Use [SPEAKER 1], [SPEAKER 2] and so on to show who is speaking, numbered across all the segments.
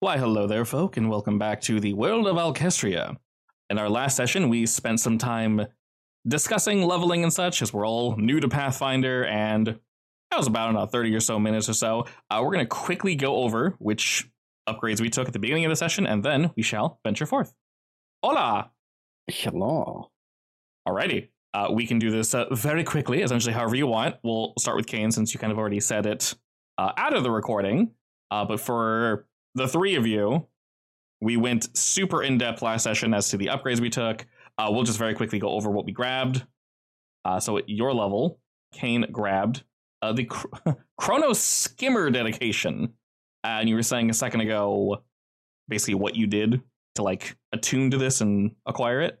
[SPEAKER 1] Why, hello there, folk, and welcome back to the world of Alkestria. In our last session, we spent some time discussing leveling and such, as we're all new to Pathfinder, and that was about another 30 or so minutes or so. Uh, we're going to quickly go over which upgrades we took at the beginning of the session, and then we shall venture forth. Hola!
[SPEAKER 2] Hello.
[SPEAKER 1] Alrighty. Uh, we can do this uh, very quickly, essentially however you want. We'll start with Kane since you kind of already said it uh, out of the recording. Uh, but for the three of you, we went super in depth last session as to the upgrades we took. Uh, we'll just very quickly go over what we grabbed. Uh, so at your level, Kane grabbed uh, the cr- Chrono Skimmer dedication, and you were saying a second ago, basically what you did to like attune to this and acquire it.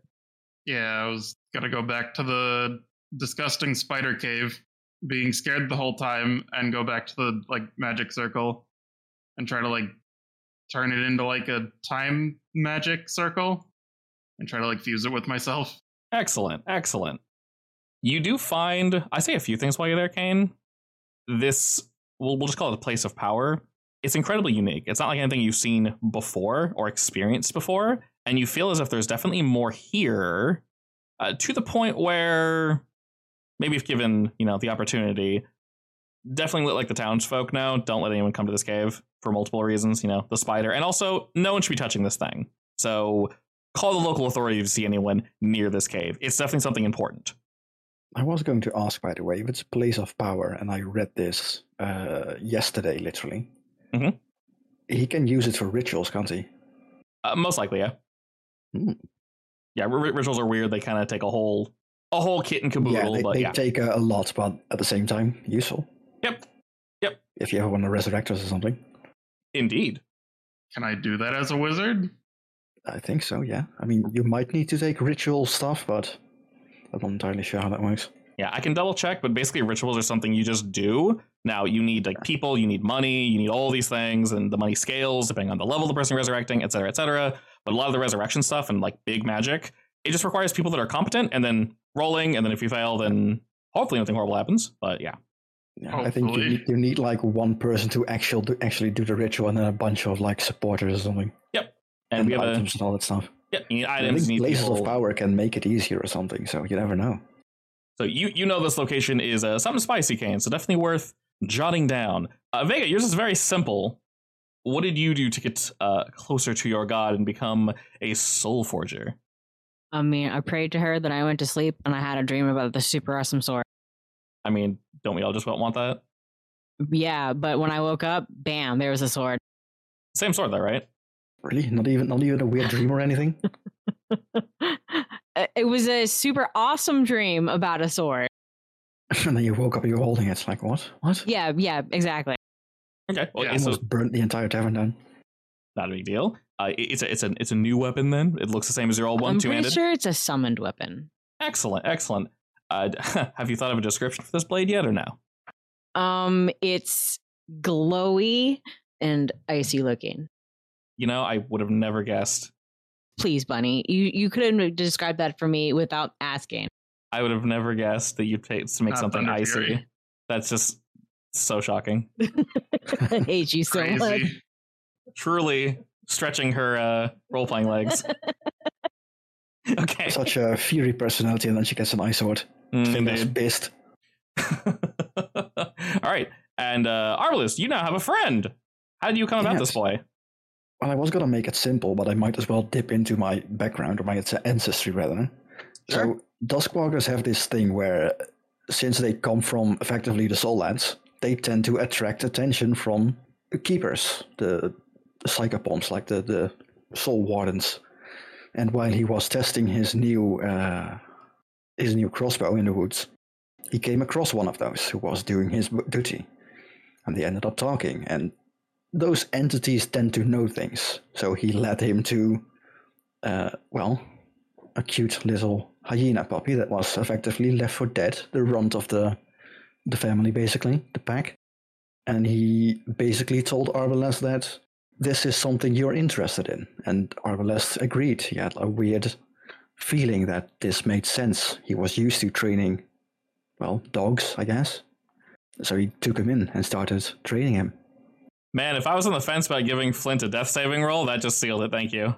[SPEAKER 3] Yeah, I was gonna go back to the disgusting spider cave, being scared the whole time, and go back to the like magic circle, and try to like turn it into like a time magic circle, and try to like fuse it with myself.
[SPEAKER 1] Excellent, excellent. You do find I say a few things while you're there, Kane. This we'll, we'll just call it a place of power. It's incredibly unique. It's not like anything you've seen before or experienced before, and you feel as if there's definitely more here. Uh, to the point where maybe if given you know the opportunity, definitely let like the townsfolk know. Don't let anyone come to this cave for multiple reasons. You know the spider, and also no one should be touching this thing. So call the local authority if you see anyone near this cave. It's definitely something important.
[SPEAKER 2] I was going to ask, by the way, if it's place of power, and I read this uh, yesterday, literally.
[SPEAKER 1] Mhm.
[SPEAKER 2] He can use it for rituals, can't he?
[SPEAKER 1] Uh, most likely, yeah.
[SPEAKER 2] Hmm.
[SPEAKER 1] Yeah, ri- ri- rituals are weird. They kind of take a whole, a whole kit and caboodle.
[SPEAKER 2] yeah, they,
[SPEAKER 1] but
[SPEAKER 2] they
[SPEAKER 1] yeah,
[SPEAKER 2] take uh, a lot, but at the same time, useful.
[SPEAKER 1] Yep. Yep.
[SPEAKER 2] If you ever want to resurrect us or something,
[SPEAKER 1] indeed.
[SPEAKER 3] Can I do that as a wizard?
[SPEAKER 2] I think so. Yeah. I mean, you might need to take ritual stuff, but I'm not entirely sure how that works.
[SPEAKER 1] Yeah, I can double check, but basically, rituals are something you just do. Now, you need like people, you need money, you need all these things, and the money scales depending on the level of the person you're resurrecting, et cetera, et cetera. But a lot of the resurrection stuff and like big magic, it just requires people that are competent and then rolling. And then if you fail, then hopefully nothing horrible happens. But yeah,
[SPEAKER 2] Yeah, I think you
[SPEAKER 3] Hopefully.
[SPEAKER 2] need, you need like one person to actually do, actually do the ritual, and then a bunch of like supporters or something,
[SPEAKER 1] and, we have a
[SPEAKER 2] items and all that stuff.
[SPEAKER 1] yeah, you need
[SPEAKER 2] I
[SPEAKER 1] items,
[SPEAKER 2] think
[SPEAKER 1] you need
[SPEAKER 2] places
[SPEAKER 1] people.
[SPEAKER 2] of power can make it easier or something. So you never know.
[SPEAKER 1] So you you know this location is uh, something spicy, Kane. So definitely worth jotting down. Uh, Vega, yours is very simple. What did you do to get uh, closer to your god and become a soul forger?
[SPEAKER 4] I mean, I prayed to her, then I went to sleep, and I had a dream about the super awesome sword.
[SPEAKER 1] I mean, don't we all just want that
[SPEAKER 4] Yeah, but when I woke up, bam, there was a sword.
[SPEAKER 1] same sword, though, right?
[SPEAKER 2] Really? Not even not even a weird dream or anything?
[SPEAKER 4] Uh, it was a super awesome dream about a sword.
[SPEAKER 2] and then you woke up and you're holding it. It's like what? What?
[SPEAKER 4] Yeah, yeah, exactly.
[SPEAKER 1] Okay, well,
[SPEAKER 3] Yeah.
[SPEAKER 1] it's a,
[SPEAKER 2] Almost burnt the entire tavern down.
[SPEAKER 1] not a big deal. Uh, it- it's a it's a it's a new weapon. Then it looks the same as your old one,
[SPEAKER 4] I'm
[SPEAKER 1] two
[SPEAKER 4] pretty
[SPEAKER 1] handed.
[SPEAKER 4] sure it's a summoned weapon.
[SPEAKER 1] Excellent, excellent. Uh, have you thought of a description for this blade yet, or no?
[SPEAKER 4] Um, it's glowy and icy looking.
[SPEAKER 1] You know, I would have never guessed.
[SPEAKER 4] Please, Bunny, you you couldn't describe that for me without asking.
[SPEAKER 1] I would have never guessed that you'd take to make
[SPEAKER 3] Not
[SPEAKER 1] something
[SPEAKER 3] Thunder
[SPEAKER 1] icy.
[SPEAKER 3] Fury.
[SPEAKER 1] That's just so shocking.
[SPEAKER 4] I hate you so much.
[SPEAKER 3] Crazy.
[SPEAKER 1] Truly stretching her uh, role playing legs. okay.
[SPEAKER 2] Such a fiery personality, and then she gets an eye sword.
[SPEAKER 1] Mm,
[SPEAKER 2] Fingers
[SPEAKER 1] indeed.
[SPEAKER 2] pissed.
[SPEAKER 1] All right. And uh, Arbalest, you now have a friend. How do you come about
[SPEAKER 2] Yes.
[SPEAKER 1] this boy?
[SPEAKER 2] Well, I was gonna make it simple, but I might as well dip into my background or my ans- ancestry rather.
[SPEAKER 1] Sure.
[SPEAKER 2] So Duskwalkers have this thing where, since they come from effectively the Soullands, they tend to attract attention from the keepers, the, the psychopomps, like the the soul wardens. And while he was testing his new uh, his new crossbow in the woods, he came across one of those who was doing his bu- duty, and they ended up talking. And those entities tend to know things, so he led him to, uh, well, a cute little hyena puppy that was effectively left for dead, the runt of the the family, basically the pack, and he basically told Arbalest that this is something you're interested in, and Arbalest agreed. He had a weird feeling that this made sense. He was used to training, well, dogs, I guess. So he took him in and started training him.
[SPEAKER 1] Man, if I was on the fence about giving Flint a death saving roll, that just sealed it. Thank you.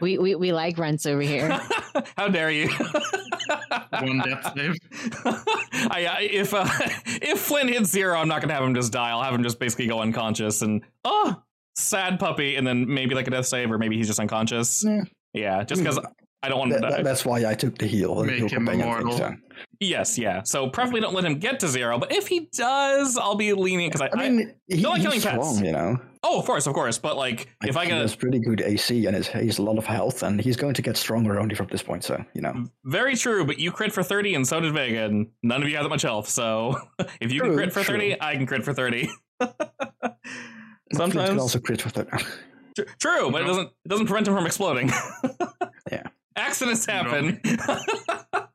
[SPEAKER 4] We we, we like rents over here.
[SPEAKER 1] How dare you?
[SPEAKER 3] One death save.
[SPEAKER 1] I, I, if uh, if Flynn hits zero, I'm not gonna have him just die. I'll have him just basically go unconscious and oh, sad puppy, and then maybe like a death save, or maybe he's just unconscious.
[SPEAKER 2] Yeah. Mm-hmm.
[SPEAKER 1] Yeah, just because I don't want him
[SPEAKER 2] That-
[SPEAKER 1] to
[SPEAKER 2] that-
[SPEAKER 1] die.
[SPEAKER 2] that's why I took the heal.
[SPEAKER 3] Make
[SPEAKER 2] heal
[SPEAKER 3] him
[SPEAKER 2] companion thing,
[SPEAKER 3] immortal.
[SPEAKER 2] so.
[SPEAKER 1] yes, yeah. So preferably don't let him get to zero. But if he does, I'll be lenient because I,
[SPEAKER 2] I
[SPEAKER 1] I-
[SPEAKER 2] mean, he,
[SPEAKER 1] don't like killing
[SPEAKER 2] he's
[SPEAKER 1] cats.
[SPEAKER 2] strong, you know.
[SPEAKER 1] oh, of course, of course. But like, if I
[SPEAKER 2] he
[SPEAKER 1] get
[SPEAKER 2] has pretty good AC and his, he has a lot of health, and he's going to get stronger only from this point. So you know,
[SPEAKER 1] very true, but you crit for thirty, and so did Vega, and none of you have that much health. So if you can
[SPEAKER 2] True,
[SPEAKER 1] crit for
[SPEAKER 2] true.
[SPEAKER 1] thirty, I can crit for thirty.
[SPEAKER 2] Flint
[SPEAKER 1] Sometimes
[SPEAKER 2] could also crit with it.
[SPEAKER 1] Tr- True, but it
[SPEAKER 3] No.
[SPEAKER 1] doesn't it doesn't prevent him from exploding.
[SPEAKER 2] Yeah.
[SPEAKER 1] Accidents
[SPEAKER 3] You know.
[SPEAKER 1] happen. uh,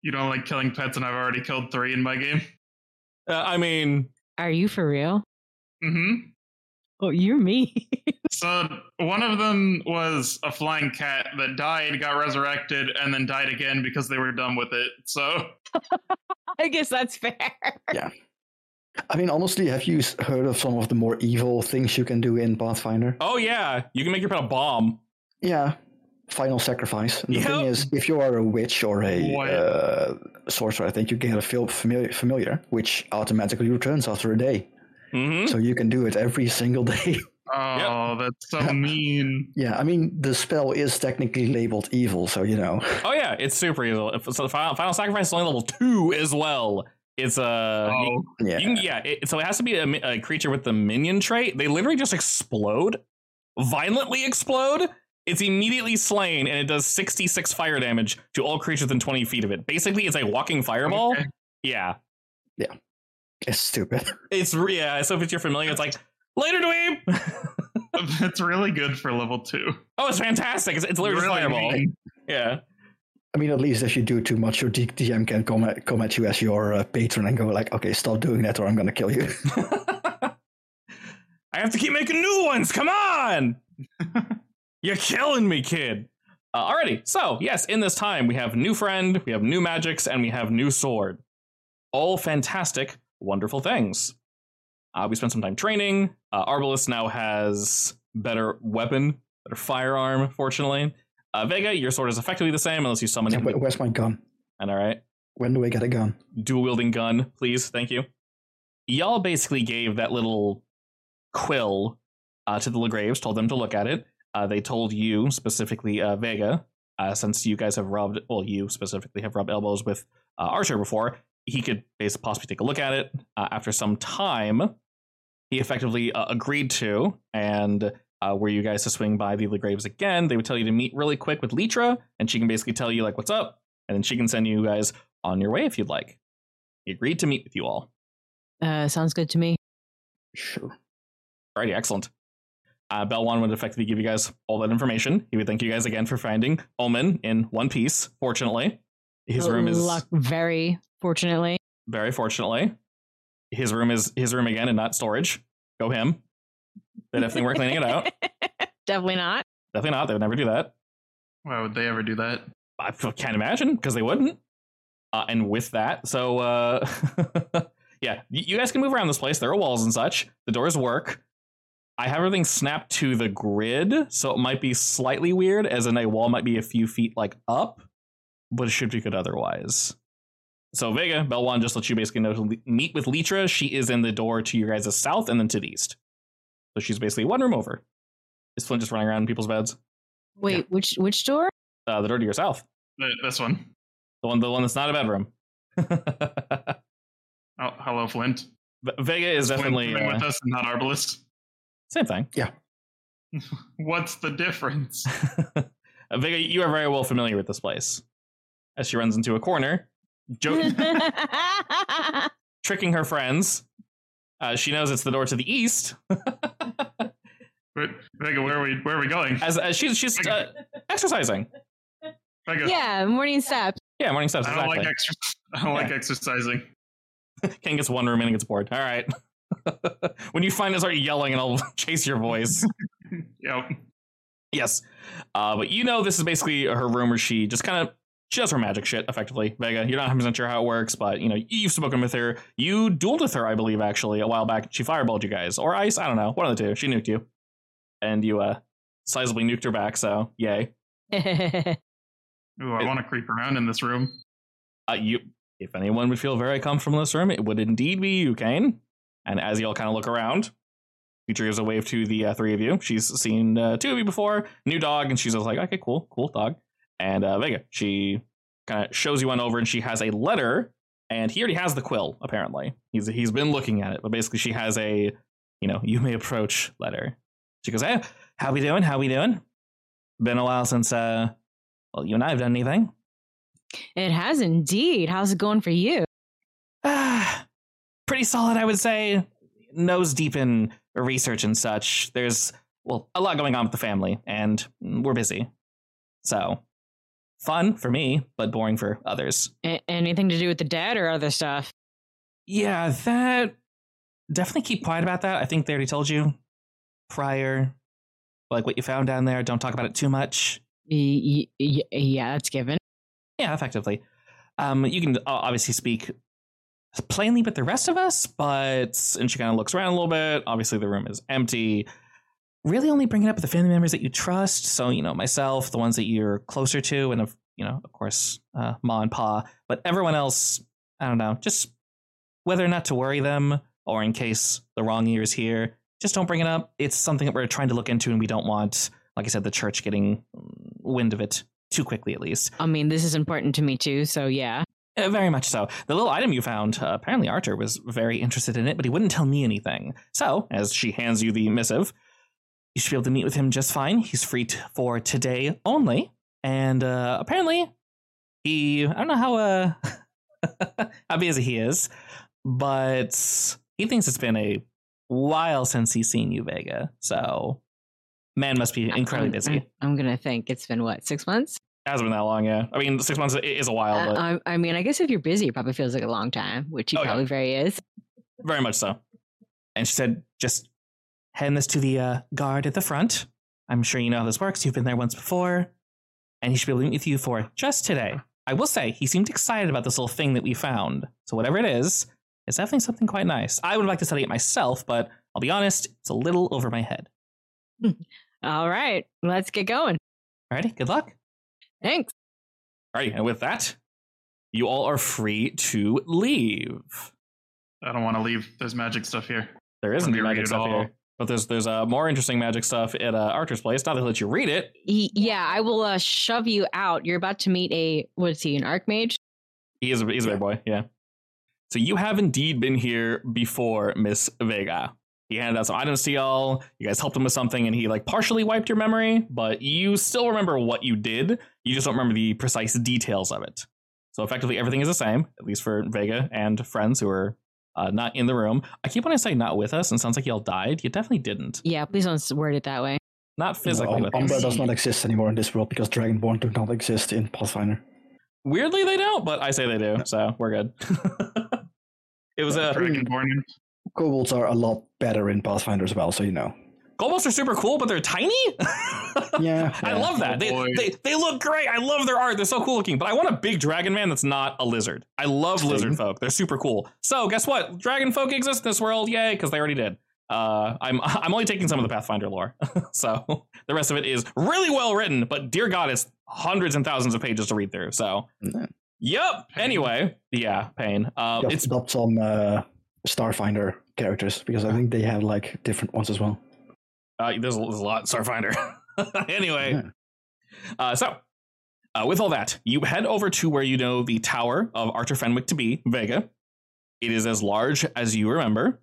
[SPEAKER 3] You don't like killing pets, and I've already killed three in my game.
[SPEAKER 1] I mean,
[SPEAKER 4] Are you for real?
[SPEAKER 3] hmm
[SPEAKER 4] Oh, you're me.
[SPEAKER 3] So one of them was a flying cat that died, got resurrected, and then died again because they were done with it. So
[SPEAKER 4] I guess that's fair.
[SPEAKER 2] I mean, honestly, have you s- heard of some of the more evil things you can do in Pathfinder?
[SPEAKER 1] oh yeah, you can make your pet a bomb.
[SPEAKER 2] Yeah, final sacrifice. And the thing
[SPEAKER 1] Yep.
[SPEAKER 2] is, if you are a witch or a
[SPEAKER 3] What?
[SPEAKER 2] uh, sorcerer, I think you get a fil- familiar, familiar, which automatically returns after a day.
[SPEAKER 1] hmm
[SPEAKER 3] Mm-hmm.
[SPEAKER 2] So you can do it every single day.
[SPEAKER 3] oh, that's so mean.
[SPEAKER 2] yeah, I mean, the spell is technically labeled evil, so you know.
[SPEAKER 1] Oh yeah, it's super easy. If- So the final, final sacrifice is only level two as well. It's uh, you,
[SPEAKER 3] Oh,
[SPEAKER 2] Yeah.
[SPEAKER 1] you can, yeah. It, so it has to be a, mi- a creature with the minion trait. They literally just explode, violently explode. It's immediately slain, and it does sixty six fire damage to all creatures within twenty feet of it. Basically, it's a walking fireball.
[SPEAKER 3] Okay.
[SPEAKER 1] Yeah.
[SPEAKER 2] It's stupid.
[SPEAKER 1] It's re- yeah. So if it's your familiar, it's like later dweeb.
[SPEAKER 3] Oh, that's really good for level two.
[SPEAKER 1] oh, it's fantastic. It's, it's literally just
[SPEAKER 3] Really
[SPEAKER 1] fireball.
[SPEAKER 3] mean.
[SPEAKER 1] Yeah.
[SPEAKER 2] I mean, at least if you do too much, your D- DM can come at, come at you as your uh, patron and go like, "Okay, stop doing that, or I'm gonna kill you."
[SPEAKER 1] I have to keep making new ones. Come on. You're killing me, kid. Uh, alrighty. So yes, in this time we have new friend, we have new magics, and we have new sword. All fantastic, wonderful things. Uh, we spent some time training. Uh, Arbalest now has better weapon, better firearm. Fortunately, uh, Vega, your sword is effectively the same unless you summon
[SPEAKER 2] Yeah,
[SPEAKER 1] him.
[SPEAKER 2] but
[SPEAKER 1] to-
[SPEAKER 2] where's my gun?
[SPEAKER 1] And all right,
[SPEAKER 2] When do I get a gun?
[SPEAKER 1] dual wielding gun, please. Thank you. Y'all basically gave that little quill uh, to the Legraves, told them to look at it. Uh, they told you, specifically uh, Vega, uh, since you guys have rubbed, well, you specifically have rubbed elbows with uh, Archer before, he could basically possibly take a look at it. Uh, after some time, he effectively uh, agreed to, and uh, were you guys to swing by the Legraves again, they would tell you to meet really quick with Litra, and she can basically tell you, like, what's up, and then she can send you guys on your way if you'd like. He agreed to meet with you all.
[SPEAKER 4] Uh, sounds good to me.
[SPEAKER 2] Sure.
[SPEAKER 1] Alrighty, excellent. Uh, Belwan would effectively give you guys all that information. He would thank you guys again for finding Omen in one piece, fortunately. His
[SPEAKER 4] Good
[SPEAKER 1] room is
[SPEAKER 4] luck very fortunately.
[SPEAKER 1] very fortunately. His room is his room again and not storage. Go him. They definitely were cleaning it out.
[SPEAKER 4] Definitely not.
[SPEAKER 1] Definitely not. They would never do that.
[SPEAKER 3] Why would they ever do that?
[SPEAKER 1] I f- can't imagine because they wouldn't. Uh, and with that, so uh, yeah, y- you guys can move around this place. There are walls and such. The doors work. I have everything snapped to the grid, so it might be slightly weird, as in a wall might be a few feet like up, but it should be good otherwise. So Vega, Belwan just lets you basically know to le- meet with Litra. She is in the door to your guys' south and then to the east. So she's basically one room over. Is Flint just running around in people's beds?
[SPEAKER 4] Wait, which which door?
[SPEAKER 1] Uh, the door to your south.
[SPEAKER 3] Th- Uh, This one.
[SPEAKER 1] The one, the one that's not a bedroom.
[SPEAKER 3] Oh, hello, Flint.
[SPEAKER 1] Ve- Vega is
[SPEAKER 3] Flint
[SPEAKER 1] definitely
[SPEAKER 3] coming with
[SPEAKER 1] uh,
[SPEAKER 3] us, and not Arbalist.
[SPEAKER 1] same thing.
[SPEAKER 3] What's the difference?
[SPEAKER 1] Uh, Vega, you are very well familiar with this place. As she runs into a corner, jo- tricking her friends, uh, she knows it's the door to the east.
[SPEAKER 3] Wait, Vega, where are we? Where are we going?
[SPEAKER 1] As, as she's she's uh, exercising.
[SPEAKER 3] Vega,
[SPEAKER 4] yeah, morning steps.
[SPEAKER 1] Yeah, morning steps.
[SPEAKER 3] I don't
[SPEAKER 1] Exactly.
[SPEAKER 3] like exer- I don't like exercising.
[SPEAKER 1] Ken gets one room in and gets bored. All right. when you find it, start yelling, and I'll chase your voice.
[SPEAKER 3] Yep.
[SPEAKER 1] Yes. Uh, but you know, this is basically her room where she just kind of She does her magic shit effectively. Vega, you're not 100% sure how it works, but you know, you've spoken with her. You dueled with her, I believe, actually, a while back. She fireballed you guys. Or ice, I don't know. One of the two. She nuked you. And you uh sizably nuked her back, so yay.
[SPEAKER 3] Ooh, I
[SPEAKER 1] It-
[SPEAKER 3] want to creep around in this room.
[SPEAKER 1] Uh, you if anyone would feel very comfortable in this room, it would indeed be you, Kane. And as y'all kind of look around, Future gives a wave to the uh, three of you. She's seen uh, two of you before, new dog, and she's just like, okay, cool, cool dog. And uh, Vega, she kind of shows you on over, and she has a letter, and he already has the quill. Apparently, he's he's been looking at it, but basically, she has a, you know, you may approach letter. She goes, hey, how we doing? How we doing? Been a while since uh, well, you and I have done anything.
[SPEAKER 4] it has indeed. How's it going for you?
[SPEAKER 1] Ah, pretty solid, I would say. Nose deep in research and such. There's, well, a lot going on with the family, and we're busy. So, fun for me, but boring for others.
[SPEAKER 4] A- anything to do with the dead or other stuff?
[SPEAKER 1] Yeah, that. Definitely keep quiet about that. I think they already told you prior. Like what you found down there, don't talk about it too much.
[SPEAKER 4] Y- y- y- yeah, that's given.
[SPEAKER 1] Yeah, effectively. Um, you can uh, obviously speak plainly with the rest of us, but and she kind of looks around a little bit. Obviously, the room is empty. Really, only bring it up with the family members that you trust. So you know, myself, the ones that you're closer to, and of you know, of course, uh, Ma and Pa. But everyone else, I don't know. Just whether or not to worry them, or in case the wrong ear is here, just don't bring it up. It's something that we're trying to look into, and we don't want, like I said, the church getting wind of it too quickly, at least.
[SPEAKER 4] I mean, this is important to me too, so yeah.
[SPEAKER 1] Uh, very much so. The little item you found, uh, apparently Archer was very interested in it, but he wouldn't tell me anything. So, as she hands you the missive, you should be able to meet with him just fine. He's free t- for today only. And uh, apparently, he, I don't know how, uh, how busy he is, but he thinks it's been a while since he's seen you, Vega. So, man must be incredibly
[SPEAKER 4] I'm-
[SPEAKER 1] busy.
[SPEAKER 4] I'm, I'm gonna think it's been what six months. Uh,
[SPEAKER 1] Hasn't been that long, yeah. I mean, six months i- is a while, but.
[SPEAKER 4] I, I, I mean, I guess if you're busy, it probably feels like a long time, which he
[SPEAKER 1] Oh, yeah.
[SPEAKER 4] probably very is.
[SPEAKER 1] very much so. And she said, just hand this to the uh, guard at the front. I'm sure you know how this works. You've been there once before, and he should be meeting with you for just today. I will say, he seemed excited about this little thing that we found. So, whatever it is, it's definitely something quite nice. I would like to study it myself, but I'll be honest, it's a little over my head.
[SPEAKER 4] All right, let's get going.
[SPEAKER 1] Alrighty, good luck.
[SPEAKER 4] Thanks.
[SPEAKER 1] Alrighty, and with that, you all are free to leave.
[SPEAKER 3] I don't want to leave. There's magic stuff here.
[SPEAKER 1] There isn't
[SPEAKER 3] Let me read
[SPEAKER 1] magic
[SPEAKER 3] it
[SPEAKER 1] stuff
[SPEAKER 3] all.
[SPEAKER 1] here, but there's there's uh, more interesting magic stuff at uh, Archer's place. Not that he'll let you read it,
[SPEAKER 4] Y- yeah, I will uh, shove you out. You're about to meet a what is he? An archmage?
[SPEAKER 1] He is a, he's a big boy, yeah. So you have indeed been here before, Miss Vega. He handed out some items to y'all. You guys helped him with something, and he like partially wiped your memory, but you still remember what you did. You just don't remember the precise details of it. So effectively, everything is the same, at least for Vega and friends who are uh, not in the room. I keep wanting to say not with us, and it sounds like y'all died. You definitely didn't.
[SPEAKER 4] Yeah, please don't s- word it that way.
[SPEAKER 1] Not physically
[SPEAKER 2] Um,
[SPEAKER 1] with
[SPEAKER 2] Umbra
[SPEAKER 1] us.
[SPEAKER 2] does not exist anymore in this world because Dragonborn do not exist in Pathfinder.
[SPEAKER 1] Weirdly, they don't, but I say they do, so we're good. it was a
[SPEAKER 3] Dragonborn.
[SPEAKER 2] Kobolds are a lot better in Pathfinder as well, so you know.
[SPEAKER 1] Kobolds are super cool, but they're tiny.
[SPEAKER 2] Yeah,
[SPEAKER 1] I
[SPEAKER 2] yeah.
[SPEAKER 1] love that.
[SPEAKER 3] Oh,
[SPEAKER 1] they,
[SPEAKER 3] boy.
[SPEAKER 1] they they look great. I love their art. They're so cool looking. But I want a big dragon man that's not a lizard. I love
[SPEAKER 2] Same.
[SPEAKER 1] lizard folk. They're super cool. So guess what? Dragon folk exist in this world. Yay! Because they already did. Uh, I'm I'm only taking some of the Pathfinder lore. so the rest of it is really well written. But dear God, it's hundreds and thousands of pages to read through. So.
[SPEAKER 2] Yeah.
[SPEAKER 1] Yep. Anyway, yeah, pain. Uh,
[SPEAKER 2] Just
[SPEAKER 1] it's
[SPEAKER 2] adopt some uh, Starfinder characters because I think they have like different ones as well.
[SPEAKER 1] Uh, there's, a, there's a lot in Starfinder. anyway,
[SPEAKER 2] Yeah.
[SPEAKER 1] uh, so uh, with all that, you head over to where you know the tower of Archer Fenwick to be, Vega. It is as large as you remember.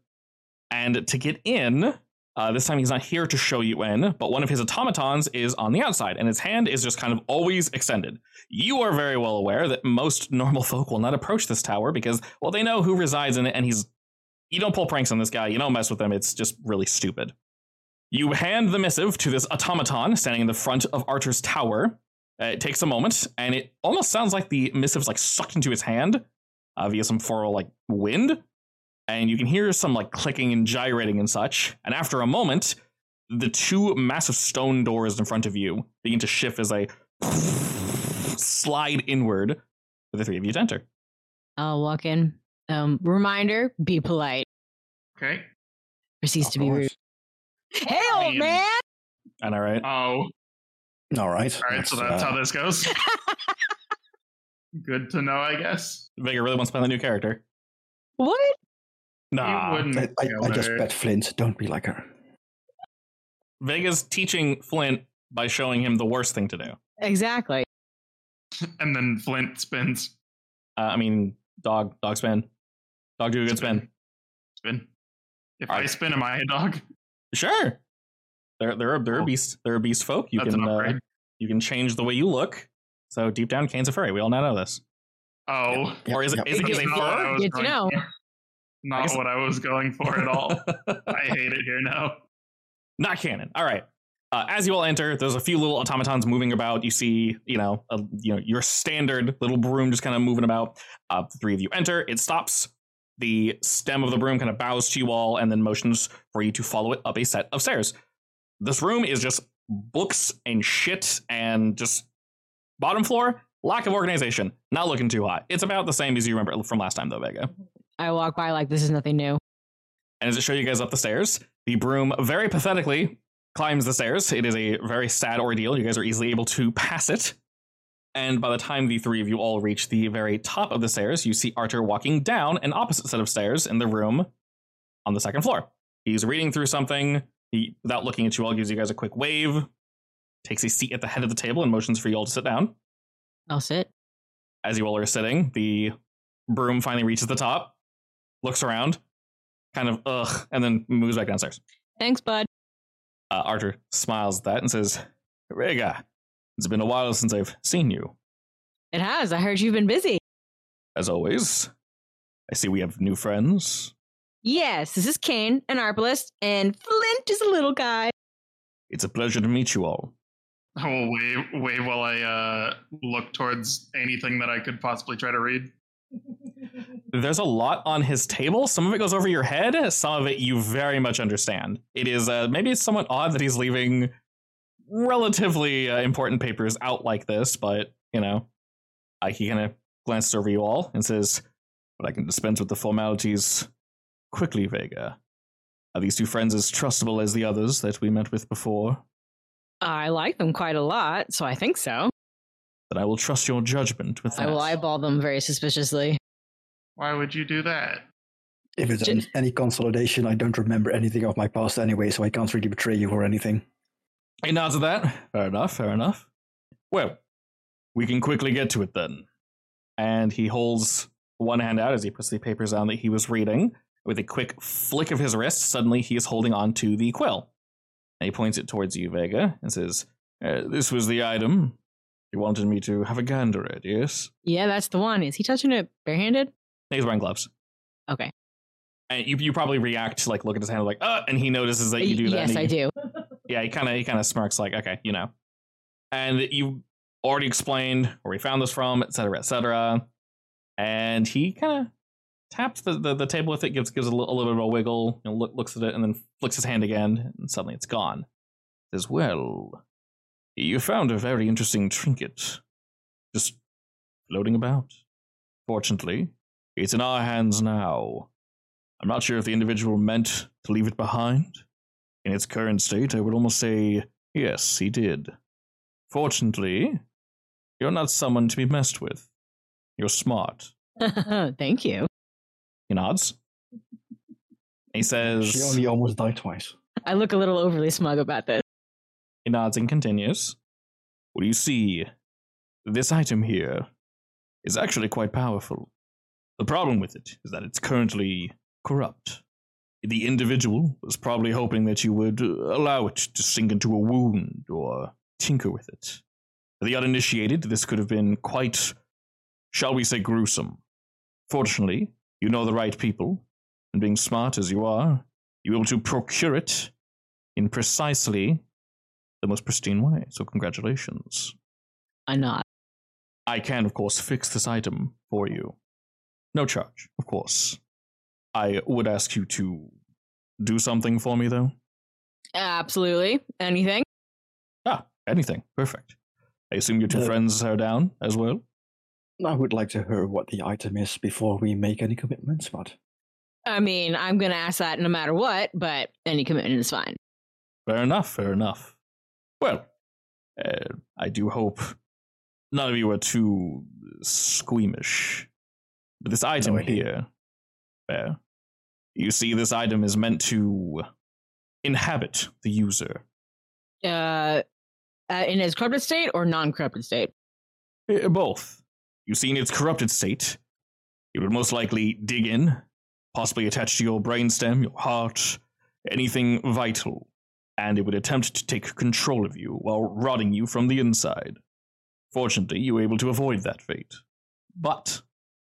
[SPEAKER 1] And to get in, uh, this time he's not here to show you in, but one of his automatons is on the outside, and his hand is just kind of always extended. You are very well aware that most normal folk will not approach this tower because, well, they know who resides in it, and he's. You don't pull pranks on this guy, you don't mess with him, it's just really stupid. You hand the missive to this automaton standing in the front of Archer's tower. Uh, it takes a moment, and it almost sounds like the missive's like sucked into his hand uh, via some form of like wind. And you can hear some like clicking and gyrating and such. And after a moment, the two massive stone doors in front of you begin to shift as a slide inward. The three of you to enter.
[SPEAKER 4] I'll walk in. Um, reminder: be polite.
[SPEAKER 3] Okay.
[SPEAKER 4] Proceeds to be rude. Hey,
[SPEAKER 3] I
[SPEAKER 4] old
[SPEAKER 3] am-
[SPEAKER 4] man.
[SPEAKER 1] And all right,
[SPEAKER 3] Oh,
[SPEAKER 2] All right.
[SPEAKER 3] all right. So that's
[SPEAKER 2] uh,
[SPEAKER 3] how this goes. Good to know, I guess.
[SPEAKER 1] Vega really wants to play the new character.
[SPEAKER 4] What?
[SPEAKER 3] You
[SPEAKER 1] Nah,
[SPEAKER 3] wouldn't
[SPEAKER 2] I, I,
[SPEAKER 3] kill
[SPEAKER 2] I just
[SPEAKER 3] her.
[SPEAKER 2] bet Flint. Don't be like her.
[SPEAKER 1] Vega's teaching Flint by showing him the worst thing to do.
[SPEAKER 4] Exactly.
[SPEAKER 3] And then Flint spins.
[SPEAKER 1] Uh, I mean, dog, dog spin, dog do a good spin.
[SPEAKER 3] Spin. If
[SPEAKER 1] All
[SPEAKER 3] I
[SPEAKER 1] right.
[SPEAKER 3] spin, am I a dog?
[SPEAKER 1] Sure, they're they're a, they're a
[SPEAKER 3] Cool.
[SPEAKER 1] beast. They're a beast folk. You
[SPEAKER 3] That's
[SPEAKER 1] can
[SPEAKER 3] an
[SPEAKER 1] uh,
[SPEAKER 3] upgrade.
[SPEAKER 1] you can change the way you look. So deep down, Kane's a furry. We all now know this.
[SPEAKER 3] Oh,
[SPEAKER 1] Or is it- is it-
[SPEAKER 3] That's
[SPEAKER 1] is it
[SPEAKER 3] not what I was
[SPEAKER 4] Good to
[SPEAKER 3] going
[SPEAKER 4] know.
[SPEAKER 3] for. Not
[SPEAKER 1] I guess-
[SPEAKER 3] what I was going for at all. I hate it here now.
[SPEAKER 1] not canon. All right. Uh, as you all enter, there's a few little automatons moving about. You see, you know, a, you know, your standard little broom just kind of moving about. Uh, the three of you enter. It stops. The stem of the broom kind of bows to you all and then motions for you to follow it up a set of stairs. This room is just books and shit and just bottom floor. Lack of organization. Not looking too hot. It's about the same as you remember from last time, though, Vega.
[SPEAKER 4] I walk by like this is nothing new.
[SPEAKER 1] And as it shows you guys up the stairs, the broom very pathetically climbs the stairs. It is a very sad ordeal. You guys are easily able to pass it. And by the time the three of you all reach the very top of the stairs, you see Archer walking down an opposite set of stairs in the room on the second floor. He's reading through something. He, without looking at you all, gives you guys a quick wave, takes a seat at the head of the table, and motions for you all to sit down.
[SPEAKER 4] I'll sit.
[SPEAKER 1] As you all are sitting, the broom finally reaches the top, looks around, kind of ugh, and then moves back downstairs.
[SPEAKER 4] Thanks, bud.
[SPEAKER 1] Uh, Archer smiles at that and says, Rega, it's been a while since I've seen you.
[SPEAKER 4] It has. I heard you've been busy.
[SPEAKER 1] As always, I see we have new friends.
[SPEAKER 4] Yes, this is Kane, an arbalist, and Flint is a little guy.
[SPEAKER 1] It's a pleasure to meet you all.
[SPEAKER 3] I will wave, wave while I uh, look towards anything that I could possibly try to read.
[SPEAKER 1] There's a lot on his table. Some of it goes over your head, some of it you very much understand. It is uh, maybe it's somewhat odd that he's leaving relatively uh, important papers out like this, but you know, uh, he kind of glances over you all and says, But I can dispense with the formalities quickly, Vega. Are these two friends as trustable as the others that we met with before?
[SPEAKER 4] I like them quite a lot, so I think so.
[SPEAKER 1] Then I will trust your judgment with that.
[SPEAKER 4] I will eyeball them very suspiciously.
[SPEAKER 3] Why would you do that?
[SPEAKER 2] If it's
[SPEAKER 4] Ju-
[SPEAKER 2] an- any consolidation, I don't remember anything of my past anyway, so I can't really betray you or anything.
[SPEAKER 1] He nods at that. Fair enough, fair enough. Well, we can quickly get to it then. And he holds one hand out as he puts the papers down that he was reading. With a quick flick of his wrist, suddenly he is holding on to the quill. And he points it towards you, Vega, and says, "Uh, This was the item. You wanted me to have a gander at, yes?
[SPEAKER 4] Yeah, that's the one. Is he touching it barehanded?
[SPEAKER 1] He's wearing gloves.
[SPEAKER 4] Okay.
[SPEAKER 1] And you, you probably react to like look at his hand like, uh, and he notices that you do that. and
[SPEAKER 4] yes,
[SPEAKER 1] he-
[SPEAKER 4] I do.
[SPEAKER 1] yeah, he kind of he kind of smirks like, okay, you know, and you already explained where we found this from, et cetera, et cetera. And he kind of taps the, the, the table with it, gives gives a little, a little bit of a wiggle, and look, looks at it, and then flicks his hand again, and suddenly it's gone. Says, well, you found a very interesting trinket, just floating about. Fortunately, it's in our hands now. I'm not sure if the individual meant to leave it behind, in its current state, I would almost say, yes, he did. Fortunately, you're not someone to be messed with. You're smart.
[SPEAKER 4] Thank you.
[SPEAKER 1] He nods. He
[SPEAKER 2] She
[SPEAKER 1] says,
[SPEAKER 2] only almost died twice.
[SPEAKER 4] I look a little overly smug about this.
[SPEAKER 1] he nods and continues. Well, you see, this item here is actually quite powerful. The problem with it is that it's currently corrupt. The individual was probably hoping that you would uh, allow it to sink into a wound or tinker with it. For the uninitiated, this could have been quite, shall we say, gruesome. Fortunately, you know the right people, and being smart as you are, you were able to procure it in precisely the most pristine way. So, congratulations.
[SPEAKER 4] I'm not.
[SPEAKER 1] I can, of course, fix this item for you. No charge, of course. I would ask you to do something for me, though.
[SPEAKER 4] Absolutely. Anything?
[SPEAKER 1] Ah, anything. Perfect. I assume your two
[SPEAKER 2] Uh,
[SPEAKER 1] friends are down as well.
[SPEAKER 2] I would like to hear what the item is before we make any commitments, but
[SPEAKER 4] I mean, I'm going to ask that no matter what, but any commitment is fine.
[SPEAKER 1] Fair enough, fair enough. Well, uh, I do hope none of you are too squeamish. But this item
[SPEAKER 2] No idea.
[SPEAKER 1] here, fair. You see, this item is meant to inhabit the user.
[SPEAKER 4] Uh, uh, in his corrupted state or non corrupted state?
[SPEAKER 1] Eh, Both. You see, in its corrupted state, it would most likely dig in, possibly attach to your brainstem, your heart, anything vital, and it would attempt to take control of you while rotting you from the inside. Fortunately, you were able to avoid that fate. But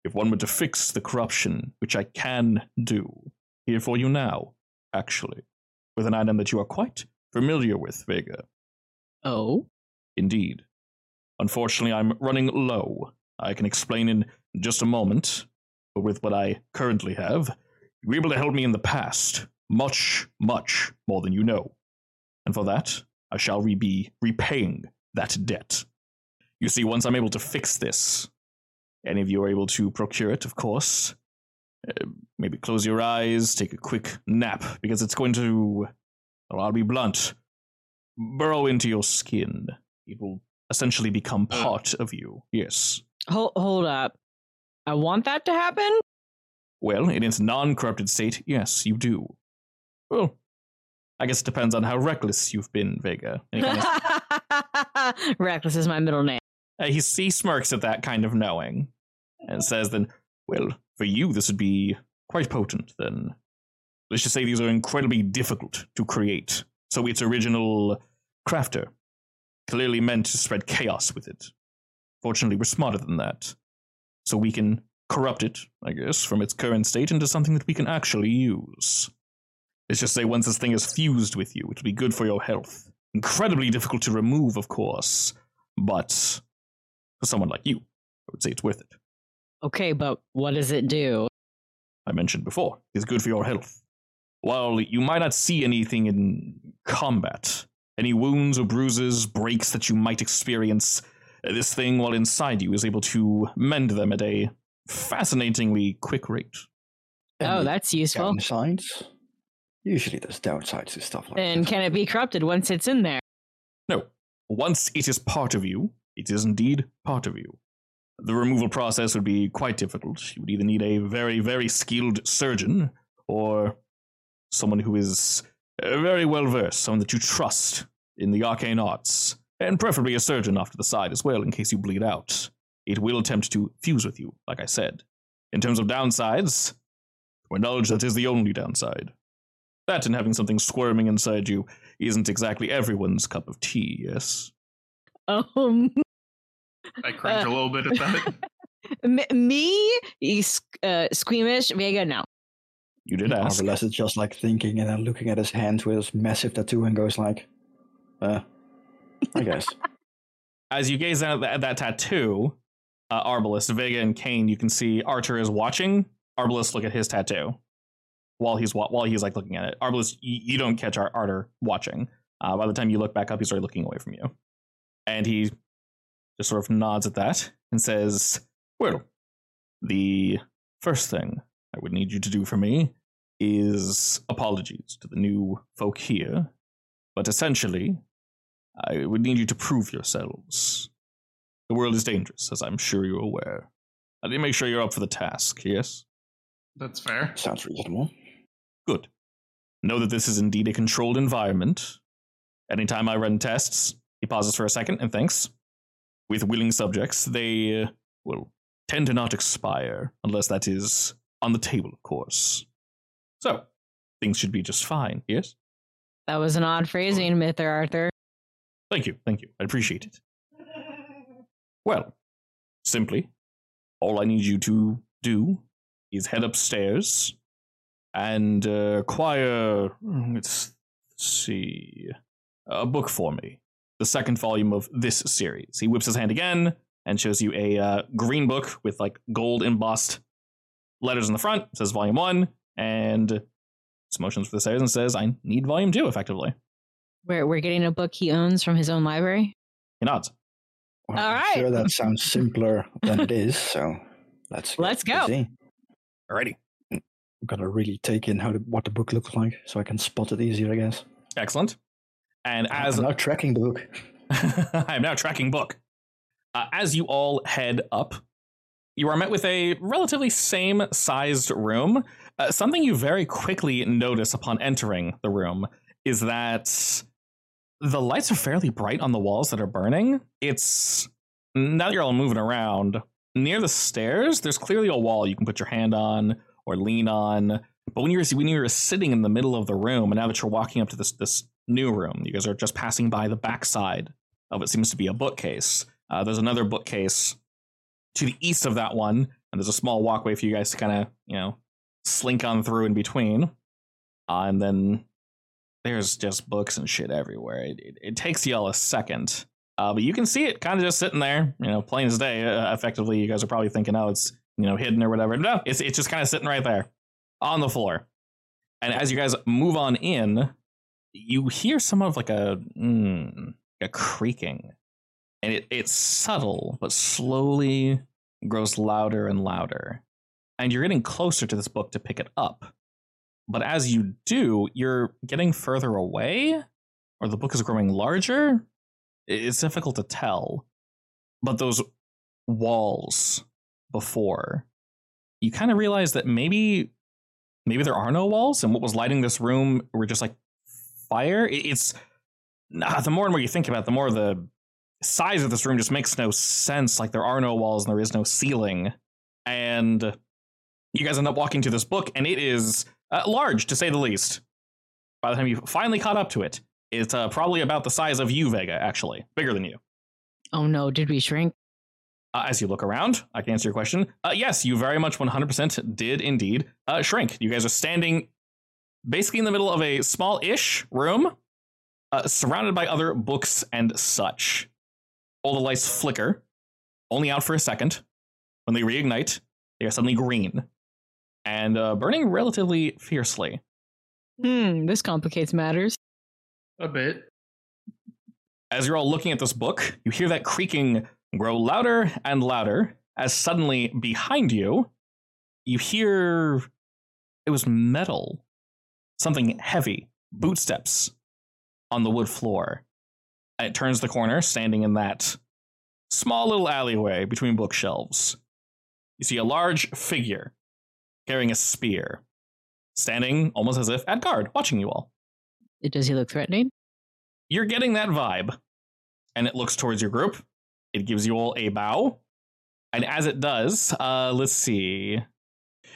[SPEAKER 1] if one were to fix the corruption, which I can do, here for you now, actually, with an item that you are quite familiar with, Vega.
[SPEAKER 4] Oh.
[SPEAKER 1] Indeed. Unfortunately, I'm running low. I can explain in just a moment, but with what I currently have, you were able to help me in the past, much, much more than you know. And for that, I shall re- be repaying that debt. You see, once I'm able to fix this, any of you are able to procure it, of course. Uh, maybe close your eyes, take a quick nap, because it's going to, well, I'll be blunt, burrow into your skin it will essentially become
[SPEAKER 3] Uh.
[SPEAKER 1] part of you. Yes.
[SPEAKER 4] Hold, hold up. I want that to happen?
[SPEAKER 1] Well, in its non corrupted state, yes, you do. Well, I guess it depends on how reckless you've been, Vega. Any kind of-
[SPEAKER 4] Reckless is my middle name.
[SPEAKER 1] Uh, he, he smirks at that kind of knowing and says, then, well, for you, this would be quite potent, then. Let's just say these are incredibly difficult to create. So its original crafter clearly meant to spread chaos with it. Fortunately, we're smarter than that. So we can corrupt it, I guess, from its current state into something that we can actually use. Let's just say once this thing is fused with you, it'll be good for your health. Incredibly difficult to remove, of course, but for someone like you, I would say it's worth it.
[SPEAKER 4] Okay, but what does it do?
[SPEAKER 1] I mentioned before, it's good for your health. While you might not see anything in combat, any wounds or bruises, breaks that you might experience, uh, this thing while inside you is able to mend them at a fascinatingly quick rate.
[SPEAKER 4] oh,
[SPEAKER 2] any
[SPEAKER 4] that's useful.
[SPEAKER 2] downsides. Usually, there's downsides to stuff like
[SPEAKER 4] And
[SPEAKER 2] that.
[SPEAKER 4] can it be corrupted once it's in there?
[SPEAKER 1] No. Once it is part of you, it is indeed part of you. The removal process would be quite difficult. You would either need a very, very skilled surgeon or someone who is uh, very well versed, someone that you trust in the arcane arts, and preferably a surgeon off to the side as well in case you bleed out. It will attempt to fuse with you, like I said. In terms of downsides, to my knowledge, that is the only downside. That and having something squirming inside you isn't exactly everyone's cup of tea, yes?
[SPEAKER 4] Um,
[SPEAKER 3] I cringe a little bit at that.
[SPEAKER 4] m- me, You s- uh, squeamish, Vega, no.
[SPEAKER 1] You did ask.
[SPEAKER 2] Marvelous is just like thinking and then looking at his hand with his massive tattoo and goes like, uh, I guess.
[SPEAKER 1] As you gaze at that, at that tattoo, uh, Arbalest, Vega, and Kane, you can see Archer is watching. Arbalest look at his tattoo while he's wa- while he's like looking at it. Arbalest, you, you don't catch Ar- Arter watching. Uh, by the time you look back up, he's already looking away from you, and he just sort of nods at that and says, "Well, the first thing I would need you to do for me is apologies to the new folk here, but essentially, I would need you to prove yourselves. The world is dangerous, as I'm sure you're aware. I need to make sure you're up for the task, yes?
[SPEAKER 3] That's fair.
[SPEAKER 2] Sounds reasonable.
[SPEAKER 1] Good. Know that this is indeed a controlled environment. Anytime I run tests, he pauses for a second and thinks. With willing subjects, they, uh, well, tend to not expire, unless that is on the table, of course. So, things should be just fine, yes?
[SPEAKER 4] That was an odd phrasing, Mr. Arthur.
[SPEAKER 1] Thank you, thank you. I appreciate it. Well, simply, all I need you to do is head upstairs and uh, acquire. mm, Let's see, a book for me. The second volume of this series. He whips his hand again and shows you a uh, green book with like gold embossed letters in the front. It says volume one, and just motions for the stairs and says, "I need volume two." Effectively,
[SPEAKER 4] We're, we're getting a book he owns from his own library.
[SPEAKER 1] he nods.
[SPEAKER 2] Well,
[SPEAKER 4] All
[SPEAKER 2] I'm
[SPEAKER 4] right.
[SPEAKER 2] Sure, that sounds simpler than it is. So let's get
[SPEAKER 4] Let's go.
[SPEAKER 2] busy.
[SPEAKER 1] Alrighty.
[SPEAKER 2] I've got to really take in how the, what the book looks like so I can spot it easier, I guess.
[SPEAKER 1] Excellent. And as
[SPEAKER 2] I'm now tracking the book.
[SPEAKER 1] I am now tracking book. Uh, as you all head up, you are met with a relatively same sized room. Uh, something you very quickly notice upon entering the room is that the lights are fairly bright on the walls that are burning. It's now that you're all moving around near the stairs. There's clearly a wall you can put your hand on or lean on. But when you're when you were sitting in the middle of the room, and now that you're walking up to this this new room, you guys are just passing by the backside of what seems to be a bookcase. Uh, there's another bookcase to the east of that one, and there's a small walkway for you guys to kind of you know slink on through in between. Uh, and then there's just books and shit everywhere. It, it, it takes y'all a second, uh, but you can see it kind of just sitting there, you know, plain as day. Uh, effectively, you guys are probably thinking, oh, it's you know hidden or whatever. No, it's it's just kind of sitting right there on the floor. And as you guys move on in, you hear some of like a mm, a creaking, and it, it's subtle but slowly grows louder and louder. And you're getting closer to this book to pick it up, but as you do, you're getting further away, or the book is growing larger. I- It's difficult to tell, but those walls before, you kind of realize that maybe maybe there are no walls and what was lighting this room were just like fire It- it's nah, the more and more you think about it the more the size of this room just makes no sense like there are no walls and there is no ceiling and you guys end up walking to this book and it is uh, large to say the least by the time you finally caught up to it it's uh, probably about the size of you vega actually bigger than you
[SPEAKER 4] Oh no, did we shrink?
[SPEAKER 1] uh, as you look around, I can answer your question. Uh, yes, you very much 100% did indeed uh, shrink. You guys are standing basically in the middle of a small ish room, uh, surrounded by other books and such. All the lights flicker, only out for a second. When they reignite, they are suddenly green and uh, burning relatively fiercely.
[SPEAKER 4] Hmm, this complicates matters.
[SPEAKER 3] A bit.
[SPEAKER 1] As you're all looking at this book, you hear that creaking grow louder and louder as suddenly behind you, you hear it was metal, something heavy, bootsteps on the wood floor. And it turns the corner, standing in that small little alleyway between bookshelves. You see a large figure carrying a spear, standing almost as if at guard, watching you all
[SPEAKER 4] Does he look threatening?
[SPEAKER 1] you're getting that vibe. And it looks towards your group. It gives you all a bow. And as it does, uh, let's see.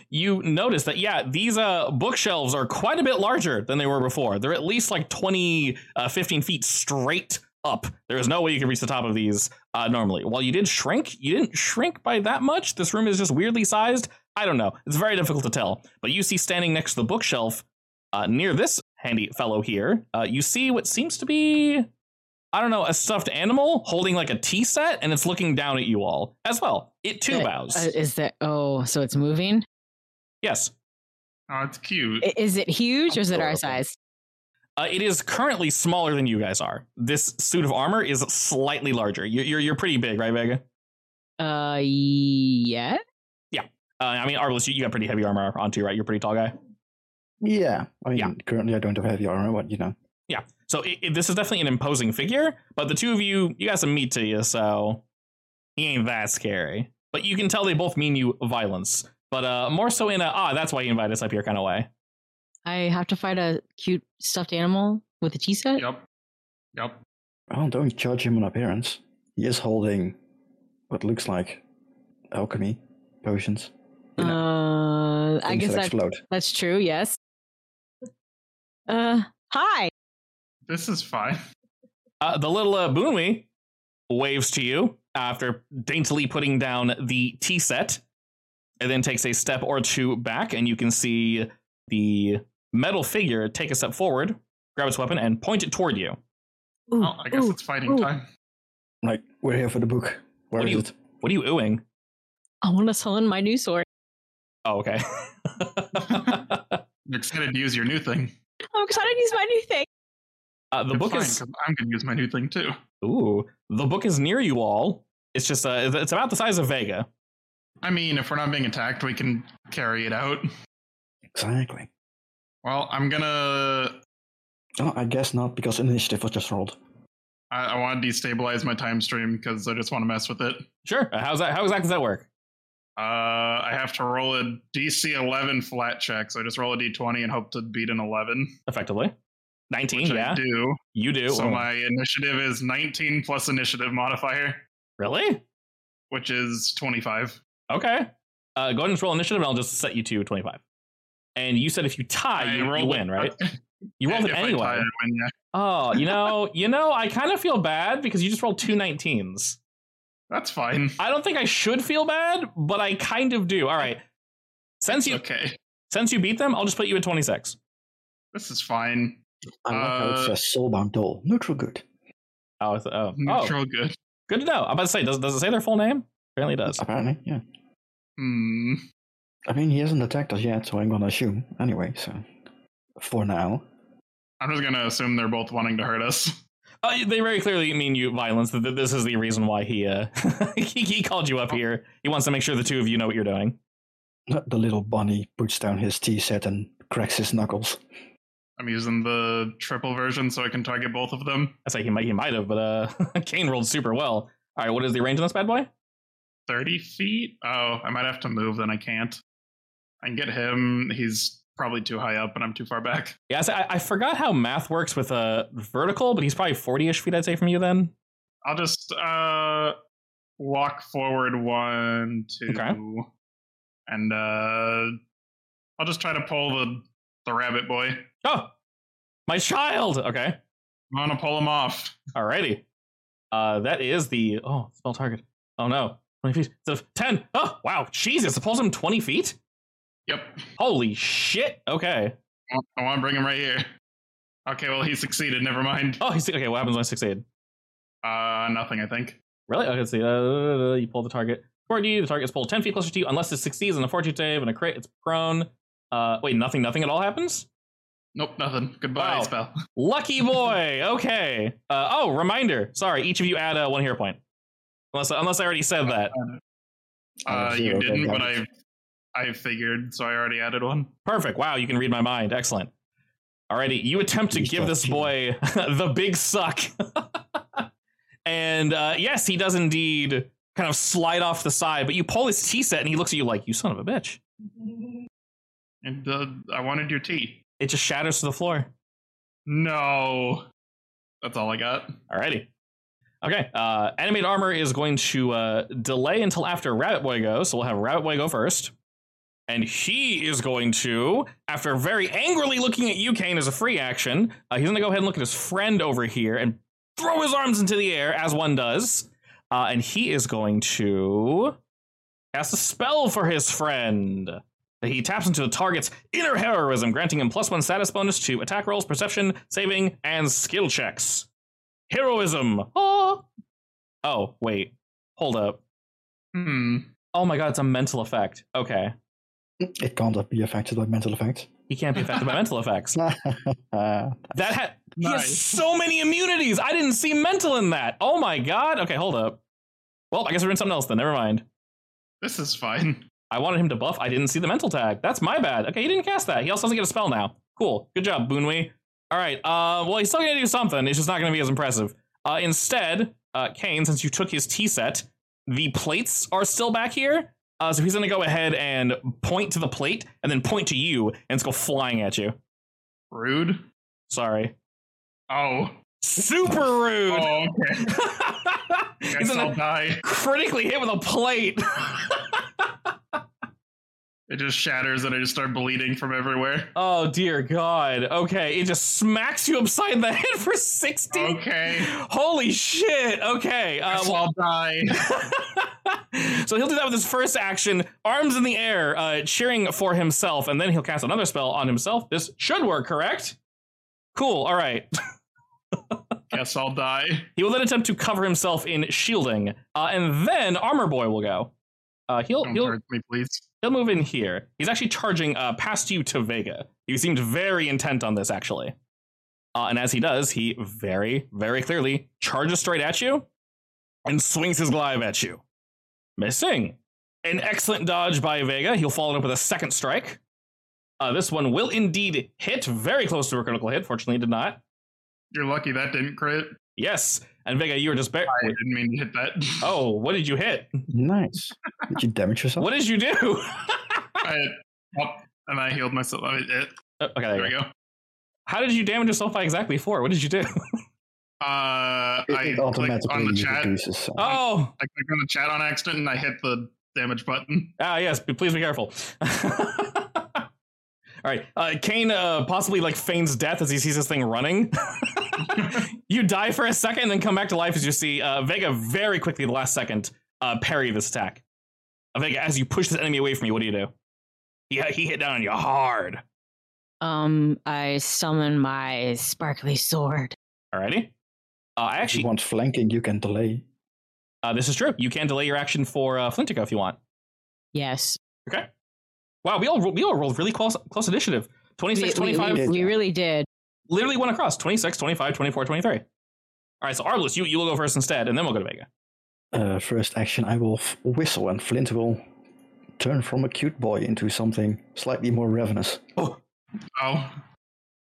[SPEAKER 1] You notice that, yeah, these uh, bookshelves are quite a bit larger than they were before. They're at least like 20, uh, 15 feet straight up. There is no way you can reach the top of these uh, normally. While you did shrink, you didn't shrink by that much. This room is just weirdly sized. I don't know. It's very difficult to tell. But you see standing next to the bookshelf uh, near this handy fellow here, uh, you see what seems to be, I don't know, a stuffed animal holding like a tea set, and it's looking down at you all as well. It too
[SPEAKER 4] That-
[SPEAKER 1] bows.
[SPEAKER 4] Uh, is that oh, so it's moving?
[SPEAKER 1] yes.
[SPEAKER 3] Oh, it's cute.
[SPEAKER 4] I- Is it huge or is it our
[SPEAKER 1] Adorable.
[SPEAKER 4] size?
[SPEAKER 1] Uh, it is currently smaller than you guys are. This suit of armor is slightly larger. You're, you're, you're pretty big, right, Vega?
[SPEAKER 4] Uh, yeah.
[SPEAKER 1] Uh, I mean, Arbalest, you, you got pretty heavy armor on too, right? You're a pretty tall guy.
[SPEAKER 2] Yeah. I mean,
[SPEAKER 1] Yeah.
[SPEAKER 2] currently I don't have heavy armor, but you know.
[SPEAKER 1] So it, it- this is definitely an imposing figure, but the two of you, you got some meat to you, so he ain't that scary. But you can tell they both mean you violence, but uh, more so in a ah, that's why you invited us up here kind of way.
[SPEAKER 4] I have to fight a cute stuffed animal with a tea set.
[SPEAKER 3] Yep. Yep.
[SPEAKER 2] Oh, don't judge him on appearance. He is holding what looks like alchemy potions. You know,
[SPEAKER 4] Uh, I
[SPEAKER 2] things
[SPEAKER 4] guess
[SPEAKER 2] that
[SPEAKER 4] that,
[SPEAKER 2] explode.
[SPEAKER 4] that's true. Yes. Uh, hi.
[SPEAKER 3] This is fine.
[SPEAKER 1] Uh, the little uh, Boomy waves to you after daintily putting down the tea set, and then takes a step or two back, and you can see the metal figure take a step forward, grab its weapon, and point it toward you.
[SPEAKER 4] Ooh,
[SPEAKER 3] Oh, I guess
[SPEAKER 4] ooh.
[SPEAKER 3] it's fighting
[SPEAKER 4] ooh.
[SPEAKER 3] time.
[SPEAKER 2] Like, we're here for the book. Where
[SPEAKER 1] What
[SPEAKER 2] is
[SPEAKER 1] do you-
[SPEAKER 2] it?
[SPEAKER 1] What are you oohing?
[SPEAKER 4] I want to summon my new sword.
[SPEAKER 1] Oh, okay.
[SPEAKER 3] You're excited to use your new thing.
[SPEAKER 4] Oh, I'm excited to use my new thing.
[SPEAKER 1] Uh, the
[SPEAKER 3] You're
[SPEAKER 1] book
[SPEAKER 3] fine,
[SPEAKER 1] is
[SPEAKER 3] 'cause I'm going to use my new thing too.
[SPEAKER 1] Ooh, the book is near you all. It's just uh, it's about the size of Vega.
[SPEAKER 3] I mean, if we're not being attacked, we can carry it out.
[SPEAKER 2] Exactly.
[SPEAKER 3] Well, I'm gonna.
[SPEAKER 2] Oh, I guess not because initiative was just rolled.
[SPEAKER 3] I, I want to destabilize my time stream because I just want to mess with it.
[SPEAKER 1] Sure. Uh, How's that? How exactly does that work?
[SPEAKER 3] Uh, I have to roll a DC 11 flat check, so I just roll a D20 and hope to beat an 11.
[SPEAKER 1] Effectively, nineteen.
[SPEAKER 3] Which
[SPEAKER 1] yeah,
[SPEAKER 3] I do.
[SPEAKER 1] you do.
[SPEAKER 3] So
[SPEAKER 1] Oh,
[SPEAKER 3] my initiative is 19 plus initiative modifier,
[SPEAKER 1] really?
[SPEAKER 3] which is 25.
[SPEAKER 1] Okay. Uh, go ahead and roll initiative, and I'll just set you to twenty-five. And you said if you tie,
[SPEAKER 3] I
[SPEAKER 1] you, you
[SPEAKER 3] rolled
[SPEAKER 1] win,
[SPEAKER 3] it.
[SPEAKER 1] right? You rolled it
[SPEAKER 3] If I tie, I
[SPEAKER 1] anyway.
[SPEAKER 3] win, yeah.
[SPEAKER 1] Oh, you know, you know, I kind of feel bad because you just rolled two 19s.
[SPEAKER 3] That's fine.
[SPEAKER 1] I don't think I should feel bad, but I kind of do. All right. Since you
[SPEAKER 3] Okay.
[SPEAKER 1] since you beat them, I'll just put you at 26.
[SPEAKER 3] This is fine.
[SPEAKER 2] I like how it
[SPEAKER 3] Uh,
[SPEAKER 2] says soulbound doll. Neutral good.
[SPEAKER 1] Oh, I th- oh. oh,
[SPEAKER 3] Neutral good.
[SPEAKER 1] good to know. I'm about to say, does, does it say their full name? Apparently it does.
[SPEAKER 2] Apparently, yeah.
[SPEAKER 3] Hmm.
[SPEAKER 2] I mean, he hasn't attacked us yet, so I'm gonna assume anyway. So, for now,
[SPEAKER 3] I'm just gonna assume they're both wanting to hurt us.
[SPEAKER 1] Uh, they very clearly mean you violence. Th- th- This is the reason why he, uh, he he called you
[SPEAKER 3] Oh.
[SPEAKER 1] up here. He wants to make sure the two of you know what you're doing.
[SPEAKER 2] the little bunny puts down his tea set and cracks his knuckles.
[SPEAKER 3] I'm using the triple version so I can target both of them.
[SPEAKER 1] I say he might he might have, but uh, Kane rolled super well. All right, what is the range on this bad boy?
[SPEAKER 3] 30 feet? Oh, I might have to move, then I can't. I can get him. He's probably too high up and I'm too far back.
[SPEAKER 1] Yeah, I, say- I, I forgot how math works with uh, vertical, but he's probably 40-ish feet, I'd say, from you then.
[SPEAKER 3] I'll just uh walk forward one, two,
[SPEAKER 1] Okay.
[SPEAKER 3] and uh I'll just try to pull the the rabbit boy.
[SPEAKER 1] Oh, my child. Okay.
[SPEAKER 3] I wanna pull him off.
[SPEAKER 1] Alrighty. Uh, that is the oh spell target. Oh no, twenty feet. So ten. Oh wow, Jesus! It pulls him twenty feet.
[SPEAKER 3] Yep.
[SPEAKER 1] Holy shit. Okay.
[SPEAKER 3] I want- I wanna bring him right here. Okay, well he succeeded, never mind.
[SPEAKER 1] Oh, he's okay. What happens when I succeed?
[SPEAKER 3] Uh nothing, I think.
[SPEAKER 1] Really? Okay. See, uh, you pull the target toward you. The target is pulled ten feet closer to you. Unless it succeeds in a fortitude save and a crit, it's prone. Uh, wait, nothing. Nothing at all happens.
[SPEAKER 3] Nope, nothing. Goodbye,
[SPEAKER 1] Wow.
[SPEAKER 3] spell.
[SPEAKER 1] Lucky boy. okay. Uh, oh, reminder. Sorry, each of you add uh, one hero point. Unless unless I already said that.
[SPEAKER 3] Uh,
[SPEAKER 2] Uh,
[SPEAKER 3] you
[SPEAKER 2] zero, okay,
[SPEAKER 3] didn't, but I
[SPEAKER 2] damage.
[SPEAKER 3] I figured, so I already added one.
[SPEAKER 1] Perfect. Wow, you can read my mind. Excellent. Alrighty, you attempt to
[SPEAKER 2] He's
[SPEAKER 1] give this
[SPEAKER 2] touchy.
[SPEAKER 1] boy the big suck. and uh, yes, he does indeed kind of slide off the side, but you pull his tea set and he looks at you like, you son of a bitch.
[SPEAKER 3] And uh, I wanted your tea.
[SPEAKER 1] It just shatters to the floor.
[SPEAKER 3] No. That's all I got.
[SPEAKER 1] Alrighty. Okay, uh, animate armor is going to uh, delay until after Rabbit Boy goes, so we'll have Rabbit Boy go first. And he is going to, after very angrily looking at you, Kane, as a free action, uh, he's going to go ahead and look at his friend over here and throw his arms into the air, as one does. Uh, and he is going to cast a spell for his friend. He taps into the target's inner heroism, granting him plus one status bonus to attack rolls, perception, saving, and skill checks. Heroism. Ah. Oh, wait. Hold up.
[SPEAKER 3] Hmm.
[SPEAKER 1] Oh my god, it's a mental effect. Okay.
[SPEAKER 2] It can't be affected by mental effects.
[SPEAKER 1] He can't be affected by mental effects.
[SPEAKER 2] Uh,
[SPEAKER 1] That ha- he has
[SPEAKER 3] Nice.
[SPEAKER 1] so many immunities. I didn't see mental in that. Oh my god. Okay, hold up. Well, I guess we're doing something else then. Never mind.
[SPEAKER 3] This is fine.
[SPEAKER 1] I wanted him to buff. I didn't see the mental tag. That's my bad. Okay, he didn't cast that. He also doesn't get a spell now. Cool. Good job, Boonwee. All right. Uh, well, he's still gonna do something. It's just not gonna be as impressive. Uh, instead, uh, Kane, since you took his T set, the plates are still back here. Uh, so he's gonna go ahead and point to the plate, and then point to you, and it's go flying at you.
[SPEAKER 3] Rude.
[SPEAKER 1] Sorry.
[SPEAKER 3] Oh.
[SPEAKER 1] Super rude.
[SPEAKER 3] Oh, okay.
[SPEAKER 1] he's
[SPEAKER 3] Guess I'll
[SPEAKER 1] gonna
[SPEAKER 3] die.
[SPEAKER 1] critically hit with a plate.
[SPEAKER 3] It just shatters and I just start bleeding from everywhere.
[SPEAKER 1] Oh dear God. Okay, it just smacks you upside the head for 60.
[SPEAKER 3] Oh, Okay.
[SPEAKER 1] Holy shit. Okay. Uh,
[SPEAKER 3] Guess
[SPEAKER 1] well-
[SPEAKER 3] I'll die.
[SPEAKER 1] so he'll do that with his first action, arms in the air, uh, cheering for himself, and then he'll cast another spell on himself. This should work, correct? Cool. All right.
[SPEAKER 3] Guess I'll die.
[SPEAKER 1] He will then attempt to cover himself in shielding, uh, and then Armor Boy will go. Uh, he'll
[SPEAKER 3] Don't
[SPEAKER 1] he'll
[SPEAKER 3] hurt me, please.
[SPEAKER 1] he'll move in here. He's actually charging uh, past you to Vega. You seemed very intent on this, actually. Uh, and as he does, he very, very clearly charges straight at you and swings his glaive at you. Missing. An excellent dodge by Vega. He'll follow it up with a second strike. Uh, this one will indeed hit very close to a critical hit. Fortunately, it did not.
[SPEAKER 3] You're lucky that didn't crit.
[SPEAKER 1] Yes. And Vega, you were just bare.
[SPEAKER 3] I didn't mean to hit that.
[SPEAKER 1] Oh, what did you hit?
[SPEAKER 2] Nice. Did you damage yourself?
[SPEAKER 1] What did you do?
[SPEAKER 3] I, oh, and I healed myself. I mean, it,
[SPEAKER 1] Uh, okay, there
[SPEAKER 3] there we
[SPEAKER 1] you go.
[SPEAKER 3] go.
[SPEAKER 1] How did you damage yourself by exactly four? What did you do?
[SPEAKER 3] Uh,
[SPEAKER 2] It,
[SPEAKER 3] I
[SPEAKER 2] it
[SPEAKER 3] clicked on the
[SPEAKER 2] automatically
[SPEAKER 3] chat.
[SPEAKER 2] reduces. uh, so-
[SPEAKER 1] Oh,
[SPEAKER 3] I clicked on the chat on accident and I hit the damage button.
[SPEAKER 1] ah, yes. but Please be careful. All right. Uh, Kane uh, possibly like feigns death as he sees this thing running. you die for a second, and then come back to life as you see uh, Vega very quickly, the last second, uh, parry this attack. Uh, Vega, as you push this enemy away from you, what do you do? Yeah, he hit down on you hard.
[SPEAKER 4] Um, I summon my sparkly sword.
[SPEAKER 1] Alrighty. Uh, I
[SPEAKER 2] If you
[SPEAKER 1] actually,
[SPEAKER 2] want flanking, you can delay.
[SPEAKER 1] uh, this is true. You can delay your action for uh, Flintico if you want.
[SPEAKER 4] Yes,
[SPEAKER 1] Wow, we all ro- we all rolled really close close initiative. 26,
[SPEAKER 4] we, we-
[SPEAKER 1] 25,
[SPEAKER 4] we, we really did.
[SPEAKER 1] literally went across 26, 25, 24, 23. All right, so Arliss, you, you'll go first instead, and then we'll go to Vega.
[SPEAKER 2] Uh, first action, I will f- whistle, and Flint will turn from a cute boy into something slightly more ravenous.
[SPEAKER 3] Oh,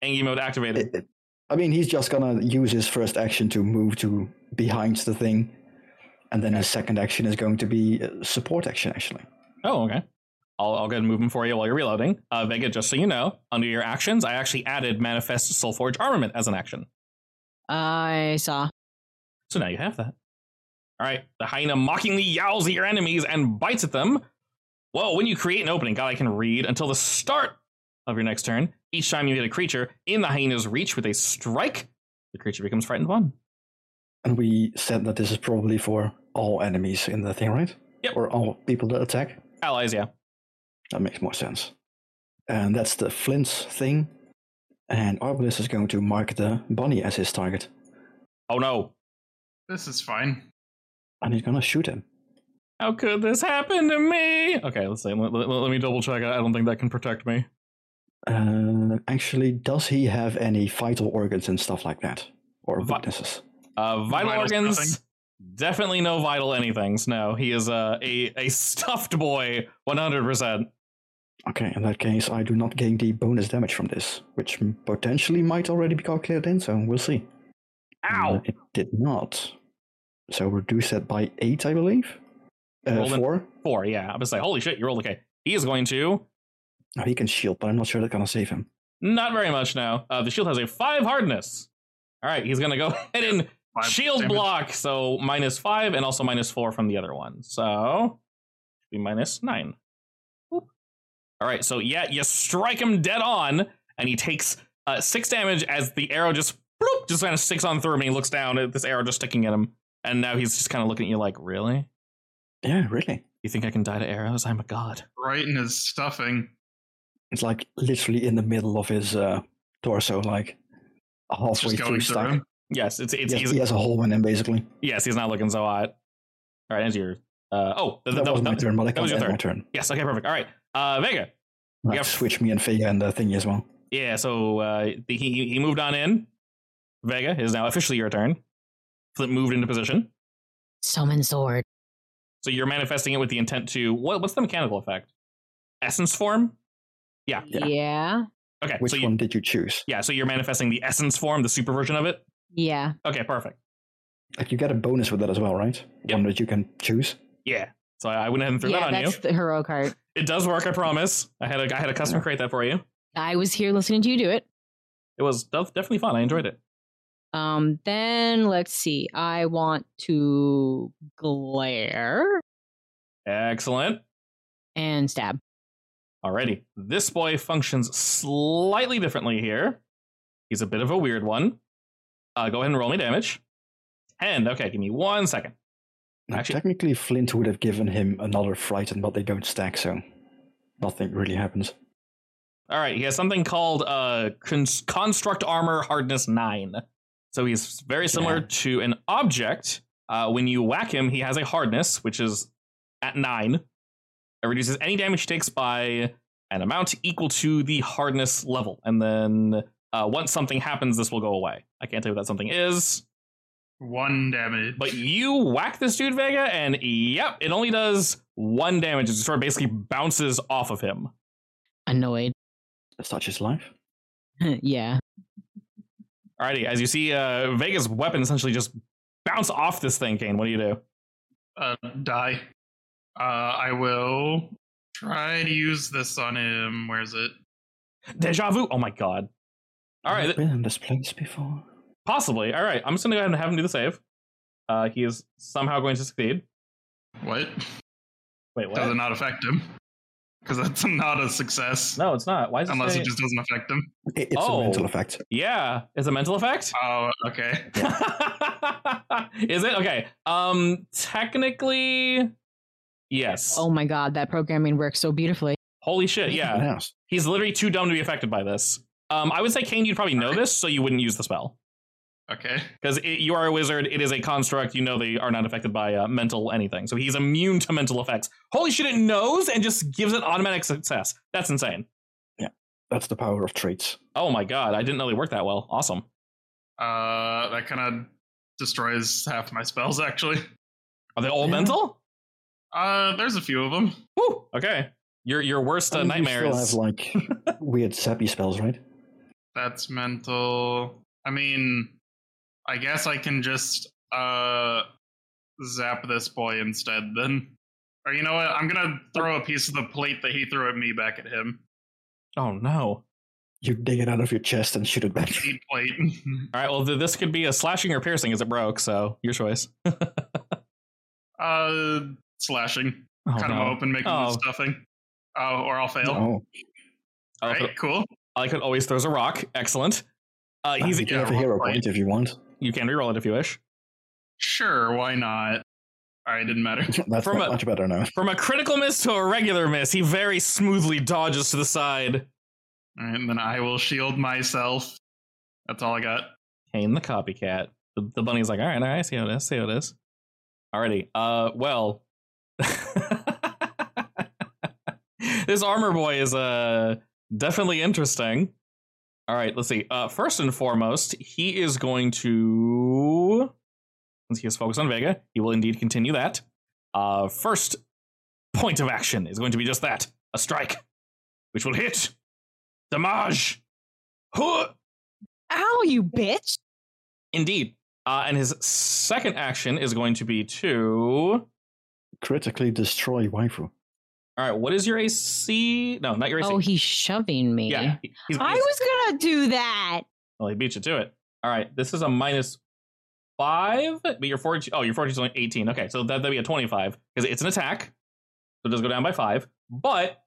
[SPEAKER 1] Angie mode activated.
[SPEAKER 2] It- it- I mean, he's just gonna use his first action to move to behind the thing, and then his second action is going to be uh, support action. Actually,
[SPEAKER 1] Oh, okay. I'll, I'll go ahead and move them for you while you're reloading. Uh, Vega, just so you know, under your actions, I actually added Manifest Soulforge Armament as an action.
[SPEAKER 4] I saw.
[SPEAKER 1] So now you have that. All right, the hyena mockingly yowls at your enemies and bites at them. Whoa, when you create an opening, God, I can read until the start of your next turn. Each time you hit a creature in the hyena's reach with a strike, the creature becomes frightened one.
[SPEAKER 2] and we said that this is probably for all enemies in the thing, right?
[SPEAKER 1] Yep.
[SPEAKER 2] Or all people that attack.
[SPEAKER 1] Allies, yeah.
[SPEAKER 2] That makes more sense. And that's the Flint's thing. And Arbalest is going to mark the bunny as his target,
[SPEAKER 1] Oh no.
[SPEAKER 3] this is fine.
[SPEAKER 2] and he's gonna shoot him.
[SPEAKER 1] How could this happen to me? Okay, let's see. Let, let- let me double check. I I don't think that can protect me.
[SPEAKER 2] Uh, actually, does he have any vital organs and stuff like that, or
[SPEAKER 1] Vi-
[SPEAKER 2] weaknesses?
[SPEAKER 1] Uh, vital
[SPEAKER 3] Vital's
[SPEAKER 1] organs.
[SPEAKER 3] nothing.
[SPEAKER 1] Definitely no vital anythings. No, he is uh, a a stuffed boy, one hundred percent.
[SPEAKER 2] Okay, in that case, I do not gain the bonus damage from this, which m- potentially might already be calculated in, so we'll see. Uh,
[SPEAKER 1] Ow!
[SPEAKER 2] it did not. So reduce that by 8, I believe? Uh,
[SPEAKER 1] Roll an-
[SPEAKER 2] 4?
[SPEAKER 1] Four, yeah. I'm gonna say, holy shit, you rolled okay. He is going to
[SPEAKER 2] No, Oh, he can shield, but I'm not sure that's gonna save him.
[SPEAKER 1] not very much now. Uh, the shield has a five hardness. All right, he's gonna go ahead and
[SPEAKER 3] Five
[SPEAKER 1] shield
[SPEAKER 3] damage.
[SPEAKER 1] block, so minus five and also minus four from the other one. So be minus nine. Boop. All right, so yeah, you strike him dead on, and he takes uh, six damage as the arrow just bloop, just kind of sticks on through him, and he looks down at this arrow just sticking at him, and now he's just kind of looking at you like, really?
[SPEAKER 2] Yeah, really.
[SPEAKER 1] You think I can die to arrows? I'm a god.
[SPEAKER 3] Right in his stuffing.
[SPEAKER 2] It's like literally in the middle of his uh, torso, like halfway
[SPEAKER 3] Just
[SPEAKER 2] through
[SPEAKER 3] going through
[SPEAKER 2] stack.
[SPEAKER 3] him.
[SPEAKER 1] Yes, it's it's
[SPEAKER 2] Yes,
[SPEAKER 1] he's-
[SPEAKER 2] he has a hole in him, basically.
[SPEAKER 1] Yes, he's not looking so hot. All right, that's your. Uh, oh, th-
[SPEAKER 2] That,
[SPEAKER 1] that,
[SPEAKER 2] was
[SPEAKER 1] that,
[SPEAKER 2] my turn, but I
[SPEAKER 1] that was
[SPEAKER 2] can't
[SPEAKER 1] your
[SPEAKER 2] end my
[SPEAKER 1] third.
[SPEAKER 2] turn.
[SPEAKER 1] Yes, okay, perfect. All right, uh, Vega.
[SPEAKER 2] I
[SPEAKER 1] have-
[SPEAKER 2] switch me and Vega and the thingy as well.
[SPEAKER 1] Yeah, so uh, he he he moved on in. Vega is now officially your turn. Flip moved into position,
[SPEAKER 4] Summon sword.
[SPEAKER 1] so you're manifesting it with the intent to what? What's the mechanical effect? Essence form. Yeah.
[SPEAKER 2] Yeah.
[SPEAKER 4] Yeah. Yeah.
[SPEAKER 1] Okay.
[SPEAKER 2] Which
[SPEAKER 1] so you,
[SPEAKER 2] one did you choose?
[SPEAKER 1] Yeah, so you're manifesting the essence form, the super version of it. Okay, perfect.
[SPEAKER 2] Like you get a bonus with that as well, right?
[SPEAKER 1] Yeah.
[SPEAKER 2] One that you can choose.
[SPEAKER 1] Yeah. So I, I went ahead and threw
[SPEAKER 4] yeah,
[SPEAKER 1] that on you.
[SPEAKER 4] that's the hero card.
[SPEAKER 1] It does work, I promise. I had a I had a customer create that for you.
[SPEAKER 4] I was here listening to you do it.
[SPEAKER 1] It was def- definitely fun. I enjoyed it.
[SPEAKER 4] Um, then let's see. I want to glare
[SPEAKER 1] Excellent.
[SPEAKER 4] and stab.
[SPEAKER 1] Alrighty. This boy functions slightly differently here. He's a bit of a weird one. Uh, go ahead and roll me damage. 10. Okay, give me one second.
[SPEAKER 2] Now,
[SPEAKER 1] Actually-
[SPEAKER 2] technically, Flint would have given him another frighten, but they don't stack, so nothing really happens.
[SPEAKER 1] All right, he has something called uh, cons- Construct Armor Hardness 9. So he's very similar
[SPEAKER 2] Yeah.
[SPEAKER 1] to an object. Uh, when you whack him, he has a hardness, which is at 9. It reduces any damage he takes by an amount equal to the hardness level. And then Uh, once something happens, this will go away. I can't tell you what that something is,
[SPEAKER 3] One damage.
[SPEAKER 1] but you whack this dude Vega, and yep, it only does one damage. It sort of basically bounces off of him.
[SPEAKER 4] Annoyed.
[SPEAKER 2] Such is life.
[SPEAKER 4] yeah.
[SPEAKER 1] Alrighty, as you see, uh, Vega's weapon essentially just bounce off this thing. Kane, what do you do?
[SPEAKER 3] uh, die. Uh, I will try to use this on him. Where's it?
[SPEAKER 1] Deja vu. Oh my god. All right,
[SPEAKER 2] I've been in this place before.
[SPEAKER 1] Possibly. All right. I'm just going to go ahead and have him do the save. Uh, he is somehow going to succeed.
[SPEAKER 3] What?
[SPEAKER 1] Wait, what?
[SPEAKER 3] Does it not affect him? Because that's not a success.
[SPEAKER 1] no, it's not. Why is it?
[SPEAKER 3] Unless
[SPEAKER 1] say-
[SPEAKER 3] it just doesn't affect him.
[SPEAKER 2] I- It's
[SPEAKER 1] Oh.
[SPEAKER 2] a mental effect.
[SPEAKER 1] Yeah. Is a mental effect?
[SPEAKER 3] Oh, okay.
[SPEAKER 1] is it? Okay. Um, technically, yes.
[SPEAKER 4] Oh my god, that programming works so beautifully.
[SPEAKER 1] Holy shit. Yeah.
[SPEAKER 2] Yes.
[SPEAKER 1] He's literally too dumb to be affected by this. Um, I would say, Kane, you'd probably know this, so you wouldn't use the spell.
[SPEAKER 3] Okay.
[SPEAKER 1] Because you are a wizard, it is a construct. You know they are not affected by uh, mental anything. So he's immune to mental effects. Holy shit, it knows and just gives it automatic success. That's insane.
[SPEAKER 2] That's the power of traits.
[SPEAKER 1] Oh my god, I didn't know they worked that well. Awesome.
[SPEAKER 3] Uh, that kind of destroys half my spells, actually.
[SPEAKER 1] Are they all
[SPEAKER 2] Yeah.
[SPEAKER 1] mental?
[SPEAKER 3] Uh, there's a few of them.
[SPEAKER 1] Woo! Okay. Your your worst uh,
[SPEAKER 2] And you
[SPEAKER 1] nightmare is
[SPEAKER 2] still have like weird sappy spells, right?
[SPEAKER 3] That's mental. I mean, I guess I can just uh zap this boy instead then. Or you know what? I'm gonna throw a piece of the plate that he threw at me back at him.
[SPEAKER 1] Oh no.
[SPEAKER 2] You dig it out of your chest and shoot it back.
[SPEAKER 3] Eat plate.
[SPEAKER 1] All right, well th- this could be a slashing or piercing as it broke, so your choice. oh,
[SPEAKER 3] uh, slashing. Cut him
[SPEAKER 1] no.
[SPEAKER 3] open, make him
[SPEAKER 1] Oh.
[SPEAKER 3] do stuffing. Oh, or I'll fail.
[SPEAKER 2] Oh,
[SPEAKER 1] I like
[SPEAKER 3] Right,
[SPEAKER 1] it-
[SPEAKER 3] cool.
[SPEAKER 1] I like it always throws a rock. Excellent. Uh, he's
[SPEAKER 2] you can have a
[SPEAKER 3] yeah,
[SPEAKER 2] hero
[SPEAKER 3] right.
[SPEAKER 2] point if you want.
[SPEAKER 1] you can reroll it if you wish.
[SPEAKER 3] Sure, why not? Alright, didn't matter.
[SPEAKER 2] That's
[SPEAKER 1] From
[SPEAKER 2] not
[SPEAKER 1] a-
[SPEAKER 2] much better now.
[SPEAKER 1] From a critical miss to a regular miss, he very smoothly dodges to the side.
[SPEAKER 3] Alright, and then I will shield myself. That's all I got.
[SPEAKER 1] Kane the copycat. The, the bunny's like, all right, all right, see how it is, see how it is. Alrighty. Uh, well, this armor boy is uh definitely interesting. All right, let's see. Uh, first and foremost, he is going to since he is focused on Vega, he will indeed continue that. Uh, first point of action is going to be just that: a strike, which will hit. Damage. Huh!
[SPEAKER 4] Ow, you bitch!
[SPEAKER 1] Indeed. Uh, and his second action is going to be to.
[SPEAKER 2] Critically destroy waifu.
[SPEAKER 1] All right, what is your AC? No, not your AC.
[SPEAKER 4] Oh, he's shoving me.
[SPEAKER 1] yeah, he- he's,
[SPEAKER 4] I
[SPEAKER 1] he's-
[SPEAKER 4] was gonna do that.
[SPEAKER 1] well, he beat you to it. All right, this is a minus five, but your fortitude. Oh, your fortitude's only eighteen. Okay, so that, that'd be a twenty-five because it's an attack, so it does go down by five. But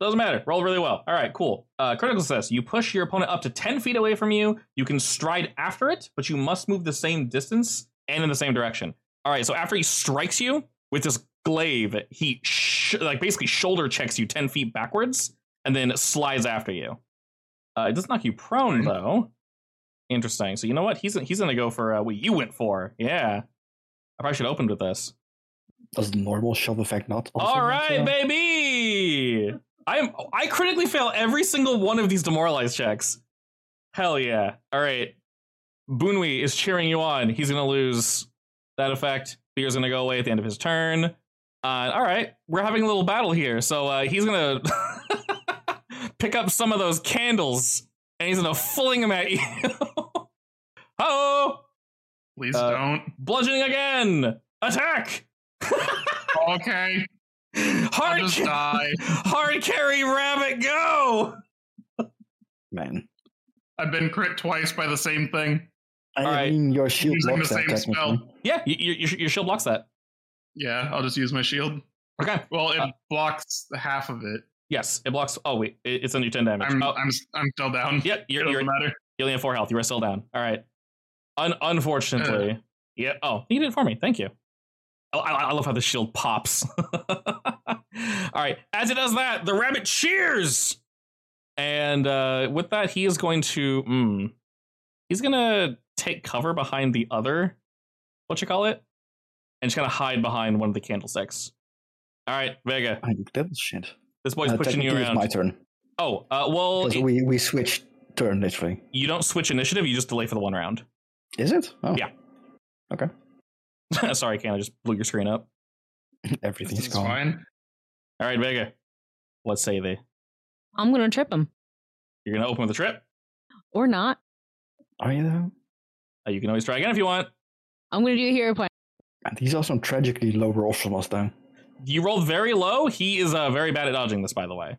[SPEAKER 1] doesn't matter. Roll really well. All right, cool. Uh, critical success. You push your opponent up to ten feet away from you. You can stride after it, but you must move the same distance and in the same direction. All right, so after he strikes you with this glaive, he sh- like basically shoulder checks you ten feet backwards and then slides after you. Uh, it does knock you prone though. Interesting. So you know what? He's he's gonna go for uh, what you went for. Yeah. I probably should open with this.
[SPEAKER 2] Does the normal shove effect not? also
[SPEAKER 1] All
[SPEAKER 2] not,
[SPEAKER 1] right,
[SPEAKER 2] uh,
[SPEAKER 1] baby. I am. I critically fail every single one of these demoralized checks. Hell yeah! All right, Boonwi is cheering you on. He's gonna lose that effect. Fear's gonna go away at the end of his turn. Uh, all right, we're having a little battle here. So uh, he's gonna pick up some of those candles and he's gonna fling them at you. oh,
[SPEAKER 3] Please
[SPEAKER 1] Uh,
[SPEAKER 3] don't.
[SPEAKER 1] bludgeoning again! Attack!
[SPEAKER 3] Okay. I'll
[SPEAKER 1] Hard.
[SPEAKER 3] just
[SPEAKER 1] ca-
[SPEAKER 3] die.
[SPEAKER 1] Hard carry rabbit go!
[SPEAKER 2] Man.
[SPEAKER 3] I've been crit twice by the same thing.
[SPEAKER 2] I
[SPEAKER 1] All right.
[SPEAKER 2] mean, your shield
[SPEAKER 3] Using
[SPEAKER 2] blocks
[SPEAKER 3] the
[SPEAKER 2] that
[SPEAKER 3] same spell.
[SPEAKER 2] technically.
[SPEAKER 1] Yeah, y- y- your, sh- your shield blocks that.
[SPEAKER 3] Yeah, I'll just use my shield.
[SPEAKER 1] Okay.
[SPEAKER 3] Well, it
[SPEAKER 1] Uh,
[SPEAKER 3] blocks half of it.
[SPEAKER 1] Yes, it blocks. Oh wait, it- it's under ten damage.
[SPEAKER 3] I'm
[SPEAKER 1] oh,
[SPEAKER 3] I'm I'm still down.
[SPEAKER 1] yep,
[SPEAKER 3] it
[SPEAKER 1] you're,
[SPEAKER 3] doesn't
[SPEAKER 1] you're, you
[SPEAKER 3] matter.
[SPEAKER 1] only have four health. You are still down. All right. Un- unfortunately, yeah. Oh, you did it for me. Thank you. I, I, I love how the shield pops. All right. As it does that, the rabbit cheers, and uh, with that, he is going to. Mm, he's gonna take cover behind the other. What you call it? And just kind of hide behind one of the candlesticks. All right, Vega.
[SPEAKER 2] I did shit.
[SPEAKER 1] This boy's
[SPEAKER 2] Uh,
[SPEAKER 1] pushing you
[SPEAKER 2] technically, It's my
[SPEAKER 1] around.
[SPEAKER 2] turn.
[SPEAKER 1] Oh, uh, well,
[SPEAKER 2] 'Cause
[SPEAKER 1] it-
[SPEAKER 2] we, we switched turn this thing.
[SPEAKER 1] You don't switch initiative, you just delay for the one round.
[SPEAKER 2] Is it? Oh,
[SPEAKER 1] Yeah. Sorry, Kane, I just blew your screen up.
[SPEAKER 2] everything's
[SPEAKER 3] This is
[SPEAKER 2] gone.
[SPEAKER 3] fine.
[SPEAKER 1] All right, Vega. Let's say they
[SPEAKER 4] I'm gonna trip him
[SPEAKER 1] you're gonna open with a trip.
[SPEAKER 4] or not.
[SPEAKER 2] Are you though?
[SPEAKER 1] Uh, you can always try again if you want.
[SPEAKER 4] I'm gonna do a hero point.
[SPEAKER 2] And these are some tragically low rolls from us, though.
[SPEAKER 1] You rolled very low. He is uh, very bad at dodging this, by the way.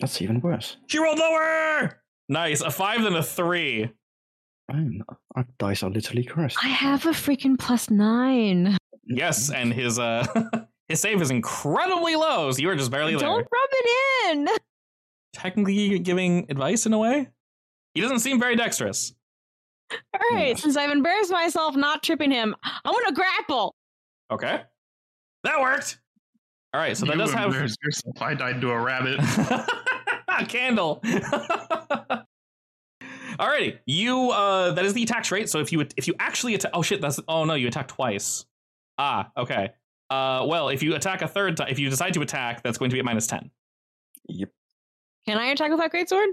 [SPEAKER 2] That's even worse.
[SPEAKER 1] She rolled lower. Nice, a five then a three.
[SPEAKER 2] I'm not, our dice are literally cursed. Mm-hmm.
[SPEAKER 4] I have a freaking plus nine.
[SPEAKER 1] Yes, and his uh his save is incredibly low, so you are just barely there.
[SPEAKER 4] Don't rub it in.
[SPEAKER 1] Technically giving advice in a way. He doesn't seem very dexterous.
[SPEAKER 4] All right,
[SPEAKER 2] Mm.
[SPEAKER 4] since I've embarrassed myself not tripping him, I'm gonna grapple.
[SPEAKER 1] Okay, that worked. All right, so that
[SPEAKER 3] You
[SPEAKER 1] does have
[SPEAKER 3] embarrassed yourself. I died to a rabbit.
[SPEAKER 1] a candle. Alrighty, you. Uh, that is the attack rate. So if you if you actually attack, oh shit, that's oh no, you attack twice. Ah, okay. Uh, well, if you attack a third time, if you decide to attack, that's going to be at minus ten.
[SPEAKER 2] Yep.
[SPEAKER 4] Can I attack with that greatsword?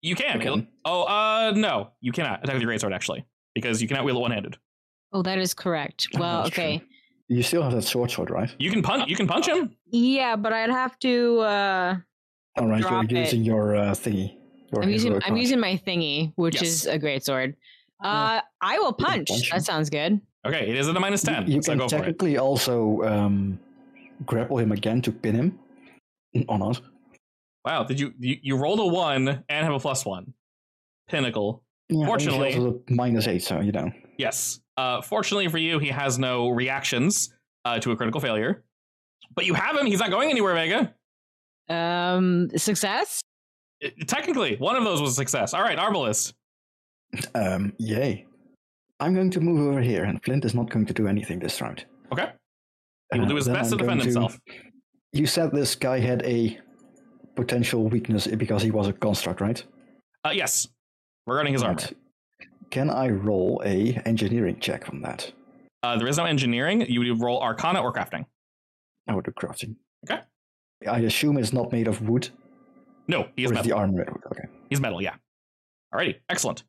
[SPEAKER 1] You can.
[SPEAKER 2] Okay.
[SPEAKER 1] Oh, uh, no, you cannot attack with your greatsword actually, because you cannot wield it one handed.
[SPEAKER 4] Oh, that is correct.
[SPEAKER 2] Oh,
[SPEAKER 4] Well,
[SPEAKER 2] that's true.
[SPEAKER 4] okay.
[SPEAKER 2] You still have that sword sword, right?
[SPEAKER 1] You can punch. You can punch him.
[SPEAKER 4] Yeah, but I'd have to. uh
[SPEAKER 2] All right,
[SPEAKER 4] Drop
[SPEAKER 2] you're
[SPEAKER 4] it.
[SPEAKER 2] using your uh, thingy. Your
[SPEAKER 4] I'm using.
[SPEAKER 2] hero
[SPEAKER 4] I'm
[SPEAKER 2] card.
[SPEAKER 4] using my thingy, which
[SPEAKER 1] Yes.
[SPEAKER 4] is a greatsword. Uh, I will
[SPEAKER 2] can
[SPEAKER 4] punch.
[SPEAKER 2] punch him.
[SPEAKER 4] That sounds good.
[SPEAKER 1] Okay, it is at a minus
[SPEAKER 2] You-
[SPEAKER 1] ten.
[SPEAKER 2] You,
[SPEAKER 1] so
[SPEAKER 2] can
[SPEAKER 1] go for it.
[SPEAKER 2] technically also um, grapple him again to pin him. Or not.
[SPEAKER 1] Wow, did you, you you rolled a one and have a plus one? Pinnacle.
[SPEAKER 2] Yeah, and he's
[SPEAKER 1] Fortunately-
[SPEAKER 2] also the minus eight, so you know.
[SPEAKER 1] Yes. Uh, fortunately for you, he has no reactions uh, to a critical failure. But you have him. He's not going anywhere, Vega.
[SPEAKER 4] Um, success.
[SPEAKER 1] Uh, Technically, one of those was a success. All right, Arbalist.
[SPEAKER 2] Um, yay. I'm going to move over here, and Flint is not going to do anything this round.
[SPEAKER 1] Okay. He will
[SPEAKER 2] Uh,
[SPEAKER 1] do his
[SPEAKER 2] then
[SPEAKER 1] best
[SPEAKER 2] I'm
[SPEAKER 1] to defend
[SPEAKER 2] going
[SPEAKER 1] himself.
[SPEAKER 2] You said this guy had a potential weakness because he was a construct, right?
[SPEAKER 1] Uh, yes, regarding his armor.
[SPEAKER 2] Right. Can I roll a engineering check from that?
[SPEAKER 1] Uh, there is no engineering. You would roll Arcana or crafting.
[SPEAKER 2] I would do crafting.
[SPEAKER 1] Okay.
[SPEAKER 2] I assume it's not made of wood.
[SPEAKER 1] No, he is
[SPEAKER 2] or is
[SPEAKER 1] metal.
[SPEAKER 2] the armor made of wood? Okay.
[SPEAKER 1] He's metal. Yeah. Alrighty, excellent.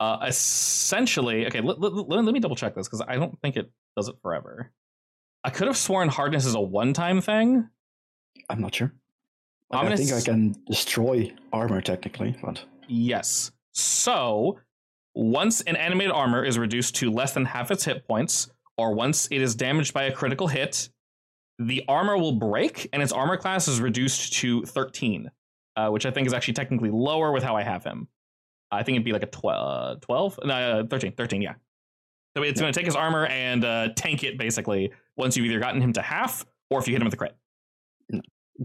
[SPEAKER 1] Uh, essentially, okay. Let, let, let, let me double check this because I don't think it does it forever. I could have sworn hardness is a one-time thing.
[SPEAKER 2] I'm not sure.
[SPEAKER 1] I'm
[SPEAKER 2] Like, I
[SPEAKER 1] gonna
[SPEAKER 2] think I
[SPEAKER 1] s-
[SPEAKER 2] can destroy armor technically, but
[SPEAKER 1] Yes. So, once an animated armor is reduced to less than half its hit points, or once it is damaged by a critical hit, the armor will break and its armor class is reduced to 13, uh, which I think is actually technically lower with how I have him. I think it'd be like a 12, uh, 12? No, uh, 13, 13, yeah. So it's going to take his armor and uh, tank it basically once you've either gotten him to half or if you hit him with a crit.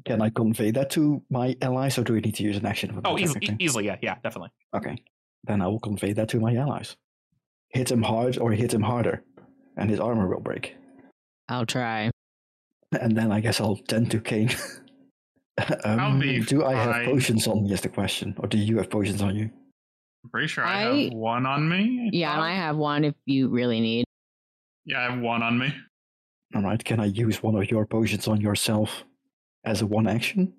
[SPEAKER 2] can I convey that to my allies, or do we need to use an action? For that
[SPEAKER 1] Oh, easily,
[SPEAKER 2] technically?
[SPEAKER 1] easily, yeah, yeah, definitely.
[SPEAKER 2] Okay. Then I will convey that to my allies. Hit him hard or hit him harder, and his armor will break.
[SPEAKER 4] I'll try.
[SPEAKER 2] And then I guess I'll tend to Kane. um,
[SPEAKER 3] I'll be
[SPEAKER 2] do I have
[SPEAKER 3] fine.
[SPEAKER 2] potions on me is the question, or do you have potions on you?
[SPEAKER 3] I'm pretty sure I,
[SPEAKER 4] I-
[SPEAKER 3] have one on me.
[SPEAKER 4] Yeah, and I
[SPEAKER 3] thought.
[SPEAKER 4] have one if you really need.
[SPEAKER 3] Yeah, I have one on me.
[SPEAKER 2] All right, can I use one of your potions on yourself as a one action?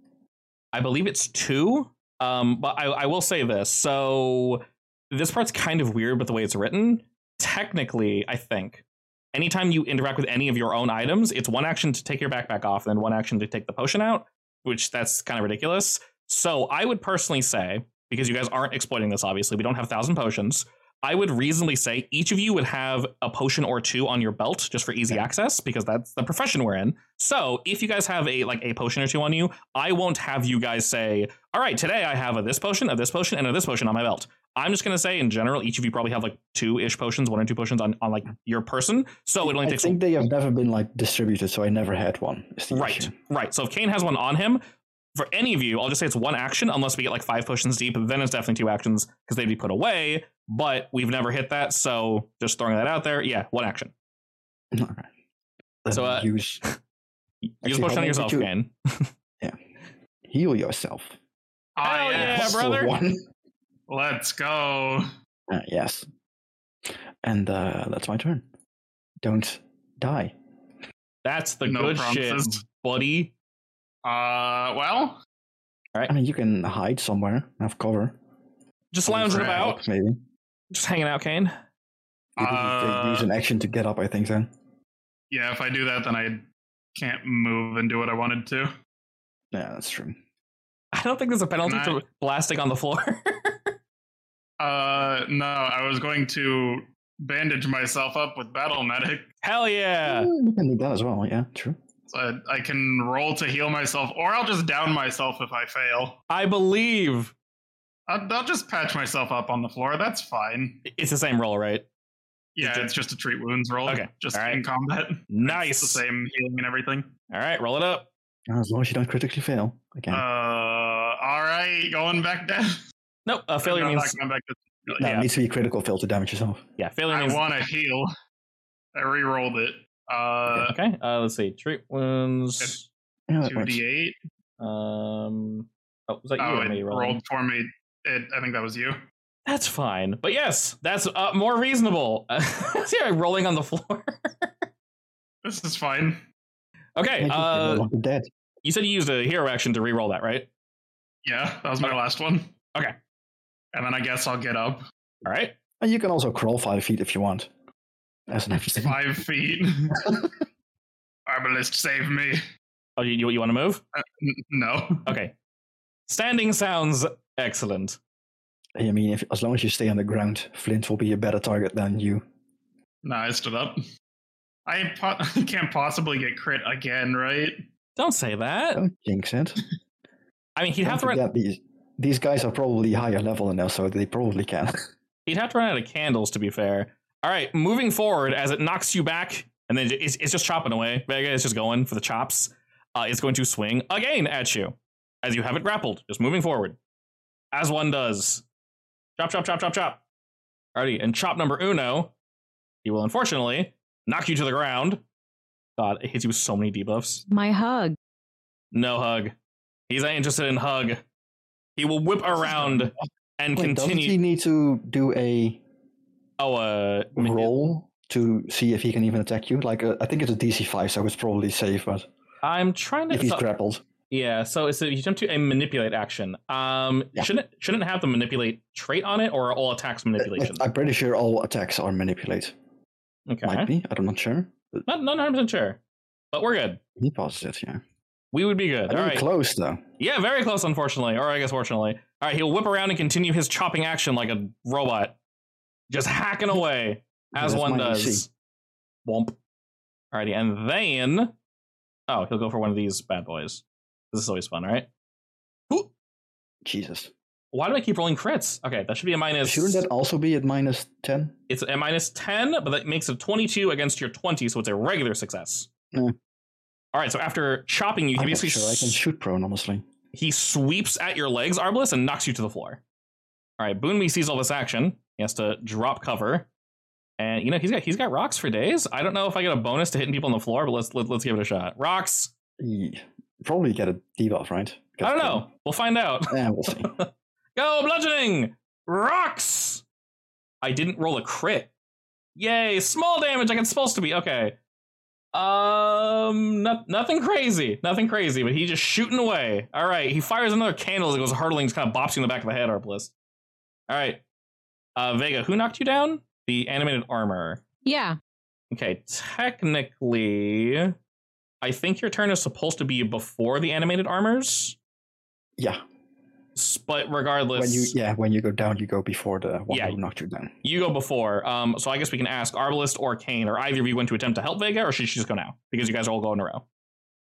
[SPEAKER 1] I believe it's two. Um, but I, I will say this. So this part's kind of weird with the way it's written. Technically, I think anytime you interact with any of your own items, it's one action to take your backpack off and then one action to take the potion out, which that's kind of ridiculous. So I would personally say, because you guys aren't exploiting this, obviously, we don't have thousand potions. I would reasonably say each of you would have a potion or two on your belt just for easy
[SPEAKER 2] Okay.
[SPEAKER 1] access, because that's the profession we're in. So if you guys have a like a potion or two on you, I won't have you guys say, all right, today I have a this potion, a this potion, and a this potion on my belt. I'm just gonna say in general, each of you probably have like two ish potions, one or two potions on, on like your person. So it only
[SPEAKER 2] I
[SPEAKER 1] takes
[SPEAKER 2] think they have never been like distributed, so I never had one. is the
[SPEAKER 1] right,
[SPEAKER 2] issue.
[SPEAKER 1] right. So if Kane has one on him, for any of you, I'll just say it's one action unless we get like five potions deep. Then it's definitely two actions because they'd be put away. But we've never hit that, so just throwing that out there. Yeah, one action.
[SPEAKER 2] All right. Then
[SPEAKER 1] So, uh,
[SPEAKER 2] use
[SPEAKER 1] Use a
[SPEAKER 2] Actually, how
[SPEAKER 1] potion on
[SPEAKER 2] many
[SPEAKER 1] yourself,
[SPEAKER 2] did you-
[SPEAKER 1] Kane.
[SPEAKER 2] heal yourself.
[SPEAKER 1] Hell
[SPEAKER 3] Ah, yes.
[SPEAKER 1] Yeah,
[SPEAKER 2] Also
[SPEAKER 1] brother.
[SPEAKER 2] One.
[SPEAKER 3] Let's go.
[SPEAKER 2] Uh, yes. And uh, that's my turn. Don't die.
[SPEAKER 1] That's the
[SPEAKER 3] No
[SPEAKER 1] good shit,
[SPEAKER 3] promises.
[SPEAKER 1] buddy.
[SPEAKER 3] Uh, well,
[SPEAKER 2] I mean, you can hide somewhere, have cover.
[SPEAKER 1] Just lounging
[SPEAKER 3] crap.
[SPEAKER 1] about,
[SPEAKER 2] Maybe. You
[SPEAKER 1] just hanging out, Kane.
[SPEAKER 2] didn't
[SPEAKER 3] Uh,
[SPEAKER 2] take- use an action to get up, I think, then.
[SPEAKER 3] Yeah, if I do that, then I can't move and do what I wanted to.
[SPEAKER 2] Yeah, that's true.
[SPEAKER 1] I don't think there's a penalty
[SPEAKER 3] Can I-
[SPEAKER 1] to blasting on the floor.
[SPEAKER 3] Uh, no, I was going to bandage myself up with battle medic,
[SPEAKER 1] Hell yeah!
[SPEAKER 2] Mm, You can do that as well. Yeah, true.
[SPEAKER 3] so I, I can roll to heal myself, or I'll just down myself if I fail.
[SPEAKER 1] I believe
[SPEAKER 3] I'll, I'll just patch myself up on the floor. That's fine.
[SPEAKER 1] it's the same roll, right?
[SPEAKER 3] Yeah, it's just a treat wounds roll.
[SPEAKER 1] Okay,
[SPEAKER 3] just
[SPEAKER 1] all right.
[SPEAKER 3] in combat.
[SPEAKER 1] Nice.
[SPEAKER 3] It's the same healing and everything.
[SPEAKER 1] All right, roll it up.
[SPEAKER 2] Uh, As long as you don't critically fail. Again.
[SPEAKER 3] Uh, all right, going back down.
[SPEAKER 1] Nope, uh, failure
[SPEAKER 3] No,
[SPEAKER 1] means
[SPEAKER 3] not going back to-
[SPEAKER 2] no,
[SPEAKER 1] yeah.
[SPEAKER 2] it needs to be a critical fail to damage yourself.
[SPEAKER 1] yeah. Failure
[SPEAKER 3] I
[SPEAKER 1] means
[SPEAKER 3] want to heal. I re-rolled it. Uh,
[SPEAKER 1] okay. Uh, let's see. Treat wounds.
[SPEAKER 2] Yeah, that
[SPEAKER 3] two
[SPEAKER 2] works.
[SPEAKER 3] d eight.
[SPEAKER 1] Um. Oh, was that you
[SPEAKER 3] Oh,
[SPEAKER 1] or
[SPEAKER 3] it
[SPEAKER 1] me rolling?
[SPEAKER 3] rolled for me. It, I think that was you.
[SPEAKER 1] That's fine. But yes, that's uh, more reasonable. See, I'm rolling on the floor.
[SPEAKER 3] This is fine.
[SPEAKER 1] okay.
[SPEAKER 2] Make you feel
[SPEAKER 1] Uh,
[SPEAKER 2] like you're dead.
[SPEAKER 1] you said you used a hero action to re-roll that, right?
[SPEAKER 3] Yeah, that was my last one.
[SPEAKER 1] Okay.
[SPEAKER 3] And then I guess I'll get up
[SPEAKER 1] All right.
[SPEAKER 2] And you can also crawl five feet if you want. As an action.
[SPEAKER 3] five feet. Arbalist, save me.
[SPEAKER 1] Oh, you you, you want to move?
[SPEAKER 3] N- No.
[SPEAKER 1] Okay. Standing sounds excellent.
[SPEAKER 2] I mean, if, as long as you stay on the ground, Flint will be a better target than you.
[SPEAKER 3] No, I stood up. I po- can't possibly get crit again, right?
[SPEAKER 1] Don't say that.
[SPEAKER 2] Don't jinx it.
[SPEAKER 1] I mean, he'd
[SPEAKER 2] Don't
[SPEAKER 1] have to run.
[SPEAKER 2] forget these, these guys are probably higher level than us, so they probably can.
[SPEAKER 1] He'd have to run out of candles, to be fair. All right, moving forward as it knocks you back, and then it's, it's just chopping away. Vega is just going for the chops. Uh, it's going to swing again at you as you have it grappled, just moving forward, as one does. Chop, chop, chop, chop, chop. Alrighty, and chop number uno. He will unfortunately knock you to the ground. God, it hits you with so many debuffs.
[SPEAKER 4] My hug.
[SPEAKER 1] No hug. He's not interested in hug. He will whip around and
[SPEAKER 2] Wait, doesn't
[SPEAKER 1] continue.
[SPEAKER 2] he need to do a
[SPEAKER 1] oh, uh,
[SPEAKER 2] roll to see if he can even attack you? Like, uh, I think it's a DC five, so it's probably safe. But
[SPEAKER 1] I'm trying to.
[SPEAKER 2] if he's
[SPEAKER 1] so-
[SPEAKER 2] grappled, uh,
[SPEAKER 1] yeah, so it's a, you jump to a manipulate action. Um,
[SPEAKER 2] Yeah.
[SPEAKER 1] shouldn't shouldn't it have the manipulate trait on it, or are all attacks manipulation?
[SPEAKER 2] I'm pretty sure all attacks are manipulate. Might
[SPEAKER 1] Okay,
[SPEAKER 2] be. I'm not sure. But
[SPEAKER 1] not not 100 percent sure, but we're good.
[SPEAKER 2] he passes it. Yeah.
[SPEAKER 1] We would be good.
[SPEAKER 2] I
[SPEAKER 1] All
[SPEAKER 2] mean,
[SPEAKER 1] right.
[SPEAKER 2] close though.
[SPEAKER 1] Yeah, very close, unfortunately, or I guess fortunately. All right, he'll whip around and continue his chopping action like a robot, just hacking away as
[SPEAKER 2] That's
[SPEAKER 1] one
[SPEAKER 2] my DC.
[SPEAKER 1] does. Womp. Alrighty, and then oh, he'll go for one of these bad boys. This is always fun, right? Ooh,
[SPEAKER 2] Jesus.
[SPEAKER 1] Why do I keep rolling crits? Okay, that should be a minus.
[SPEAKER 2] Shouldn't that also be at minus ten?
[SPEAKER 1] It's a minus 10, but that makes it 22 against your 20, so it's a regular success.
[SPEAKER 2] Yeah.
[SPEAKER 1] All right, so after chopping you, he
[SPEAKER 2] I'm not
[SPEAKER 1] basically
[SPEAKER 2] sure. I can
[SPEAKER 1] s-
[SPEAKER 2] shoot prone, honestly.
[SPEAKER 1] he sweeps at your legs, Arbalest, and knocks you to the floor. All right, Boonmi sees all this action. He has to drop cover. And you know, he's got he's got rocks for days. I don't know if I get a bonus to hitting people on the floor, but let's let, let's give it a shot. Rocks.
[SPEAKER 2] Ye- Probably get a debuff, right?
[SPEAKER 1] I don't know. We'll find out.
[SPEAKER 2] Yeah, we'll see.
[SPEAKER 1] Go bludgeoning! Rocks! I didn't roll a crit. Yay, small damage like it's supposed to be. Okay. Um, no, nothing crazy. Nothing crazy, but he just shooting away. All right, he fires another candle as it goes hurtling, just kind of bops you in the back of the head, Arbalist. All right. Uh, Vega, who knocked you down? The animated armor.
[SPEAKER 4] Yeah.
[SPEAKER 1] Okay, technically, I think your turn is supposed to be before the animated armors,
[SPEAKER 2] Yeah,
[SPEAKER 1] s- but regardless.
[SPEAKER 2] when you yeah when you go down, you go before the one
[SPEAKER 1] Yeah.
[SPEAKER 2] who knocked you down.
[SPEAKER 1] You go before. Um, so I guess we can ask Arbalist or Kane, or either of you going to attempt to help Vega, or should she just go now? Because you guys are all going in a row.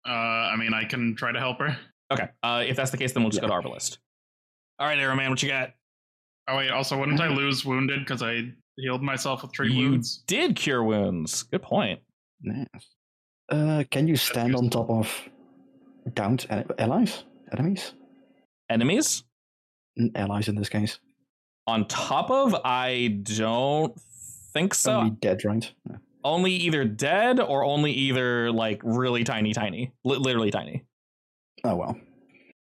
[SPEAKER 3] Uh, I mean, I can try to help her.
[SPEAKER 1] Okay. Uh, if that's the case, then we'll just
[SPEAKER 2] Yeah.
[SPEAKER 1] go to Arbalist. All right, Arrow Man, what you got?
[SPEAKER 3] Oh wait, also, wouldn't I lose wounded because I healed myself with three
[SPEAKER 1] You
[SPEAKER 3] wounds?
[SPEAKER 1] did cure wounds. Good point.
[SPEAKER 2] Yes. Uh, can you stand on top of downed a- allies, enemies,
[SPEAKER 1] Enemies
[SPEAKER 2] N- allies in this case?
[SPEAKER 1] on top of? I don't think so.
[SPEAKER 2] Only
[SPEAKER 1] Only,
[SPEAKER 2] dead, right? Yeah.
[SPEAKER 1] either dead or only either like really tiny, tiny, Li- literally tiny.
[SPEAKER 2] Oh well.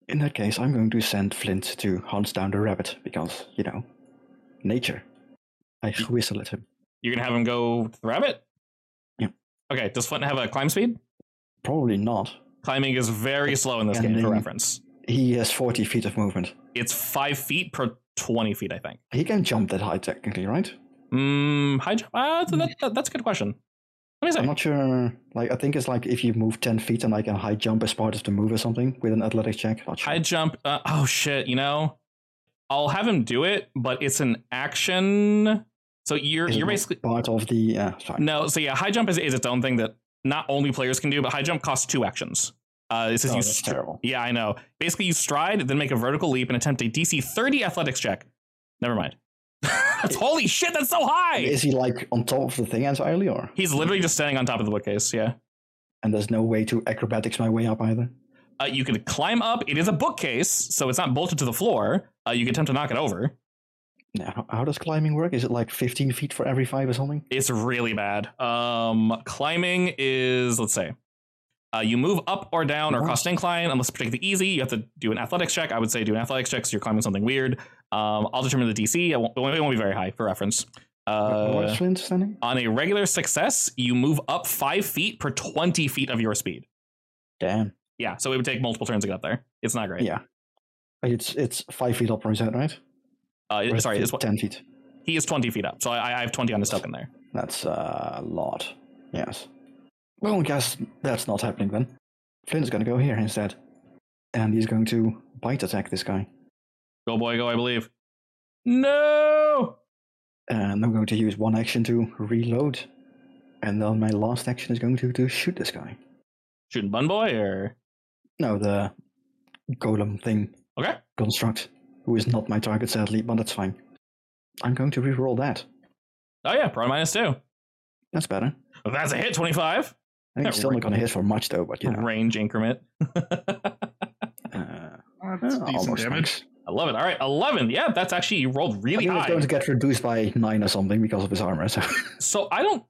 [SPEAKER 2] In that case, I'm going to send Flint to hunt down the rabbit because you know, nature. I whistle at him.
[SPEAKER 1] You're gonna have him go to the rabbit.
[SPEAKER 2] Yeah.
[SPEAKER 1] Okay. Does Flint have a climb speed?
[SPEAKER 2] Probably not.
[SPEAKER 1] Climbing is very slow in this
[SPEAKER 2] And
[SPEAKER 1] game, for
[SPEAKER 2] then-
[SPEAKER 1] reference.
[SPEAKER 2] He has 40 feet of movement.
[SPEAKER 1] It's five feet per twenty feet, I think.
[SPEAKER 2] He can jump that high technically, right?
[SPEAKER 1] Mm, high jump. Uh, that's, that, that, that's a good question. Let me see.
[SPEAKER 2] I'm not sure. Like I think it's like if you move ten feet and like a high jump as part of the move or something with an athletic check. Not sure.
[SPEAKER 1] High jump. Uh, oh shit! You know, I'll have him do it, but it's an action. So you're
[SPEAKER 2] Is it
[SPEAKER 1] you're
[SPEAKER 2] not
[SPEAKER 1] basically
[SPEAKER 2] part of the. Yeah, it's fine.
[SPEAKER 1] no. So yeah, high jump is, is its own thing that not only players can do, but high jump costs two actions. Uh, it says
[SPEAKER 2] Oh,
[SPEAKER 1] you
[SPEAKER 2] that's
[SPEAKER 1] str-
[SPEAKER 2] terrible.
[SPEAKER 1] Yeah, I know. Basically, you stride, then make a vertical leap and attempt a DC 30 athletics check. Never mind. that's, holy shit, that's so high!
[SPEAKER 2] Is he like on top of the thing entirely, or
[SPEAKER 1] He's literally just standing on top of the bookcase, yeah.
[SPEAKER 2] and there's no way to acrobatics my way up either?
[SPEAKER 1] Uh, you can climb up. It is a bookcase, so it's not bolted to the floor. Uh, you can attempt to knock it over.
[SPEAKER 2] Yeah, how- how does climbing work? Is it like 15 feet for every five or something?
[SPEAKER 1] It's really bad. Um, climbing is, let's say, uh, you move up or down or
[SPEAKER 2] Nice.
[SPEAKER 1] cost incline unless you take the easy. You have to do an athletics check. I would say do an athletics check so you're climbing something weird. Um, I'll determine the DC. It won't, it won't be very high for reference.
[SPEAKER 2] Wh-
[SPEAKER 1] Uh,
[SPEAKER 2] what is Flint standing?
[SPEAKER 1] on a regular success, you move up five feet per 20 feet of your speed.
[SPEAKER 2] Damn.
[SPEAKER 1] Yeah, so it would take multiple turns to get up there. It's not great.
[SPEAKER 2] Yeah. But It's it's five feet up, is that right?
[SPEAKER 1] Uh,
[SPEAKER 2] Or is
[SPEAKER 1] sorry,
[SPEAKER 2] it
[SPEAKER 1] it's, what-
[SPEAKER 2] 10 feet.
[SPEAKER 1] he is 20 feet up, so I, I have 20 on his token there.
[SPEAKER 2] That's a lot. Yes. Well, I guess that's not happening then. Flint's gonna go here instead. And he's going to bite attack this guy.
[SPEAKER 1] Go, boy, go, I believe. No!
[SPEAKER 2] And I'm going to use one action to reload. And then my last action is going to, to shoot this guy.
[SPEAKER 1] Shooting Bun Boy, or.
[SPEAKER 2] No, the golem thing
[SPEAKER 1] Okay.
[SPEAKER 2] construct, who is not my target sadly, but that's fine. I'm going to reroll that.
[SPEAKER 1] Oh, yeah, prone minus two.
[SPEAKER 2] That's better.
[SPEAKER 1] That's a hit, 25.
[SPEAKER 2] I think
[SPEAKER 1] Yeah,
[SPEAKER 2] it's still
[SPEAKER 1] right.
[SPEAKER 2] not going to hit for much though, but you know,
[SPEAKER 1] Range increment.
[SPEAKER 2] uh,
[SPEAKER 3] That's
[SPEAKER 2] uh,
[SPEAKER 3] decent
[SPEAKER 2] almost
[SPEAKER 3] damage.
[SPEAKER 2] thanks.
[SPEAKER 1] I love it. All right, 11. Yeah, that's actually, you rolled
[SPEAKER 2] I
[SPEAKER 1] really
[SPEAKER 2] think it's
[SPEAKER 1] high.
[SPEAKER 2] going to get reduced by nine or something because of his armor. So
[SPEAKER 1] So I don't.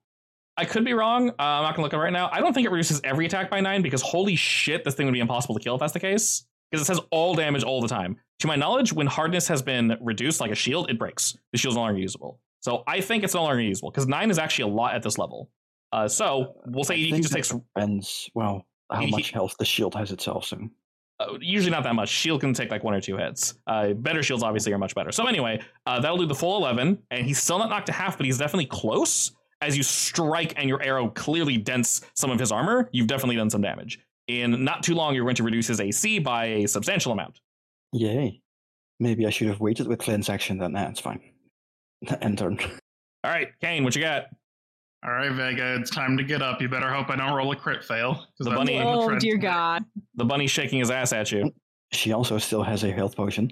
[SPEAKER 1] I could be wrong. Uh, I'm not gonna look up right now. I don't think it reduces every attack by nine because holy shit, this thing would be impossible to kill if that's the case. Because it says all damage all the time. To my knowledge, when hardness has been reduced, like a shield, it breaks. The shield's no longer usable. So I think it's no longer usable because nine is actually a lot at this level. Uh, so we'll say
[SPEAKER 2] I
[SPEAKER 1] he
[SPEAKER 2] think
[SPEAKER 1] just
[SPEAKER 2] that
[SPEAKER 1] takes
[SPEAKER 2] depends. Well, how
[SPEAKER 1] He-
[SPEAKER 2] much health the shield has itself. So
[SPEAKER 1] uh, usually not that much. Shield can take like one or two hits. Uh, better shields obviously are much better. So anyway, uh, that'll do the full eleven, and he's still not knocked to half, but he's definitely close. As you strike and your arrow clearly dents some of his armor, you've definitely done some damage. In not too long, you're going to reduce his AC by a substantial amount.
[SPEAKER 2] yay! Maybe I should have waited with Clint's action. Then nah, it's fine. End turn.
[SPEAKER 1] All right, Kane, what you got?
[SPEAKER 3] All right, Vega, it's time to get up. You better hope I don't roll a crit fail. 'cause
[SPEAKER 1] The
[SPEAKER 3] that's
[SPEAKER 1] bunny-
[SPEAKER 3] what the
[SPEAKER 4] Oh
[SPEAKER 3] friend-
[SPEAKER 4] dear God!
[SPEAKER 1] The bunny's shaking his ass at you.
[SPEAKER 2] She also still has a health potion.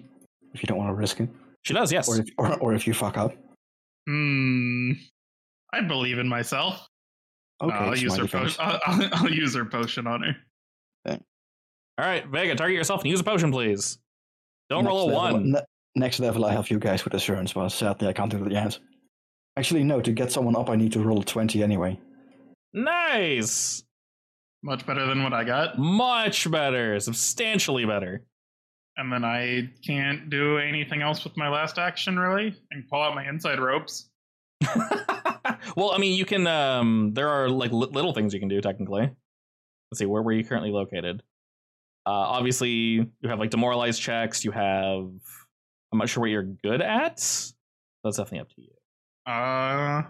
[SPEAKER 2] If you don't want to risk it,
[SPEAKER 1] She does, yes.
[SPEAKER 2] or if, or, or if you fuck up,
[SPEAKER 3] Hmm. I believe in myself.
[SPEAKER 2] okay.
[SPEAKER 1] Uh,
[SPEAKER 3] I'll, use her
[SPEAKER 2] smiley face.
[SPEAKER 3] potion. I'll, I'll- I'll use her potion on her.
[SPEAKER 1] All right, Vega, target yourself and use a potion, please. Don't
[SPEAKER 2] Next
[SPEAKER 1] roll a
[SPEAKER 2] level-
[SPEAKER 1] one.
[SPEAKER 2] ne- next level, I help you guys with assurance, but sadly, I can't do that yet. Actually, no. To get someone up, I need to roll a twenty anyway.
[SPEAKER 1] Nice,
[SPEAKER 3] Much better than what I got.
[SPEAKER 1] much better, substantially better.
[SPEAKER 3] And then I can't do anything else with my last action, really, and pull out my inside ropes.
[SPEAKER 1] well, I mean, you can. Um, there are like li- little things you can do technically. Let's see, where were you currently located? Uh, obviously, you have like demoralized checks. You have. I'm not sure what you're good at. That's definitely up to you.
[SPEAKER 3] Uh,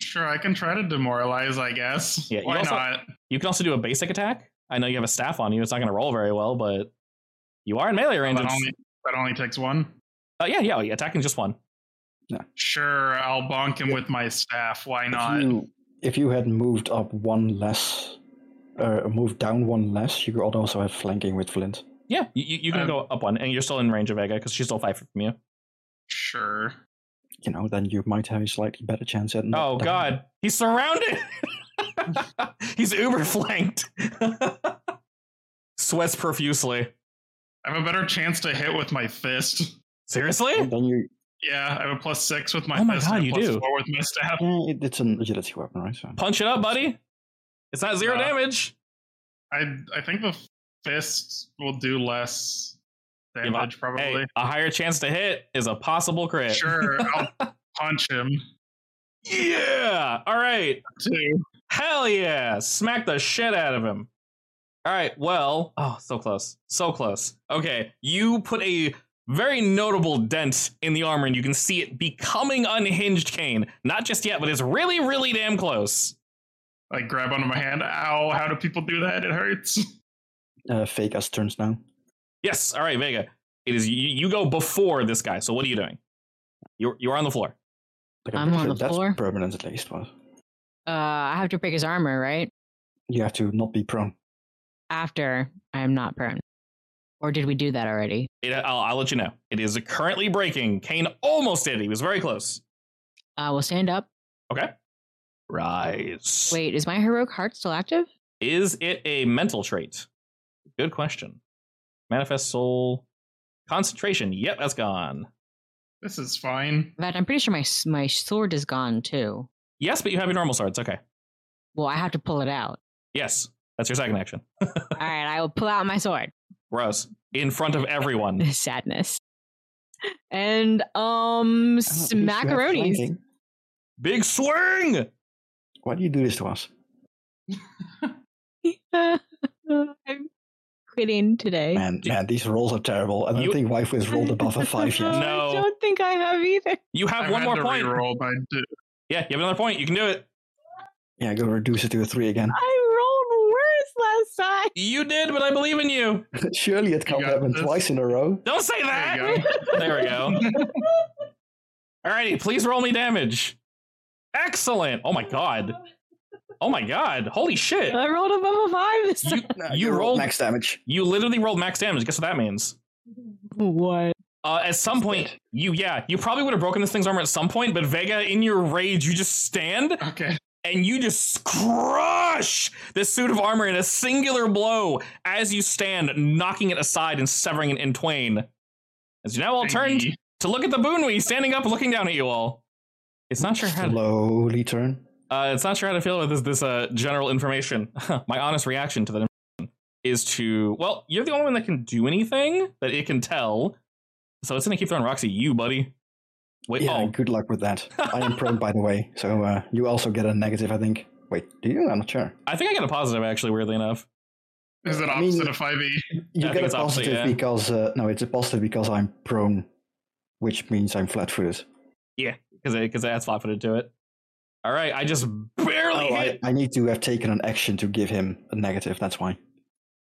[SPEAKER 3] sure, I can try to demoralize, I guess.
[SPEAKER 1] Yeah, you
[SPEAKER 3] Why
[SPEAKER 1] also-
[SPEAKER 3] not?
[SPEAKER 1] You can also do a basic attack. I know you have a staff on you. It's not going to roll very well, but you are in melee range.
[SPEAKER 3] That
[SPEAKER 1] it's-
[SPEAKER 3] only, that only takes one.
[SPEAKER 1] Uh, yeah, yeah, yeah, attacking just one.
[SPEAKER 3] Sure, I'll bonk him with my staff. Why not?
[SPEAKER 2] If you, if you had moved up one less, uh, moved down one less, you could also have flanking with Flint.
[SPEAKER 1] Yeah, you, you you can
[SPEAKER 3] Um,
[SPEAKER 1] go up one, and you're still in range of Vega because she's still five feet from you.
[SPEAKER 3] Sure.
[SPEAKER 2] You know, then you might have a slightly better chance at.
[SPEAKER 1] Oh
[SPEAKER 2] knocking-
[SPEAKER 1] God, he's surrounded. he's uber flanked. Sweats profusely.
[SPEAKER 3] I have a better chance to hit with my fist.
[SPEAKER 1] Seriously?
[SPEAKER 3] Oh,
[SPEAKER 2] And then you.
[SPEAKER 3] Yeah, I have a plus six with my
[SPEAKER 1] Oh my
[SPEAKER 3] fist
[SPEAKER 1] God,
[SPEAKER 3] and a
[SPEAKER 1] you
[SPEAKER 3] plus
[SPEAKER 1] do.
[SPEAKER 3] four with my staff.
[SPEAKER 2] Yeah, it, it's an agility weapon, right? So.
[SPEAKER 1] Punch it up, buddy. It's not zero
[SPEAKER 3] Yeah.
[SPEAKER 1] damage.
[SPEAKER 3] I I think the fist will do less
[SPEAKER 1] but-
[SPEAKER 3] damage,
[SPEAKER 1] Hey,
[SPEAKER 3] probably.
[SPEAKER 1] a higher chance to hit is a possible crit.
[SPEAKER 3] Sure, I'll punch him
[SPEAKER 1] Yeah. All right.
[SPEAKER 3] too.
[SPEAKER 1] Hell yeah. Smack the shit out of him. All right. Well, oh, so close. So close. Okay. You put a very notable dent in the armor, and you can see it becoming unhinged, Kane. Not just yet, but it's really, really damn close.
[SPEAKER 3] Like grab onto my hand. Ow! How do people do that? It hurts.
[SPEAKER 2] Uh, fake us turns now.
[SPEAKER 1] Yes. All right, Vega. It is you, you go before this guy. So what are you doing? You're you're on the floor.
[SPEAKER 2] Like,
[SPEAKER 4] I'm
[SPEAKER 2] pretty
[SPEAKER 4] on
[SPEAKER 2] sure
[SPEAKER 4] the
[SPEAKER 2] that's
[SPEAKER 4] floor.
[SPEAKER 2] permanent at least. But
[SPEAKER 4] Uh, I have to break his armor, right?
[SPEAKER 2] you have to not be prone. Ah,
[SPEAKER 4] After I am not prone. Or did we do that already?
[SPEAKER 1] It, I'll, I'll let you know. It is currently breaking. Kane almost did. it. He was very close.
[SPEAKER 4] Uh, we'll stand up.
[SPEAKER 1] Rise.
[SPEAKER 4] Wait, is my heroic heart still active?
[SPEAKER 1] Is it a mental trait? Good question. Manifest soul. Concentration. Yep, that's gone.
[SPEAKER 3] This is fine.
[SPEAKER 4] In fact, I'm pretty sure my s- my sword is gone too.
[SPEAKER 1] Yes, but you have your normal sword. It's okay.
[SPEAKER 4] Well, I have to pull it out.
[SPEAKER 1] Yes, that's your second action.
[SPEAKER 4] All right, I will pull out my sword.
[SPEAKER 1] Gross. In front of everyone.
[SPEAKER 4] Sadness. And um,
[SPEAKER 2] At least you have
[SPEAKER 4] macaronis.
[SPEAKER 2] flanking.
[SPEAKER 1] Big swing!
[SPEAKER 2] Why do you do this to us?
[SPEAKER 4] I'm quitting today.
[SPEAKER 2] Man,
[SPEAKER 1] Yeah.
[SPEAKER 2] man, these rolls are terrible. I don't
[SPEAKER 1] You-
[SPEAKER 2] think Wife is rolled above a five yet.
[SPEAKER 1] No.
[SPEAKER 4] I don't think I have either.
[SPEAKER 1] You have
[SPEAKER 3] I've
[SPEAKER 1] one
[SPEAKER 3] had
[SPEAKER 1] more
[SPEAKER 3] to
[SPEAKER 1] point.
[SPEAKER 3] Reroll, but I did-
[SPEAKER 1] Yeah, you have another point. You can do it.
[SPEAKER 2] Yeah, go reduce it to a three again.
[SPEAKER 4] I rolled worse last time.
[SPEAKER 1] You did, but I believe in you.
[SPEAKER 2] Surely it can't
[SPEAKER 3] got
[SPEAKER 2] happen
[SPEAKER 3] this.
[SPEAKER 2] twice in a row.
[SPEAKER 1] Don't say that.
[SPEAKER 3] There you go.
[SPEAKER 1] There we go. Alrighty, please roll me damage. Excellent. Oh my god. Oh my god. Holy shit.
[SPEAKER 4] I rolled above a five this
[SPEAKER 1] You,
[SPEAKER 4] time.
[SPEAKER 2] No,
[SPEAKER 1] you
[SPEAKER 2] roll
[SPEAKER 1] rolled
[SPEAKER 2] max damage.
[SPEAKER 1] you literally rolled max damage. Guess what that means?
[SPEAKER 4] What?
[SPEAKER 1] Uh, at some point, you yeah, you probably would have broken this thing's armor at some point, but Vega, in your rage, you just stand
[SPEAKER 3] okay.
[SPEAKER 1] and you just crush this suit of armor in a singular blow as you stand, knocking it aside and severing it in twain. As you now all turn
[SPEAKER 3] Thingy.
[SPEAKER 1] to look at the Boonwee standing up, looking down at you all. It's not sure how to,
[SPEAKER 2] Slowly turn.
[SPEAKER 1] uh, it's not sure how to feel about this this uh, general information. My honest reaction to that information is to well, you're the only one that can do anything that it can tell, so it's gonna keep throwing rocks at you, buddy. Wait,
[SPEAKER 2] Yeah,
[SPEAKER 1] oh,
[SPEAKER 2] good luck with that. I am prone, by the way, so uh, you also get a negative, I think. Wait, do you? I'm not sure.
[SPEAKER 1] I think I got a positive actually. Weirdly enough,
[SPEAKER 3] Is it
[SPEAKER 2] I mean-
[SPEAKER 3] opposite of five E?
[SPEAKER 1] I
[SPEAKER 2] You
[SPEAKER 1] think
[SPEAKER 2] get a
[SPEAKER 1] it's opposite,
[SPEAKER 2] positive
[SPEAKER 1] yeah.
[SPEAKER 2] because uh, no, it's a positive because I'm prone, which means I'm flat-footed.
[SPEAKER 1] because because that's flat footed to it. All right, I just barely
[SPEAKER 2] Oh,
[SPEAKER 1] hit.
[SPEAKER 2] I, I need to have taken an action to give him a negative. That's why.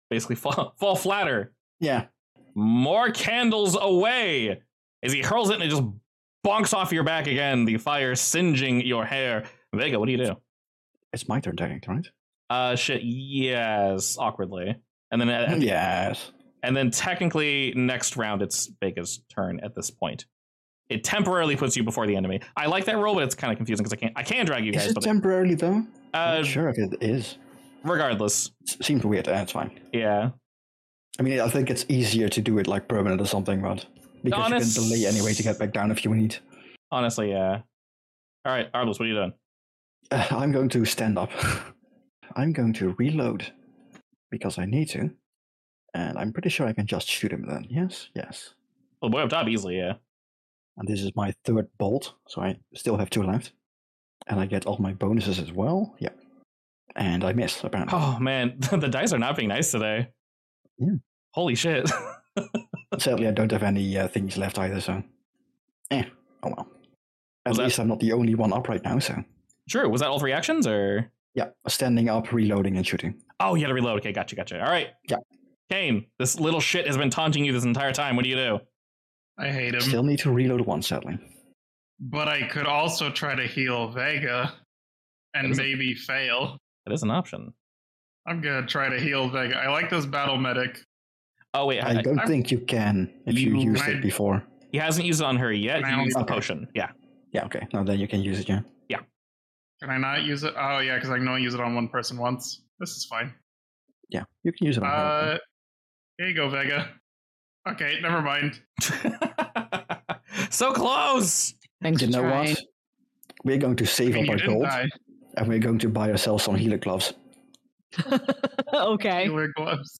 [SPEAKER 1] basically fall, fall flatter.
[SPEAKER 2] Yeah,
[SPEAKER 1] More candles away as he hurls it and it just bonks off your back again, the fire singeing your hair. Vega, what do you do?
[SPEAKER 2] it's my turn, technically, right?
[SPEAKER 1] Uh, shit, yes, awkwardly. And then,
[SPEAKER 2] Hmm.
[SPEAKER 1] at-
[SPEAKER 2] yes.
[SPEAKER 1] and then technically next round it's Vega's turn at this point. It temporarily puts you before the enemy. I like that rule, but it's kind of confusing because I can't I can drag you
[SPEAKER 2] Is
[SPEAKER 1] guys.
[SPEAKER 2] it
[SPEAKER 1] But
[SPEAKER 2] temporarily though? I'm
[SPEAKER 1] uh,
[SPEAKER 2] not sure if it is.
[SPEAKER 1] regardless,
[SPEAKER 2] It seems weird. That's fine.
[SPEAKER 1] yeah.
[SPEAKER 2] I mean, I think it's easier to do it like permanent or something, but because
[SPEAKER 1] Honest-
[SPEAKER 2] you can delay anyway to get back down if you need.
[SPEAKER 1] Honestly, yeah. All right, Arbus, what are you doing?
[SPEAKER 2] Uh, I'm going to stand up. I'm going to reload because I need to, and I'm pretty sure I can just shoot him then. Yes, yes.
[SPEAKER 1] Well, Oh, boy up top easily, yeah.
[SPEAKER 2] And this is my third bolt, so I still have two left, and I get all my bonuses as well. Yeah, and I miss apparently.
[SPEAKER 1] Oh man, the dice are not being nice today.
[SPEAKER 2] Yeah.
[SPEAKER 1] Holy shit.
[SPEAKER 2] Sadly, I don't have any uh, things left either, so. Eh, oh well. At
[SPEAKER 1] Was that-
[SPEAKER 2] least I'm not the only one up right now, so.
[SPEAKER 1] Drew, was that all three actions or?
[SPEAKER 2] Yeah, standing up, reloading, and shooting.
[SPEAKER 1] Oh, you had to reload. Okay, gotcha, gotcha. All right.
[SPEAKER 2] Yeah.
[SPEAKER 1] Kane, this little shit has been taunting you this entire time. What do you do?
[SPEAKER 3] I hate him.
[SPEAKER 2] Still need to reload once, sadly.
[SPEAKER 3] But I could also try to heal Vega and
[SPEAKER 1] That is a-
[SPEAKER 3] maybe fail.
[SPEAKER 1] That is an option.
[SPEAKER 3] I'm gonna try to heal Vega. I like this battle medic.
[SPEAKER 1] Oh wait, I,
[SPEAKER 2] I don't
[SPEAKER 3] I'm-
[SPEAKER 2] think you can if you,
[SPEAKER 1] You
[SPEAKER 2] used
[SPEAKER 3] might-
[SPEAKER 2] it before.
[SPEAKER 1] he hasn't used it on her yet.
[SPEAKER 3] Now
[SPEAKER 1] He used the
[SPEAKER 2] okay.
[SPEAKER 1] potion. Yeah.
[SPEAKER 2] Yeah, okay. No, then you can use it, yeah.
[SPEAKER 3] Can I not use it? Oh yeah, because I can only use it on one person once. This is fine.
[SPEAKER 2] Yeah, you can use it. On her, yeah.
[SPEAKER 3] Uh, here you go, Vega. Okay, never mind.
[SPEAKER 1] so close.
[SPEAKER 4] Thanks
[SPEAKER 2] you
[SPEAKER 4] for
[SPEAKER 2] know
[SPEAKER 4] trying.
[SPEAKER 2] what? We're going to save
[SPEAKER 3] You
[SPEAKER 2] up our
[SPEAKER 3] didn't
[SPEAKER 2] gold,
[SPEAKER 3] die.
[SPEAKER 2] and we're going to buy ourselves some healer gloves.
[SPEAKER 4] okay.
[SPEAKER 3] You wear gloves.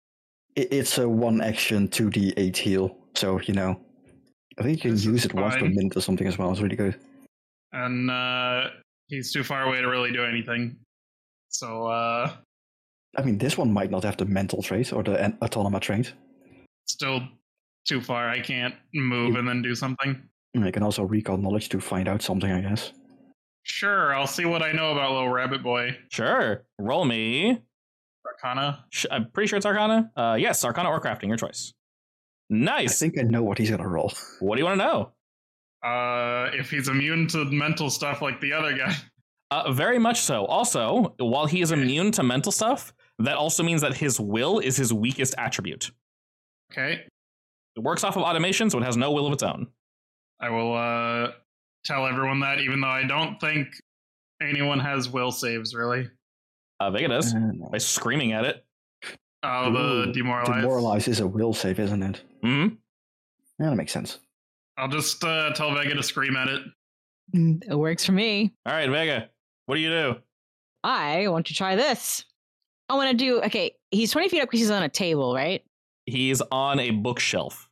[SPEAKER 2] I- It's a one action 2d8 heal, so, you know. I think you can
[SPEAKER 3] This is
[SPEAKER 2] use it once per
[SPEAKER 3] fine.
[SPEAKER 2] minute or something as well. It's really good.
[SPEAKER 3] And uh, he's too far away to really do anything. So uh,
[SPEAKER 2] I mean, this one might not have the mental trait or the an- autonoma trait.
[SPEAKER 3] still too far. I can't move and then do something.
[SPEAKER 2] And I can also recall knowledge to find out something, I guess.
[SPEAKER 3] Sure, I'll see what I know about little rabbit boy.
[SPEAKER 1] Sure. Roll me.
[SPEAKER 3] Arcana.
[SPEAKER 1] Sh- I'm pretty sure it's Arcana. Uh, yes, Arcana or crafting, your choice.
[SPEAKER 2] I
[SPEAKER 1] Nice.
[SPEAKER 2] think I know what he's gonna roll.
[SPEAKER 1] what do you want to know?
[SPEAKER 3] Uh, if he's immune to mental stuff like the other guy.
[SPEAKER 1] Uh, very much so. Also, while he is
[SPEAKER 3] Okay.
[SPEAKER 1] immune to mental stuff, that also means that his will is his weakest attribute.
[SPEAKER 3] Okay,
[SPEAKER 1] It works off of automation, so it has no will of its own.
[SPEAKER 3] I will uh, tell everyone that, even though I don't think anyone has will saves really.
[SPEAKER 1] Uh, Vega does
[SPEAKER 2] Uh, no.
[SPEAKER 1] by screaming at it.
[SPEAKER 3] Oh,
[SPEAKER 2] Ooh,
[SPEAKER 3] the demoralized.
[SPEAKER 2] Demoralize is a will save, isn't it?
[SPEAKER 1] hmm
[SPEAKER 2] Yeah, that makes sense.
[SPEAKER 3] I'll just uh, tell Vega to scream at it.
[SPEAKER 4] It works for me.
[SPEAKER 1] All right, Vega, what do you do?
[SPEAKER 4] I want to try this. I want to do, okay, he's 20 feet up because he's on a table, right?
[SPEAKER 1] He's on a bookshelf.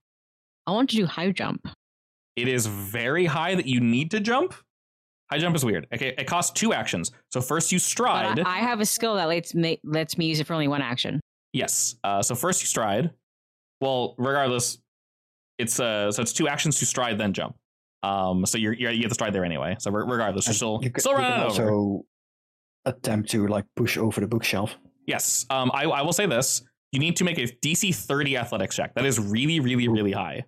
[SPEAKER 4] I want to do high jump.
[SPEAKER 1] It is very high that you need to jump. High jump is weird. Okay, it costs two actions. So first you stride.
[SPEAKER 4] But I, I have a skill that lets me, lets me use it for only one action.
[SPEAKER 1] Yes. Uh, so first you stride. Well, regardless, it's uh, so it's two actions to stride then jump. Um, so you're, you're you get the stride there anyway. So re- regardless, you're
[SPEAKER 2] And
[SPEAKER 1] still
[SPEAKER 2] you ca-
[SPEAKER 1] still
[SPEAKER 2] you can
[SPEAKER 1] running
[SPEAKER 2] also
[SPEAKER 1] over.
[SPEAKER 2] attempt to like push over the bookshelf.
[SPEAKER 1] Yes. Um, I I will say this: you need to make a DC 30 athletics check. That is really really really high.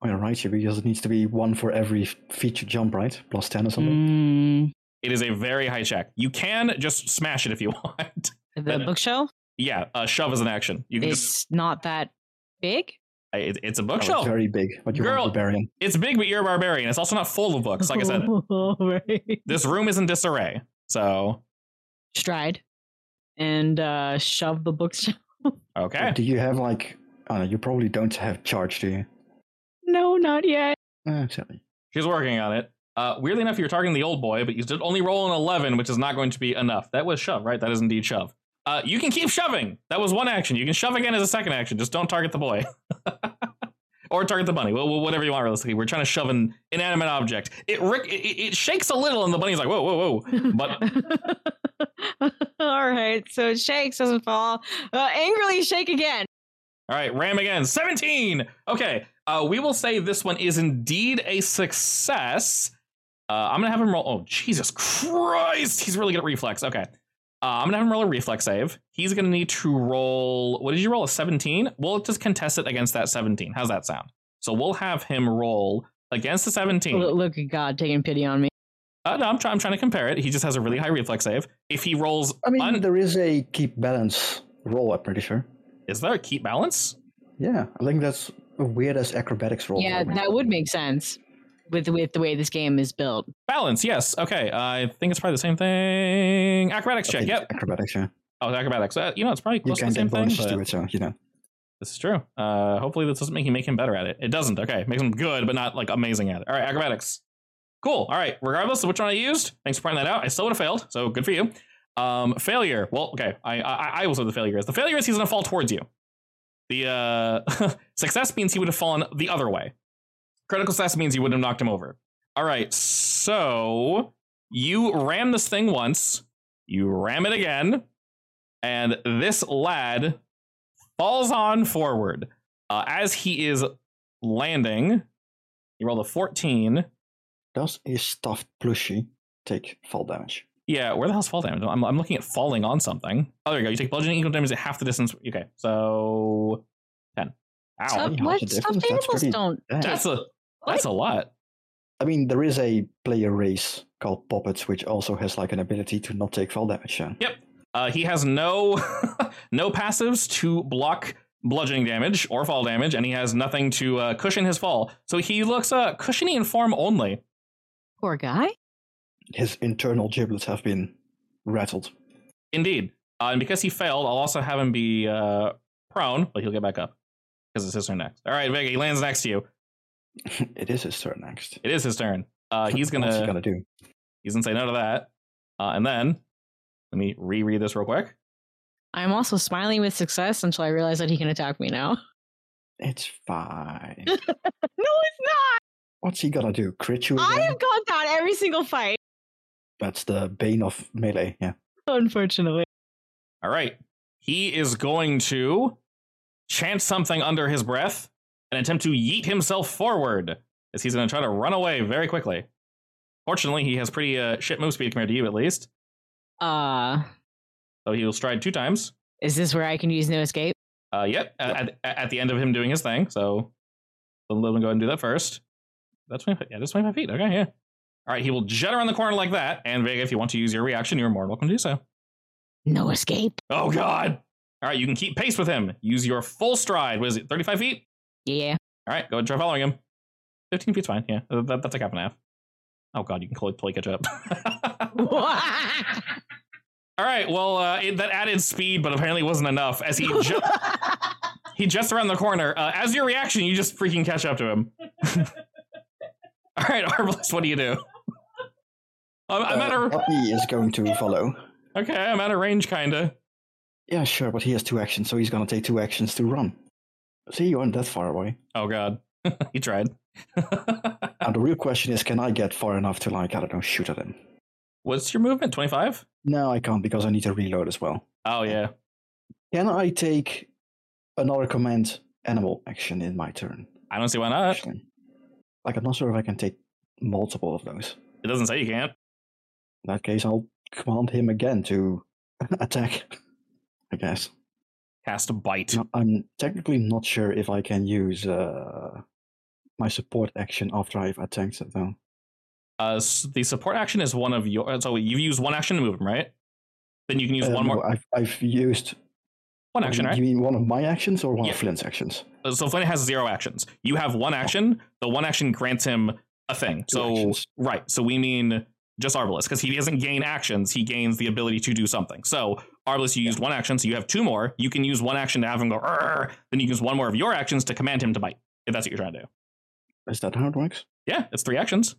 [SPEAKER 2] All Oh, right, yeah, because it needs to be one for every f- feature jump, right? Plus ten or something.
[SPEAKER 4] Mm,
[SPEAKER 1] It is a very high check. You can just smash it if you want.
[SPEAKER 4] the bookshelf,
[SPEAKER 1] yeah. Uh, shove is an action. You can just
[SPEAKER 4] it's not that big.
[SPEAKER 1] it, it's a
[SPEAKER 2] Oh, it's
[SPEAKER 1] bookshelf.
[SPEAKER 2] very big, but you're
[SPEAKER 1] Girl.
[SPEAKER 2] a barbarian.
[SPEAKER 1] it's big, but you're a barbarian. It's also not full of books. Like I said,
[SPEAKER 4] Right.
[SPEAKER 1] this room is in disarray. So
[SPEAKER 4] Stride and uh, shove the bookshelf.
[SPEAKER 1] okay.
[SPEAKER 2] Do you have like? I don't know. You probably don't have charge, do you?
[SPEAKER 4] No, not yet.
[SPEAKER 2] Uh, exactly.
[SPEAKER 1] She's working on it. Uh, weirdly enough, you're targeting the old boy, but you did only roll an 11, which is not going to be enough. That was shove, right? That is indeed shove. Uh, you can keep shoving. That was one action. You can shove again as a second action. Just don't target the boy. or target the bunny. Well, well, whatever you want, realistically. We're trying to shove an inanimate object. It, rick, it, it it shakes a little, and the bunny's like, whoa, whoa, whoa. But-
[SPEAKER 4] all right, so it shakes, doesn't fall. Uh, angrily shake again.
[SPEAKER 1] All right, ram again. 17. Okay. Uh, we will say this one is indeed a success. Uh, I'm going to have him roll. Oh, Jesus Christ. He's really good at reflex. Okay. Uh, I'm going to have him roll a reflex save. He's going to need to roll. What did you roll? A 17? We'll just contest it against that 17. How's that sound? So we'll have him roll against the 17.
[SPEAKER 4] Look, look at God taking pity on me.
[SPEAKER 1] Uh, no, I'm, try- I'm trying to compare it. He just has a really high reflex save. If he rolls,
[SPEAKER 2] I mean,
[SPEAKER 1] Un-
[SPEAKER 2] there is a keep balance roll. I'm pretty sure.
[SPEAKER 1] is there a keep balance?
[SPEAKER 2] Yeah, I think that's a weird as acrobatics roll.
[SPEAKER 4] Yeah, that would make sense with with the way this game is built.
[SPEAKER 1] Balance, yes. Okay. I think it's probably the same thing. Acrobatics check. Yep.
[SPEAKER 2] Acrobatics. Yeah,
[SPEAKER 1] Oh, it's acrobatics. Uh, you know, it's probably
[SPEAKER 2] you
[SPEAKER 1] close to
[SPEAKER 2] can
[SPEAKER 1] the
[SPEAKER 2] get
[SPEAKER 1] same thing.
[SPEAKER 2] bonuses to
[SPEAKER 1] but
[SPEAKER 2] it, so you know.
[SPEAKER 1] This is true. Uh, hopefully, this doesn't make you make him better at it. It doesn't. Okay, makes him good, but not like amazing at it. All right, acrobatics. Cool. All right. Regardless of which one I used, thanks for pointing that out. I still would have failed, so good for you. Um, failure. Well, okay. I I, I will say the failure is the failure is he's gonna fall towards you. The uh, success means he would have fallen the other way. Critical success means you would have knocked him over. All right. So you ram this thing once. You ram it again, and this lad falls on forward uh, as he is landing. He rolled a 14.
[SPEAKER 2] Does a stuffed plushie take fall damage?
[SPEAKER 1] Yeah, where the hell's fall damage? I'm, I'm looking at falling on something. Oh, there you go. You take bludgeoning equal damage at half the distance. Okay, so 10. Ow.
[SPEAKER 4] Stuff,
[SPEAKER 2] yeah,
[SPEAKER 4] what
[SPEAKER 2] it's a
[SPEAKER 4] stuff
[SPEAKER 2] difference. That's
[SPEAKER 4] tables
[SPEAKER 2] pretty
[SPEAKER 4] don't?
[SPEAKER 2] bad.
[SPEAKER 1] That's a, that's a lot.
[SPEAKER 2] I mean, there is a player race called Poppets, which also has like an ability to not take fall damage. Yeah.
[SPEAKER 1] Uh, he has no no passives to block bludgeoning damage or fall damage, and he has nothing to uh, cushion his fall. So he looks uh, cushiony in form only.
[SPEAKER 4] Poor guy.
[SPEAKER 2] His internal giblets have been rattled.
[SPEAKER 1] Indeed. Uh, and because he failed, I'll also have him be uh, prone, but he'll get back up because it's his turn next. All right, Vega, he lands next to you.
[SPEAKER 2] it is his turn next.
[SPEAKER 1] It is his turn. Uh, he's
[SPEAKER 2] What's he
[SPEAKER 1] gonna
[SPEAKER 2] gonna do?
[SPEAKER 1] he's gonna say no to that, uh, and then let me reread this real quick.
[SPEAKER 4] I'm also smiling with success until I realize that he can attack me now.
[SPEAKER 2] It's fine.
[SPEAKER 4] no, it's
[SPEAKER 2] What's he gonna do? Crit you?
[SPEAKER 4] not. I
[SPEAKER 2] again?
[SPEAKER 4] have gone down every single fight.
[SPEAKER 2] That's the bane of melee. Yeah.
[SPEAKER 4] Unfortunately.
[SPEAKER 1] All right, he is going to chant something under his breath, and attempt to yeet himself forward as he's going to try to run away very quickly. Fortunately, he has pretty uh, shit move speed compared to you, at least.
[SPEAKER 4] Uh,
[SPEAKER 1] So he will stride two times.
[SPEAKER 4] is this where I can use no escape?
[SPEAKER 1] Uh, yep, at, at, at the end of him doing his thing. So let him go ahead and do that first. That's 25, yeah, that's 25 feet. Okay, yeah. All right, he will jet around the corner like that. And Vega, if you want to use your reaction, you're more than welcome to do so.
[SPEAKER 4] No escape.
[SPEAKER 1] Oh, God. All right, you can keep pace with him. Use your full stride. What is it, 35 feet?
[SPEAKER 4] Yeah.
[SPEAKER 1] All right, go ahead and try following him. 15 feet's fine. Yeah, that, that- that's like half and half. Oh, God, you can totally, totally catch up. All right, well, uh, it, that added speed, but apparently wasn't enough. As he ju- he jets around the corner. Uh, as your reaction, you just freaking catch up to him. All right, Arbalest, what do you do? I'm, I'm at
[SPEAKER 2] Uh,
[SPEAKER 1] a
[SPEAKER 2] Puppy is going to follow.
[SPEAKER 1] okay. I'm out of range, kinda.
[SPEAKER 2] Yeah, sure, but he has two actions, so he's gonna take two actions to run. See, you aren't that far away.
[SPEAKER 1] Oh God, he tried.
[SPEAKER 2] Now the real question is, can I get far enough to like I don't know, shoot at him?
[SPEAKER 1] What's your movement? Twenty five.
[SPEAKER 2] No, I can't because I need to reload as well.
[SPEAKER 1] Oh yeah.
[SPEAKER 2] Can I take another command animal action in my turn?
[SPEAKER 1] I don't see why not.
[SPEAKER 2] Actually, like I'm not sure if I can take multiple of those.
[SPEAKER 1] It doesn't say you can't.
[SPEAKER 2] In that case, I'll command him again to attack. I guess.
[SPEAKER 1] Cast a bite.
[SPEAKER 2] No, I'm technically not sure if I can use uh, my support action after I've attacked it, though.
[SPEAKER 1] Uh, s- the support action is one of your. So you've used one action to move him, right? Then you can use
[SPEAKER 2] Uh,
[SPEAKER 1] one
[SPEAKER 2] no,
[SPEAKER 1] more
[SPEAKER 2] I've, I've used.
[SPEAKER 1] one action, right?
[SPEAKER 2] You mean one of my actions or one
[SPEAKER 1] Yeah.
[SPEAKER 2] of Flint's actions?
[SPEAKER 1] Uh, so Flynn has zero actions. You have one action. The one action grants him a thing.
[SPEAKER 2] Two
[SPEAKER 1] so
[SPEAKER 2] actions.
[SPEAKER 1] right. So we mean just Arbalest because he doesn't gain actions. He gains the ability to do something. So Arbalest, you used one action, so you have two more. You can use one action to have him go. "Arr," Then you can use one more of your actions to command him to bite. If that's what you're trying to do.
[SPEAKER 2] Is that how it works?
[SPEAKER 1] Yeah, it's three actions.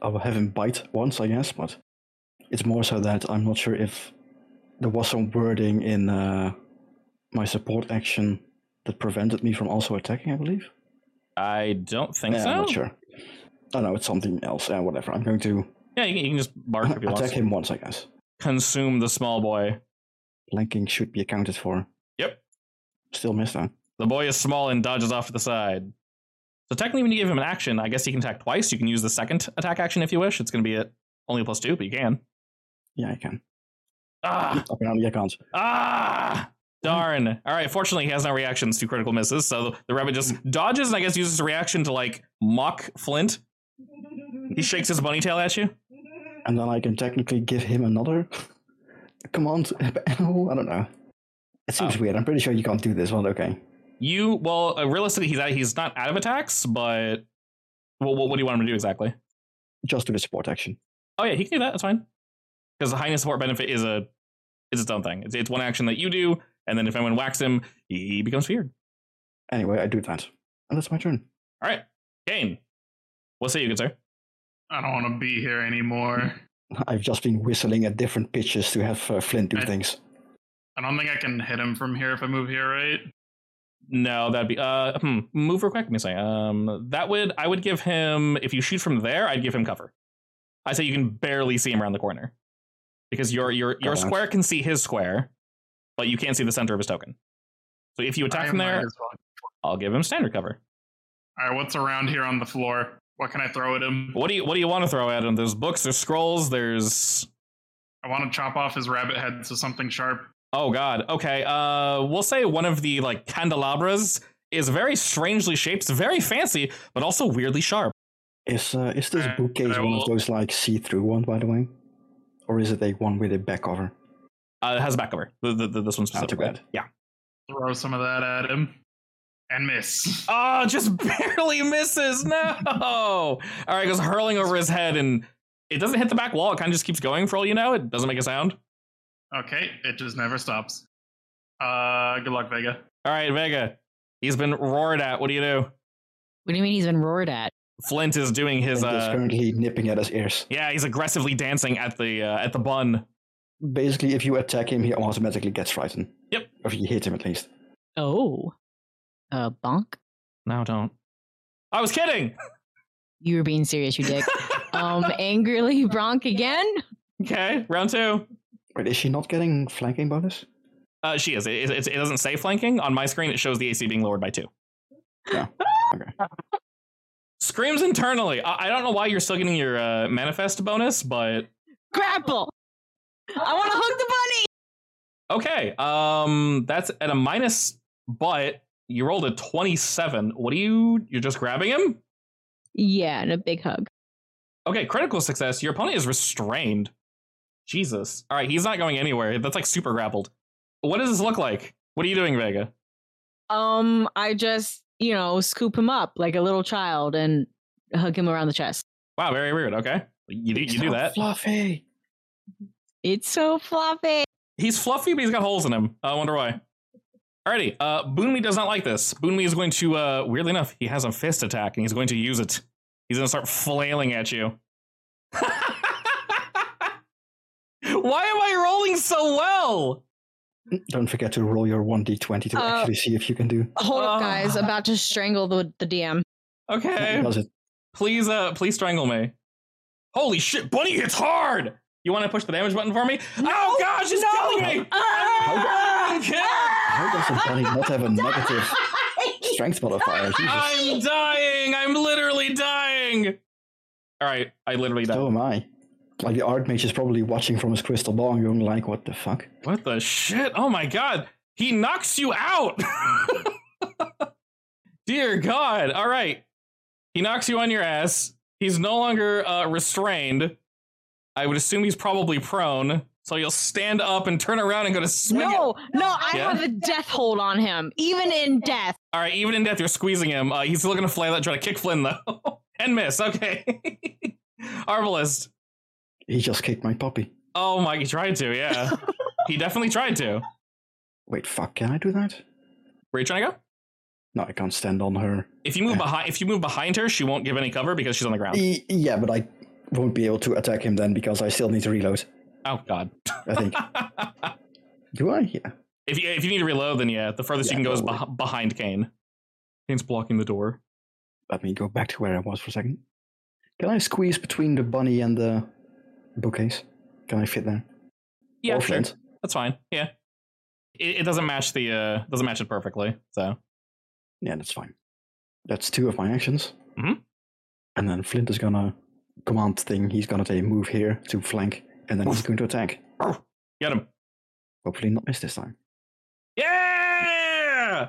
[SPEAKER 2] I'll have him bite once, I guess, but it's more so that I'm not sure if there was some wording in uh, my support action that prevented me from also attacking, I believe.
[SPEAKER 1] I don't think
[SPEAKER 2] yeah,
[SPEAKER 1] so.
[SPEAKER 2] I'm not sure. I know it's something else. Yeah, whatever. I'm going to
[SPEAKER 1] Yeah, you can, you can just bark if you want.
[SPEAKER 2] attack him once, I guess.
[SPEAKER 1] Consume the small boy.
[SPEAKER 2] Flanking should be accounted for.
[SPEAKER 1] Yep.
[SPEAKER 2] Still missed though.
[SPEAKER 1] The boy is small and dodges off to the side. So technically, when you give him an action, I guess he can attack twice. You can use the second attack action if you wish. It's going to be at only a plus two, but you can.
[SPEAKER 2] Yeah, I can.
[SPEAKER 1] Ah,
[SPEAKER 2] Apparently, I can't.
[SPEAKER 1] ah, darn. All right. Fortunately, he has no reactions to critical misses, so the rabbit just dodges and I guess uses a reaction to like mock Flint. He shakes his bunny tail at you.
[SPEAKER 2] And then I can technically give him another command animal. I don't know. It seems
[SPEAKER 1] Oh.
[SPEAKER 2] weird. I'm pretty sure you can't do this, but okay.
[SPEAKER 1] You well, uh, realistically, he's out, he's not out of attacks, but well, what, what do you want him to do exactly?
[SPEAKER 2] Just do the support action.
[SPEAKER 1] Oh yeah, he can do that. That's fine. Because the highness support benefit is a is its own thing. It's, it's one action that you do, and then if anyone whacks him, he becomes feared.
[SPEAKER 2] Anyway, I do that. And that's my turn.
[SPEAKER 1] All right, Kane. What say you, good sir?
[SPEAKER 3] I don't want to be here anymore.
[SPEAKER 1] Mm.
[SPEAKER 2] I've just been whistling at different pitches to have uh, Flint do
[SPEAKER 3] I-
[SPEAKER 2] things.
[SPEAKER 3] I don't think I can hit him from here if I move here, right?
[SPEAKER 1] No, that'd be uh hmm, move real quick. Let me say um that would I would give him if you shoot from there, I'd give him cover. I say you can barely see him around the corner because your your your
[SPEAKER 2] Got it.
[SPEAKER 1] square can see his square, but you can't see the center of his token. So if you attack
[SPEAKER 3] I
[SPEAKER 1] from
[SPEAKER 3] might
[SPEAKER 1] there,
[SPEAKER 3] as well.
[SPEAKER 1] I'll give him standard cover.
[SPEAKER 3] All right, what's around here on the floor? What can I throw at him?
[SPEAKER 1] What do you what do you want to throw at him? There's books, there's scrolls, there's
[SPEAKER 3] I want to chop off his rabbit head so something sharp.
[SPEAKER 1] Oh god. Okay. Uh we'll say one of the like candelabras is very strangely shaped, it's very fancy, but also weirdly sharp.
[SPEAKER 2] Is uh, is this
[SPEAKER 3] Uh,
[SPEAKER 2] bookcase
[SPEAKER 3] I
[SPEAKER 2] one of
[SPEAKER 3] will-
[SPEAKER 2] those like see-through one, by the way, or is it a one with a back cover?
[SPEAKER 1] Uh, it has a back cover. The, the, the- this one
[SPEAKER 2] Not too
[SPEAKER 1] specifically.
[SPEAKER 2] bad.
[SPEAKER 1] Yeah.
[SPEAKER 3] Throw some of that at him and miss.
[SPEAKER 1] Oh, just barely misses. No. All right, goes hurling over his head, and it doesn't hit the back wall. It kind of just keeps going for all you know. It doesn't make a sound.
[SPEAKER 3] Okay, it just never stops. Uh, good luck, Vega.
[SPEAKER 1] All right, Vega. He's been roared at. What do you do?
[SPEAKER 4] What do you mean he's been roared at?
[SPEAKER 1] Flint is doing his.
[SPEAKER 2] Is
[SPEAKER 1] Uh,
[SPEAKER 2] currently nipping at his ears.
[SPEAKER 1] yeah, he's aggressively dancing at the uh, at the bun.
[SPEAKER 2] Basically, if you attack him, he automatically gets frightened.
[SPEAKER 1] Yep.
[SPEAKER 2] Or if you hit him, at least.
[SPEAKER 4] Oh. Uh, bonk.
[SPEAKER 1] No, don't. I was kidding.
[SPEAKER 4] You were being serious, you dick. um, angrily bronk again.
[SPEAKER 1] okay, round two.
[SPEAKER 2] Wait, is she not getting flanking bonus?
[SPEAKER 1] Uh, she is. It, it, it doesn't say flanking on my screen. It shows the AC being lowered by two. Screams internally. I, I don't know why you're still getting your uh, manifest bonus, but
[SPEAKER 4] Grapple. I want to hook the bunny.
[SPEAKER 1] okay. Um, that's at a minus, but you rolled a twenty-seven. What do you? You're just grabbing him.
[SPEAKER 4] Yeah, and a big hug.
[SPEAKER 1] Okay, critical success. Your opponent is restrained. Jesus. All right, he's not going anywhere. That's like super grappled. What does this look like? What are you doing, Vega?
[SPEAKER 4] Um, I just you know scoop him up like a little child and hug him around the chest.
[SPEAKER 1] Wow, very weird. Okay, you do you do that.
[SPEAKER 2] Fluffy.
[SPEAKER 4] It's so fluffy.
[SPEAKER 1] He's fluffy, but he's got holes in him. I wonder why. Alrighty, uh, Boonmi does not like this. Boonmi is going to, uh, weirdly enough, he has a fist attack and he's going to use it. He's going to start flailing at you. why am I rolling so well?
[SPEAKER 2] Don't forget to roll your 1d20
[SPEAKER 1] Oh.
[SPEAKER 2] to
[SPEAKER 4] Uh,
[SPEAKER 2] actually see if you can do.
[SPEAKER 4] Hold
[SPEAKER 1] Ah.
[SPEAKER 4] up, guys! About to strangle the the DM.
[SPEAKER 1] Okay,
[SPEAKER 2] Does it?
[SPEAKER 1] please, uh, please strangle me. Holy shit, Bunny hits hard! You want to push the damage button for me? oh gosh, it's killing me!
[SPEAKER 2] Ah!
[SPEAKER 1] I'm dying!
[SPEAKER 2] How does a bunny not have a negative strength modifier? Jesus.
[SPEAKER 1] I'm dying! I'm literally dying! Alright, I literally died.
[SPEAKER 2] So am I. Oh, Like the archmage is probably watching from his crystal ball and going like, "What the fuck?"
[SPEAKER 1] What the shit? Oh my god. He knocks you out. Dear God. All right. He knocks you on your ass. He's no longer uh, restrained. I would assume he's probably prone. So you'll stand up and turn around and go to swing. it.
[SPEAKER 4] No, no, I
[SPEAKER 1] Yeah?
[SPEAKER 4] have a death hold on him, even in death.
[SPEAKER 1] All right. Even in death, you're squeezing him. Uh, he's still going to flail out, try to kick Flynn, though. and miss. Okay. Arbalist.
[SPEAKER 2] He just kicked my puppy.
[SPEAKER 1] Oh my. He tried to. Yeah. he definitely tried to.
[SPEAKER 2] Wait, fuck! Can I do that?
[SPEAKER 1] Where you trying to go?
[SPEAKER 2] No, I can't stand on her.
[SPEAKER 1] If you move behind, if you move behind her, she won't give any cover because she's on the ground.
[SPEAKER 2] E- yeah, but I won't be able to attack him then because I still need to reload.
[SPEAKER 1] Oh God!
[SPEAKER 2] I think. do I? Yeah.
[SPEAKER 1] if you if you need to reload, then yeah, the furthest
[SPEAKER 2] Yeah,
[SPEAKER 1] you can go is
[SPEAKER 2] probably.
[SPEAKER 1] beh behind Kane. Kane's blocking the door.
[SPEAKER 2] Let me go back to where I was for a second. Can I squeeze between the bunny and the bookcase? Can I fit there?
[SPEAKER 1] Yeah,
[SPEAKER 2] Or
[SPEAKER 1] sure.
[SPEAKER 2] Flint?
[SPEAKER 1] that's fine. Yeah, it, it doesn't match the uh doesn't match it perfectly. So
[SPEAKER 2] Yeah, that's fine. That's two of my actions.
[SPEAKER 4] Mm-hmm.
[SPEAKER 1] Mhm.
[SPEAKER 2] And then Flint is gonna command thing. He's gonna say move here to flank, and then he's going to attack.
[SPEAKER 1] get him.
[SPEAKER 2] Hopefully not miss this time.
[SPEAKER 1] Yeah,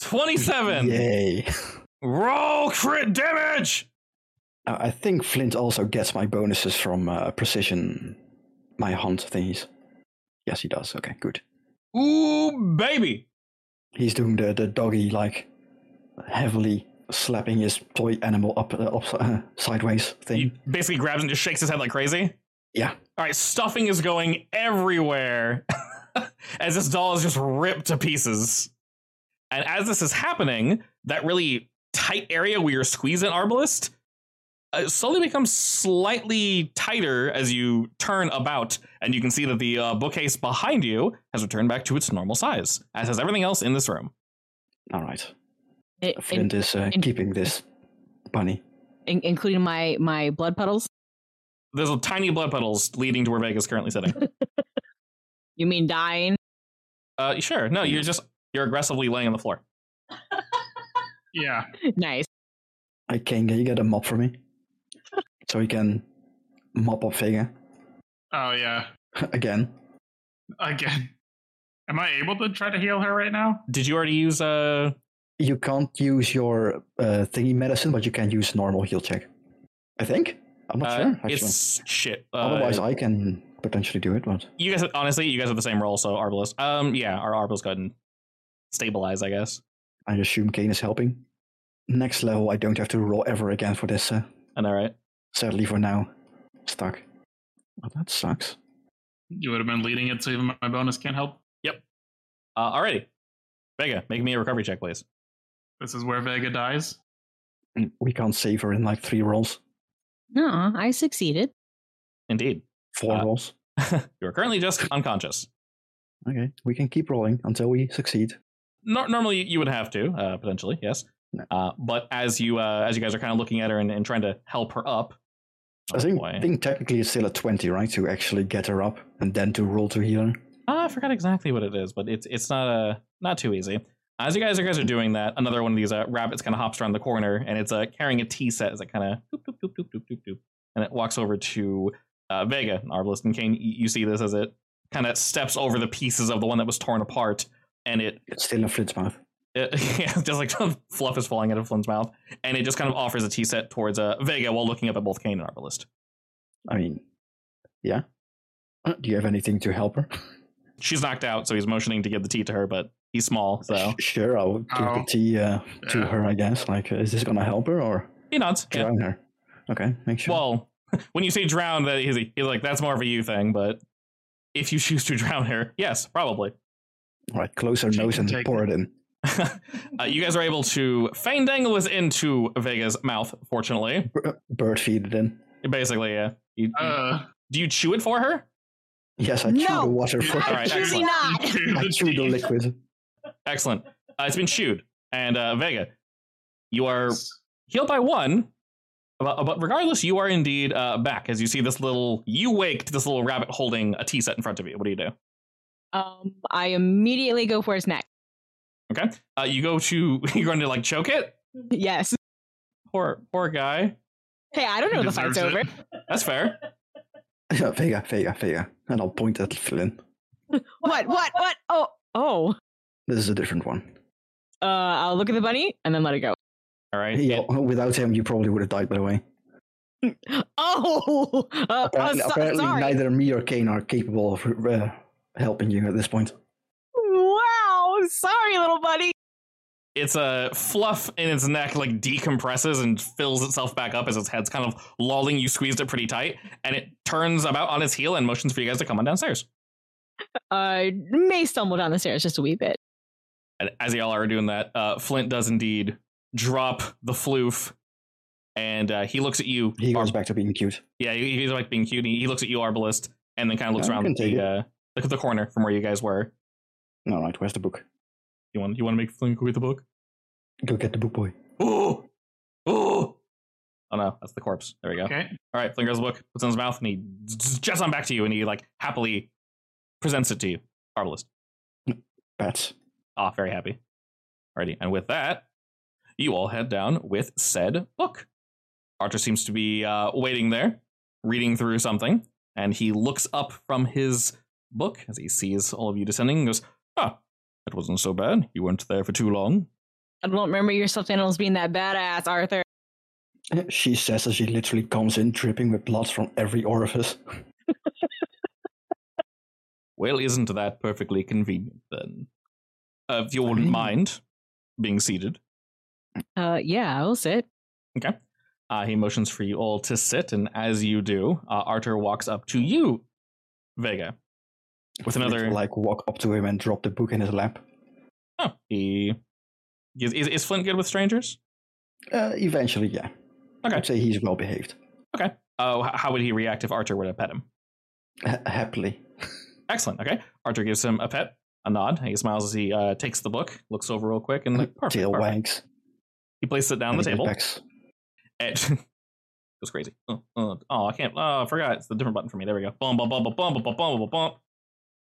[SPEAKER 1] twenty seven.
[SPEAKER 2] Yay!
[SPEAKER 1] Roll crit damage.
[SPEAKER 2] Uh, I think Flint also gets my bonuses from uh, precision, my hunt thingies. Yes, he does. Okay, good.
[SPEAKER 1] Ooh baby.
[SPEAKER 2] He's doing the, the doggy like heavily slapping his toy animal up, uh, up uh, sideways thing.
[SPEAKER 1] He basically grabs and just shakes his head like crazy.
[SPEAKER 2] Yeah.
[SPEAKER 1] All right, stuffing is going everywhere as this doll is just ripped to pieces. And as this is happening, that really tight area where you're squeezing Arbalist uh, slowly becomes slightly tighter as you turn about, and you can see that the uh, bookcase behind you has returned back to its normal size, as has everything else in this room.
[SPEAKER 2] All right.
[SPEAKER 4] In- in-
[SPEAKER 2] Flint is uh,
[SPEAKER 4] in-
[SPEAKER 2] keeping this bunny.
[SPEAKER 4] in- including my my blood puddles.
[SPEAKER 1] There's a tiny blood puddles leading to where Vega's currently sitting.
[SPEAKER 4] You mean dying?
[SPEAKER 1] Uh, sure, no, you're just you're aggressively laying on the floor.
[SPEAKER 3] Yeah.
[SPEAKER 4] nice.
[SPEAKER 2] I can can you get a mop for me? so he can mop up Vega
[SPEAKER 3] Oh yeah.
[SPEAKER 2] again.
[SPEAKER 3] Again. Am I able to try to heal her right now?
[SPEAKER 1] Did you already use uh
[SPEAKER 2] You can't use your uh, thingy medicine, but you can use normal heal check. I think. I'm not
[SPEAKER 1] Uh,
[SPEAKER 2] sure. Actually.
[SPEAKER 1] It's shit. Uh,
[SPEAKER 2] Otherwise, I can potentially do it, but
[SPEAKER 1] you guys honestly, you guys have the same role, so Arbalest. Um, yeah, our Arbalest go ahead and stabilize, I guess.
[SPEAKER 2] I assume Kane is helping. Next level, I don't have to roll ever again for this. Uh,
[SPEAKER 1] And all right,
[SPEAKER 2] sadly, for now, stuck. Well, that sucks.
[SPEAKER 3] You would have been leading it, so even my bonus can't help.
[SPEAKER 1] uh, alrighty. Vega, make me a recovery check, please.
[SPEAKER 3] This is where Vega dies.
[SPEAKER 2] Mm, We can't save her in like three rolls,
[SPEAKER 4] No, I succeeded.
[SPEAKER 1] Indeed,
[SPEAKER 2] four
[SPEAKER 1] Uh,
[SPEAKER 2] rolls.
[SPEAKER 1] you are currently just unconscious.
[SPEAKER 2] Okay, we can keep rolling until we succeed.
[SPEAKER 1] Nor normally, you would have to uh, potentially, yes.
[SPEAKER 2] No.
[SPEAKER 1] Uh, but as you uh, as you guys are kind of looking at her and, and trying to help her up,
[SPEAKER 2] I think,
[SPEAKER 1] Oh, boy.
[SPEAKER 2] think technically it's still a 20, right? To actually get her up and then to roll to heal her.
[SPEAKER 1] Ah, I forgot exactly what it is, but it's it's not uh, not too easy. As you guys, you guys are doing that, another one of these uh, rabbits kind of hops around the corner, and it's uh, carrying a tea set as it kind of doop doop doop doop doop doop doop, and it walks over to uh, Vega, Arbalest, and Kane. y- You see this as it kind of steps over the pieces of the one that was torn apart, and it
[SPEAKER 2] It's still in Flint's mouth.
[SPEAKER 1] it, yeah, just like fluff is falling out of Flynn's mouth, and it just kind of offers a tea set towards uh, Vega while looking up at both Kane and Arbalist.
[SPEAKER 2] I mean, yeah. Uh, Do you have anything to help her?
[SPEAKER 1] She's knocked out, so he's motioning to give the tea to her, but he's small, so
[SPEAKER 2] Sh- Sure, I'll give
[SPEAKER 3] Ow.
[SPEAKER 2] the tea uh, to
[SPEAKER 3] Yeah.
[SPEAKER 2] her, I guess. Like, uh, is this going to help her or
[SPEAKER 1] he nods. yeah.
[SPEAKER 2] drown her? Okay, make sure.
[SPEAKER 1] Well, when you say drown, that he's, he's like that's more of a you thing, but if you choose to drown her, yes, probably.
[SPEAKER 2] All right, close her
[SPEAKER 3] She
[SPEAKER 2] nose
[SPEAKER 3] can
[SPEAKER 2] and
[SPEAKER 3] take
[SPEAKER 2] pour it in.
[SPEAKER 1] uh, you guys are able to fandangle is into Vega's mouth. Fortunately,
[SPEAKER 2] B- uh, Bird feed it in.
[SPEAKER 1] basically, yeah. You-
[SPEAKER 3] Uh,
[SPEAKER 1] do you chew it for her?
[SPEAKER 2] Yes, I chew
[SPEAKER 4] No.
[SPEAKER 2] the water for
[SPEAKER 1] All
[SPEAKER 4] I'm
[SPEAKER 1] right,
[SPEAKER 4] choosing
[SPEAKER 1] excellent.
[SPEAKER 4] not.
[SPEAKER 2] I chew the liquid.
[SPEAKER 1] Excellent. Uh, it's been chewed, and uh, Vega, you are healed by one. But, but regardless, you are indeed uh, back as you see this little. You wake to this little rabbit holding a tea set in front of you. What do you do?
[SPEAKER 4] Um, I immediately go for his neck.
[SPEAKER 1] Okay, uh, you go to. You're going to like choke it.
[SPEAKER 4] Yes.
[SPEAKER 1] Poor poor guy.
[SPEAKER 4] Hey, I don't know the fight's over.
[SPEAKER 1] That's fair.
[SPEAKER 2] Yeah, Vega, Vega, Vega. And I'll point at Flynn.
[SPEAKER 4] What? What? What? Oh, oh.
[SPEAKER 2] This is a different one.
[SPEAKER 4] Uh, I'll look at the bunny and then let it go.
[SPEAKER 1] All right.
[SPEAKER 2] Yeah,
[SPEAKER 1] It-
[SPEAKER 2] without him, you probably would have died, by the way.
[SPEAKER 4] Oh, uh, uh,
[SPEAKER 2] Apparently,
[SPEAKER 4] so-
[SPEAKER 2] apparently
[SPEAKER 4] sorry.
[SPEAKER 2] neither me or Kane are capable of uh, helping you at this point.
[SPEAKER 4] Wow, sorry, little buddy.
[SPEAKER 1] it's a fluff in its neck, like decompresses and fills itself back up as its head's kind of lolling. You squeezed it pretty tight, and it turns about on its heel and motions for you guys to come on downstairs.
[SPEAKER 4] I may stumble down the stairs just a wee bit.
[SPEAKER 1] And as y'all are doing that, uh, Flint does indeed drop the floof, and uh, he looks at you.
[SPEAKER 2] He
[SPEAKER 1] Ar-
[SPEAKER 2] goes back to being cute.
[SPEAKER 1] Yeah, he- he's like being cute. and He he looks at you, Arbalist, and then kind of looks
[SPEAKER 2] Yeah, you
[SPEAKER 1] around
[SPEAKER 2] can
[SPEAKER 1] at
[SPEAKER 2] take
[SPEAKER 1] the,
[SPEAKER 2] it.
[SPEAKER 1] uh, look at the corner from where you guys were.
[SPEAKER 2] All right, where's the book?
[SPEAKER 1] You want you want to make Flint go get the book?
[SPEAKER 2] Go get the book, boy.
[SPEAKER 1] Oh, oh. Oh no, that's the corpse. There we go.
[SPEAKER 3] Okay.
[SPEAKER 1] All right, Flynn grabs the book, puts it in his mouth, and he z- z- jets on back to you, and he like happily presents it to you. Marvelous.
[SPEAKER 2] Bats.
[SPEAKER 1] Ah, very happy. Alrighty, and with that, you all head down with said book. Archer seems to be uh, waiting there, reading through something, and he looks up from his book as he sees all of you descending and goes, "Ah, that wasn't so bad. You weren't there for too long."
[SPEAKER 4] I don't remember your stuffed animals being that badass, Arthur.
[SPEAKER 2] She says as she literally comes in, dripping with blood from every orifice.
[SPEAKER 1] Well, isn't that perfectly convenient then? Uh, if you wouldn't
[SPEAKER 2] Mm.
[SPEAKER 1] mind being seated.
[SPEAKER 4] Uh, yeah, I will sit.
[SPEAKER 1] Uh, he motions for you all to sit, and as you do, uh, Arthur walks up to you, Vega, with another.
[SPEAKER 2] Literally, like walk up to him and drop the book in his lap.
[SPEAKER 1] Oh, he is, is, is Flint good with strangers?
[SPEAKER 2] Uh, eventually, yeah.
[SPEAKER 1] Okay.
[SPEAKER 2] I'd say he's well behaved.
[SPEAKER 1] Oh, h- how would he react if Arthur were to pet him?
[SPEAKER 2] Ha- happily.
[SPEAKER 1] Excellent. Okay, Arthur gives him a pet, a nod. He smiles as he uh, takes the book, looks over real quick, and like, perfect.
[SPEAKER 2] Tail
[SPEAKER 1] perfect."
[SPEAKER 2] wags.
[SPEAKER 1] He places it down on the
[SPEAKER 2] and he
[SPEAKER 1] table.
[SPEAKER 2] backs.
[SPEAKER 1] It goes crazy. Oh, oh, oh, I can't. Oh, I forgot. It's the different button for me. There we go. Bump, bump, bump, bump, bump, bump, bump, bump, bump.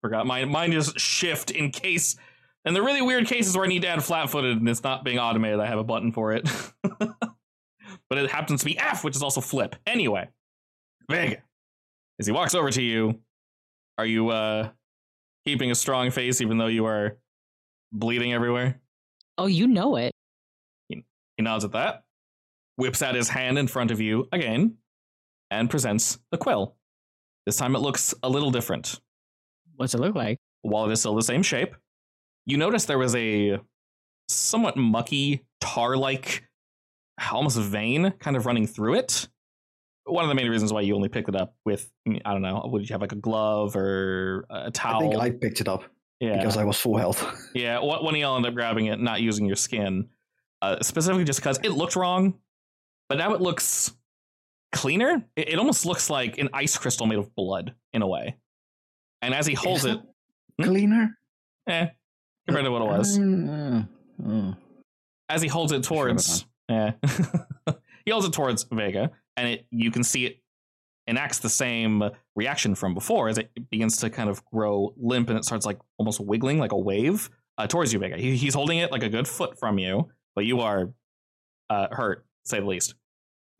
[SPEAKER 1] Forgot. Mine, mine is shift in case. And the really weird cases where I need to add flat footed and it's not being automated, I have a button for it. but it happens to be F, which is also flip. Anyway, Vega, as he walks over to you, are you uh, keeping a strong face even though you are bleeding everywhere?
[SPEAKER 4] Oh, you know it.
[SPEAKER 1] He nods at that, whips out his hand in front of you again, and presents the quill. This time it looks a little different.
[SPEAKER 4] What's it look like?
[SPEAKER 1] While it is still the same shape, you notice there was a somewhat mucky, tar like, almost vein kind of running through it. One of the main reasons why you only picked it up with, I don't know, would you have like a glove or a towel?
[SPEAKER 2] I think I picked it up
[SPEAKER 1] yeah.
[SPEAKER 2] because I was full health.
[SPEAKER 1] Yeah, one one of y'all ended up grabbing it, not using your skin, uh, specifically just because it looked wrong. But now it looks cleaner. It, it almost looks like an ice crystal made of blood in a way. And as he holds it,
[SPEAKER 2] Isn't Cleaner?
[SPEAKER 1] eh, compared to what it was,
[SPEAKER 2] Mm, mm.
[SPEAKER 1] as he holds it
[SPEAKER 2] Sure, but
[SPEAKER 1] towards, eh, he holds it towards Vega, and it you can see it enacts the same reaction from before as it begins to kind of grow limp and it starts like almost wiggling like a wave uh, towards you, Vega. He, he's holding it like a good foot from you, but you are uh, hurt, to say the least.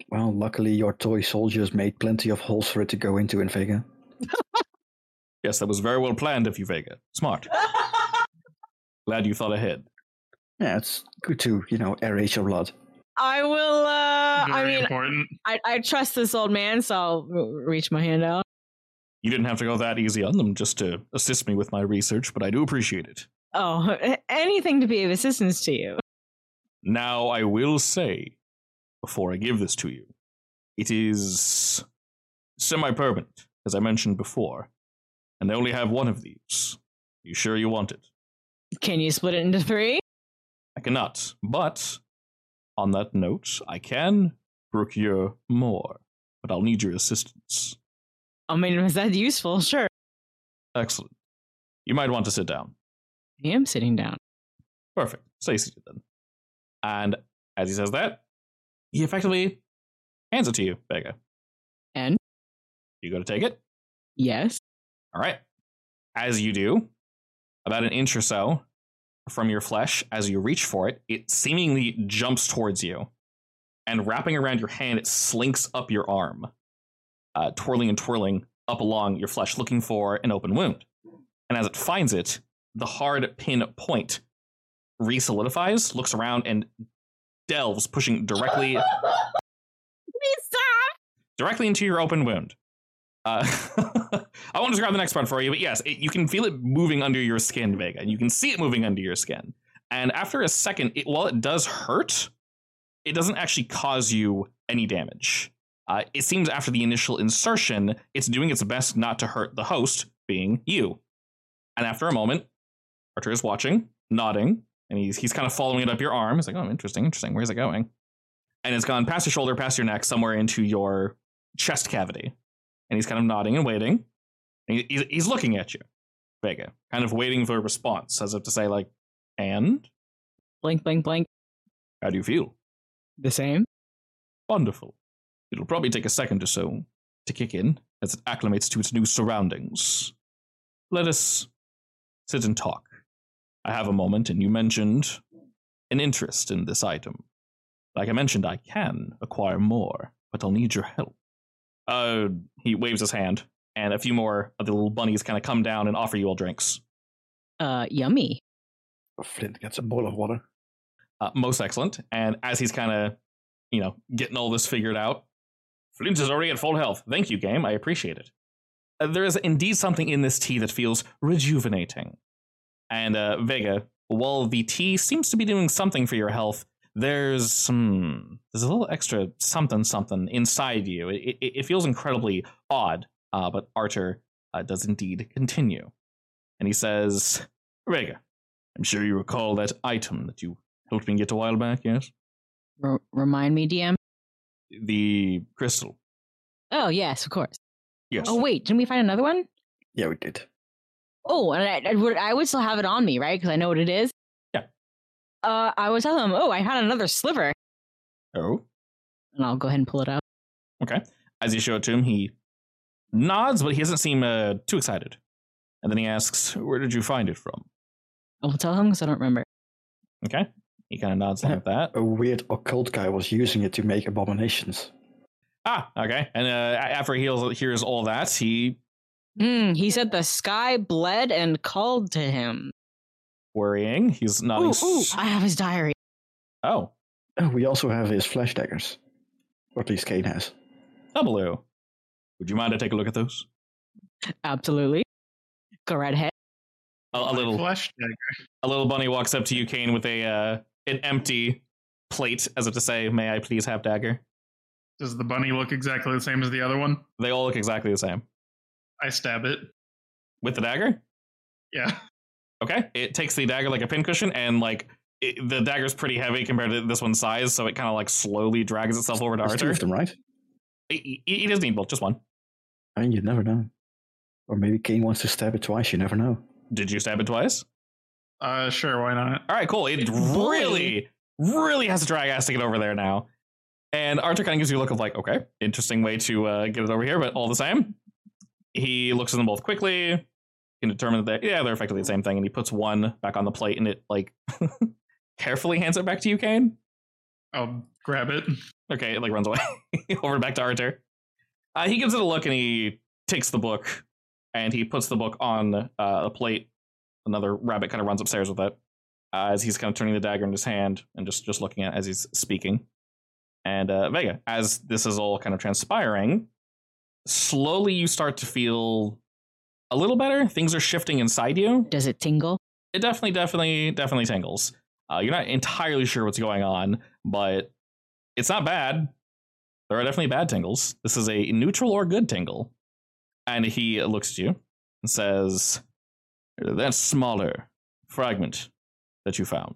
[SPEAKER 2] Well, luckily your toy soldiers made plenty of holes for it to go into in Vega.
[SPEAKER 1] Yes, that was very well planned of you, Vega. Smart. Glad you thought ahead.
[SPEAKER 2] Yeah, it's good to, you know, aerate your blood.
[SPEAKER 4] I will. uh I
[SPEAKER 3] Very
[SPEAKER 4] mean,
[SPEAKER 3] important.
[SPEAKER 4] I, I trust this old man, so I'll r- reach my hand out.
[SPEAKER 1] You didn't have to go that easy on them just to assist me with my research, but I do appreciate it.
[SPEAKER 4] Oh, anything to be of assistance to you.
[SPEAKER 1] Now, I will say, before I give this to you, it is semi permanent, as I mentioned before, and they only have one of these. you sure you want it?
[SPEAKER 4] Can you split it into three?
[SPEAKER 1] I cannot, but on that note, I can procure more, but I'll need your assistance.
[SPEAKER 4] I mean, is that useful? Sure.
[SPEAKER 1] Excellent. You might want to sit down.
[SPEAKER 4] I am sitting down.
[SPEAKER 1] Perfect. Stay seated then. And as he says that, he effectively hands it to you, Vega.
[SPEAKER 4] And?
[SPEAKER 1] You go to take it.
[SPEAKER 4] Yes.
[SPEAKER 1] All right. As you do, about an inch or so from your flesh, as you reach for it, it seemingly jumps towards you. And wrapping around your hand, it slinks up your arm, uh, twirling and twirling up along your flesh, looking for an open wound. And as it finds it, the hard pin point re solidifies, looks around, and delves, pushing directly
[SPEAKER 4] Please stop.
[SPEAKER 1] directly into your open wound. Uh, I won't describe the next part for you, but yes, it, you can feel it moving under your skin, Vega, and you can see it moving under your skin. And after a second, it, while it does hurt, it doesn't actually cause you any damage. Uh, it seems after the initial insertion, it's doing its best not to hurt the host, being you. And after a moment, Archer is watching, nodding, and he's, he's kind of following it up your arm. He's like, oh, interesting, interesting. Where's it going? and it's gone past your shoulder, past your neck, somewhere into your chest cavity. And he's kind of nodding and waiting. And he- he's, he's looking at you, Vega, kind of waiting for a response, as if to say, like, and
[SPEAKER 4] Blink, blink, blink.
[SPEAKER 1] how do you feel?
[SPEAKER 4] The same.
[SPEAKER 1] Wonderful. It'll probably take a second or so to kick in as it acclimates to its new surroundings. Let us sit and talk. I have a moment, and you mentioned an interest in this item. Like I mentioned, I can acquire more, but I'll need your help. Uh, he waves his hand, and a few more of the little bunnies kind of come down and offer you all drinks.
[SPEAKER 4] Uh, yummy.
[SPEAKER 2] Oh, Flint gets a bowl of water.
[SPEAKER 1] uh, most excellent. And as he's kind of, you know, getting all this figured out, Flint is already at full health. Thank you, game. I appreciate it. Uh, there is indeed something in this tea that feels rejuvenating. And uh, Vega, while the tea seems to be doing something for your health, there's hmm, there's a little extra something something inside you. It, it, it feels incredibly odd. Uh, but Archer uh, does indeed continue, and he says, "Vega, I'm sure you recall that item that you helped me get a while back, yes?
[SPEAKER 4] R- remind me, DM.
[SPEAKER 1] The crystal.
[SPEAKER 4] Oh, yes, of course.
[SPEAKER 1] Yes.
[SPEAKER 4] Oh, wait. Didn't we find another one?
[SPEAKER 2] Yeah, we did.
[SPEAKER 4] Oh, and I, I would I would still have it on me, right? Because I know what it is.
[SPEAKER 1] Yeah.
[SPEAKER 4] Uh, I would tell them, oh, I had another sliver,
[SPEAKER 1] oh.
[SPEAKER 4] and I'll go ahead and pull it out.
[SPEAKER 1] As you show it to him, he nods, but he doesn't seem uh, too excited. And then he asks, Where did you find it from?
[SPEAKER 4] I will tell him because I don't remember.
[SPEAKER 1] Okay. He kind of nods like that.
[SPEAKER 2] A weird occult guy was using it to make abominations.
[SPEAKER 1] Ah, okay. And uh, a- after he heals- hears all that, he
[SPEAKER 4] Mm, he said the sky bled and called to him.
[SPEAKER 1] worrying. He's nodding.
[SPEAKER 4] Ooh,
[SPEAKER 1] s-
[SPEAKER 4] ooh, I have his diary.
[SPEAKER 1] Oh,
[SPEAKER 2] Oh, we also have his flash daggers. Or at least Kane has.
[SPEAKER 1] double O. Would you mind I take a look at those?
[SPEAKER 4] Absolutely. Go right ahead.
[SPEAKER 1] A, a
[SPEAKER 3] My
[SPEAKER 1] little
[SPEAKER 3] flesh dagger.
[SPEAKER 1] a little bunny walks up to you, Kane, with a uh, an empty plate, as if to say, May I please have dagger?
[SPEAKER 3] Does the bunny look exactly the same as the other one?
[SPEAKER 1] They all look exactly the same.
[SPEAKER 3] I stab it.
[SPEAKER 1] With the dagger?
[SPEAKER 3] Yeah.
[SPEAKER 1] Okay. It takes the dagger like a pincushion, and like it, the dagger's pretty heavy compared to this one's size, so it kind of like slowly drags itself over to
[SPEAKER 2] There's two
[SPEAKER 1] Arthur.
[SPEAKER 2] of them, right?
[SPEAKER 1] He, he- he doesn't need both, just one.
[SPEAKER 2] I mean, you never know. Or maybe Kane wants to stab it twice, you never know.
[SPEAKER 1] Did you stab it twice?
[SPEAKER 3] Uh, sure. Why not?
[SPEAKER 1] All right, cool. It
[SPEAKER 4] Boy.
[SPEAKER 1] really, really has to drag ass to get over there now. And Arthur kind of gives you a look of like, okay, interesting way to uh, get it over here, but all the same, he looks at them both quickly, can determine that they're, yeah they're effectively the same thing, and he puts one back on the plate, and it like carefully hands it back to you, Kane.
[SPEAKER 3] I'll grab it.
[SPEAKER 1] Okay, it like runs away over back to Arthur. Uh, he gives it a look and he takes the book and he puts the book on uh, a plate. Another rabbit kind of runs upstairs with it uh, as he's kind of turning the dagger in his hand and just just looking at it as he's speaking. And uh, Vega, as this is all kind of transpiring, slowly you start to feel a little better. Things are shifting inside you
[SPEAKER 4] Does it tingle?
[SPEAKER 1] it definitely, definitely, definitely tingles. Uh, you're not entirely sure what's going on, but it's not bad. There are definitely bad tingles. This is a neutral or good tingle. And he looks at you and says, That smaller fragment that you found.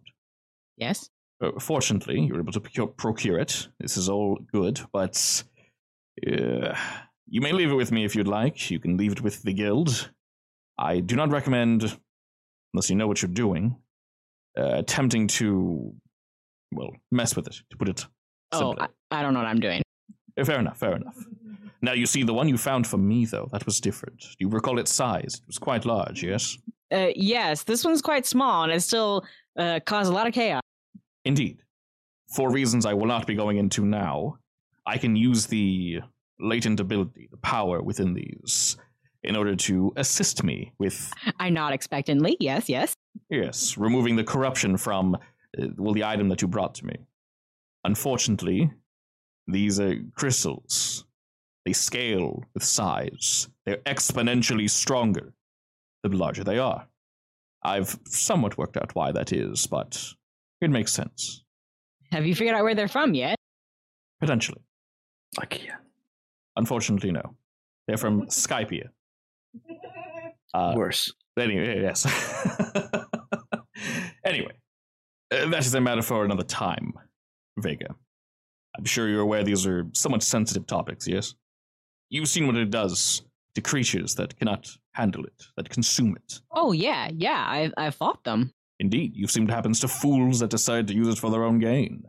[SPEAKER 4] Yes.
[SPEAKER 1] Uh, fortunately, you were able to procure, procure it. This is all good, but uh, you may leave it with me if you'd like. You can leave it with the guild. I do not recommend, unless you know what you're doing, uh, attempting to, well, mess with it, to put it
[SPEAKER 4] Oh,
[SPEAKER 1] simply.
[SPEAKER 4] I, I don't know what I'm doing.
[SPEAKER 1] Uh, Fair enough, fair enough. Now, you see, the one you found for me, though, that was different. Do you recall its size? It was quite large, yes?
[SPEAKER 4] Uh, yes, this one's quite small and it still uh, caused a lot of chaos.
[SPEAKER 1] Indeed. For reasons I will not be going into now, I can use the latent ability, the power within these, in order to assist me with,
[SPEAKER 4] I nod expectantly. Yes, yes.
[SPEAKER 1] yes, removing the corruption from, uh, well, the item that you brought to me. Unfortunately, these are crystals. They scale with size, they're exponentially stronger the larger they are. I've somewhat worked out why that is, but it makes sense.
[SPEAKER 4] Have you figured out where they're from yet?
[SPEAKER 1] Potentially.
[SPEAKER 2] IKEA.
[SPEAKER 1] Unfortunately, no. They're from Skypia. Uh,
[SPEAKER 2] Worse.
[SPEAKER 1] anyway, yes. anyway, uh, that is a matter for another time, Vega. I'm sure you're aware these are somewhat sensitive topics, yes? You've seen what it does to creatures that cannot handle it, that consume it.
[SPEAKER 4] Oh yeah, yeah. I I fought them.
[SPEAKER 1] Indeed, you've seen what happens to fools that decide to use it for their own gain.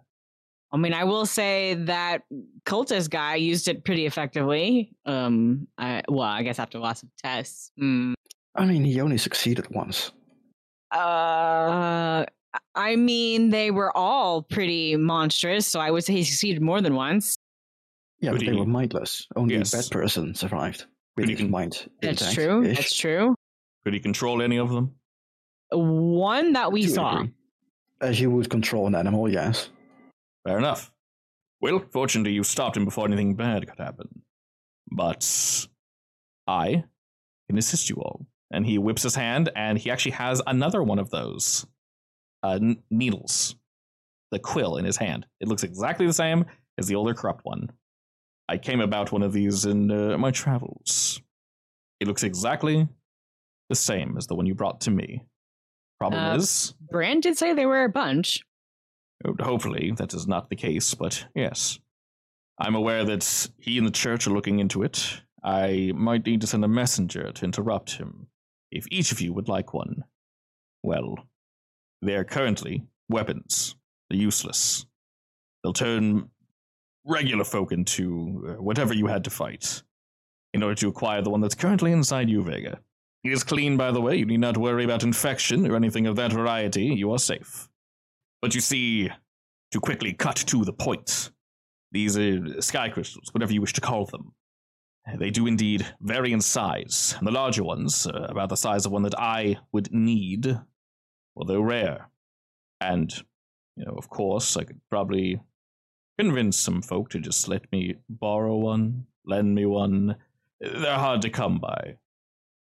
[SPEAKER 4] I mean, I will say that cultist guy used it pretty effectively. Um, I, well, I guess after lots of tests. Hmm.
[SPEAKER 2] I mean, he only succeeded once.
[SPEAKER 4] Uh, I mean, they were all pretty monstrous, so I would say he succeeded more than once.
[SPEAKER 2] Yeah,
[SPEAKER 1] Good
[SPEAKER 2] but they were
[SPEAKER 1] evening.
[SPEAKER 2] mindless. Only
[SPEAKER 1] Yes.
[SPEAKER 2] a bad person survived with
[SPEAKER 1] Good
[SPEAKER 2] his
[SPEAKER 1] evening.
[SPEAKER 2] mind.
[SPEAKER 4] That's
[SPEAKER 2] intact-ish.
[SPEAKER 4] true. That's true.
[SPEAKER 1] Could he control any of them?
[SPEAKER 4] One that we
[SPEAKER 2] To a
[SPEAKER 4] saw.
[SPEAKER 2] degree. As you would control an animal, yes.
[SPEAKER 1] Fair enough. Well, fortunately, you stopped him before anything bad could happen. But I can assist you all. And he whips his hand, and he actually has another one of those uh, n- needles, the quill in his hand. It looks exactly the same as the older corrupt one. I came about one of these in uh, my travels. It looks exactly the same as the one you brought to me. Problem
[SPEAKER 4] Uh,
[SPEAKER 1] is,
[SPEAKER 4] Brand did say they were a bunch.
[SPEAKER 1] Hopefully, that is not the case, but yes. I'm aware that he and the church are looking into it. I might need to send a messenger to interrupt him. If each of you would like one. Well, they are currently weapons. They're useless. They'll turn regular folk into uh, whatever you had to fight in order to acquire the one that's currently inside you, Vega. It is clean, by the way. You need not worry about infection or anything of that variety. You are safe. But you see, to quickly cut to the point, these are sky crystals, whatever you wish to call them. They do indeed vary in size, and the larger ones, uh, about the size of one that I would need, well, they're rare. And, you know, of course, I could probably convince some folk to just let me borrow one, lend me one. They're hard to come by.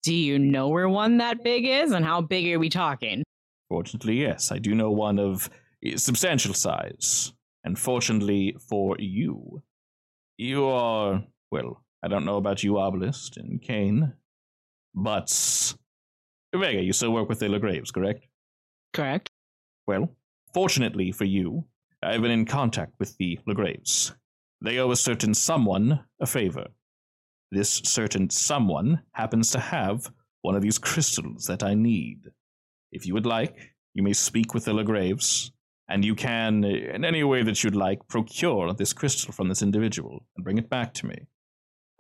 [SPEAKER 4] Do you know where one that big is, and how big are we talking?
[SPEAKER 1] Fortunately, yes, I do know one of eh, substantial size. And fortunately for you, you are, well, I don't know about you, Obelisk and Kane, but Vega, you still work with the Graves, correct?
[SPEAKER 4] Correct.
[SPEAKER 1] Well, fortunately for you, I've been in contact with the Legraves. They owe a certain someone a favor. This certain someone happens to have one of these crystals that I need. If you would like, you may speak with the Legraves, and you can, in any way that you'd like, procure this crystal from this individual and bring it back to me.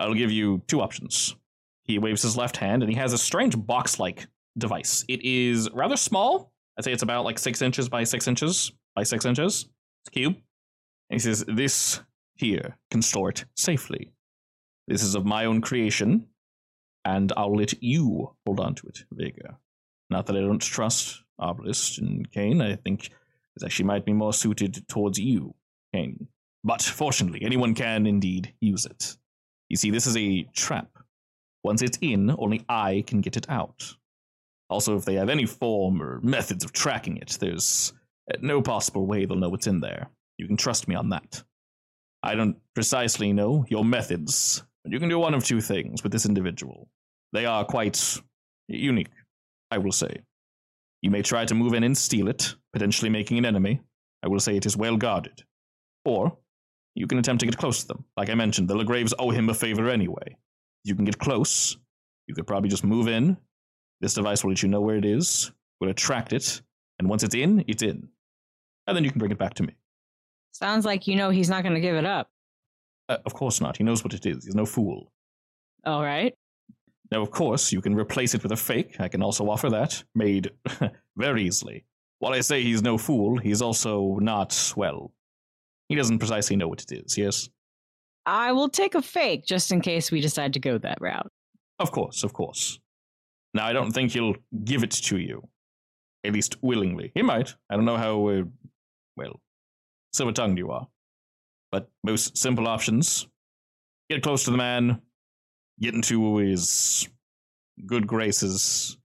[SPEAKER 1] I'll give you two options. He waves his left hand and he has a strange box like device. It is rather small. I'd say it's about like six inches by six inches by six inches. It's a cube. And he says, This here can store it safely. This is of my own creation, and I'll let you hold on to it, Vega. Not that I don't trust Obelisk and Kane. I think this actually might be more suited towards you, Kane. But fortunately, anyone can indeed use it. You see, this is a trap. Once it's in, only I can get it out. Also, if they have any form or methods of tracking it, there's no possible way they'll know what's in there. You can trust me on that. I don't precisely know your methods, but you can do one of two things with this individual. They are quite unique, I will say. You may try to move in and steal it, potentially making an enemy. I will say it is well guarded. Or you can attempt to get close to them. Like I mentioned, the Legraves owe him a favor anyway. You can get close. You could probably just move in. This device will let you know where it is, will attract it, and once it's in, it's in. And then you can bring it back to me.
[SPEAKER 4] Sounds like you know he's not going to give it up.
[SPEAKER 1] Uh, of course not. He knows what it is. He's no fool.
[SPEAKER 4] All right.
[SPEAKER 1] Now, of course, you can replace it with a fake. I can also offer that, made very easily. While I say he's no fool, he's also not, well, he doesn't precisely know what it is, yes?
[SPEAKER 4] I will take a fake just in case we decide to go that route.
[SPEAKER 1] Of course, of course. Now, I don't think he'll give it to you, at least willingly. He might. I don't know how, uh, well, silver tongued you are. But most simple options get close to the man, get into his good graces,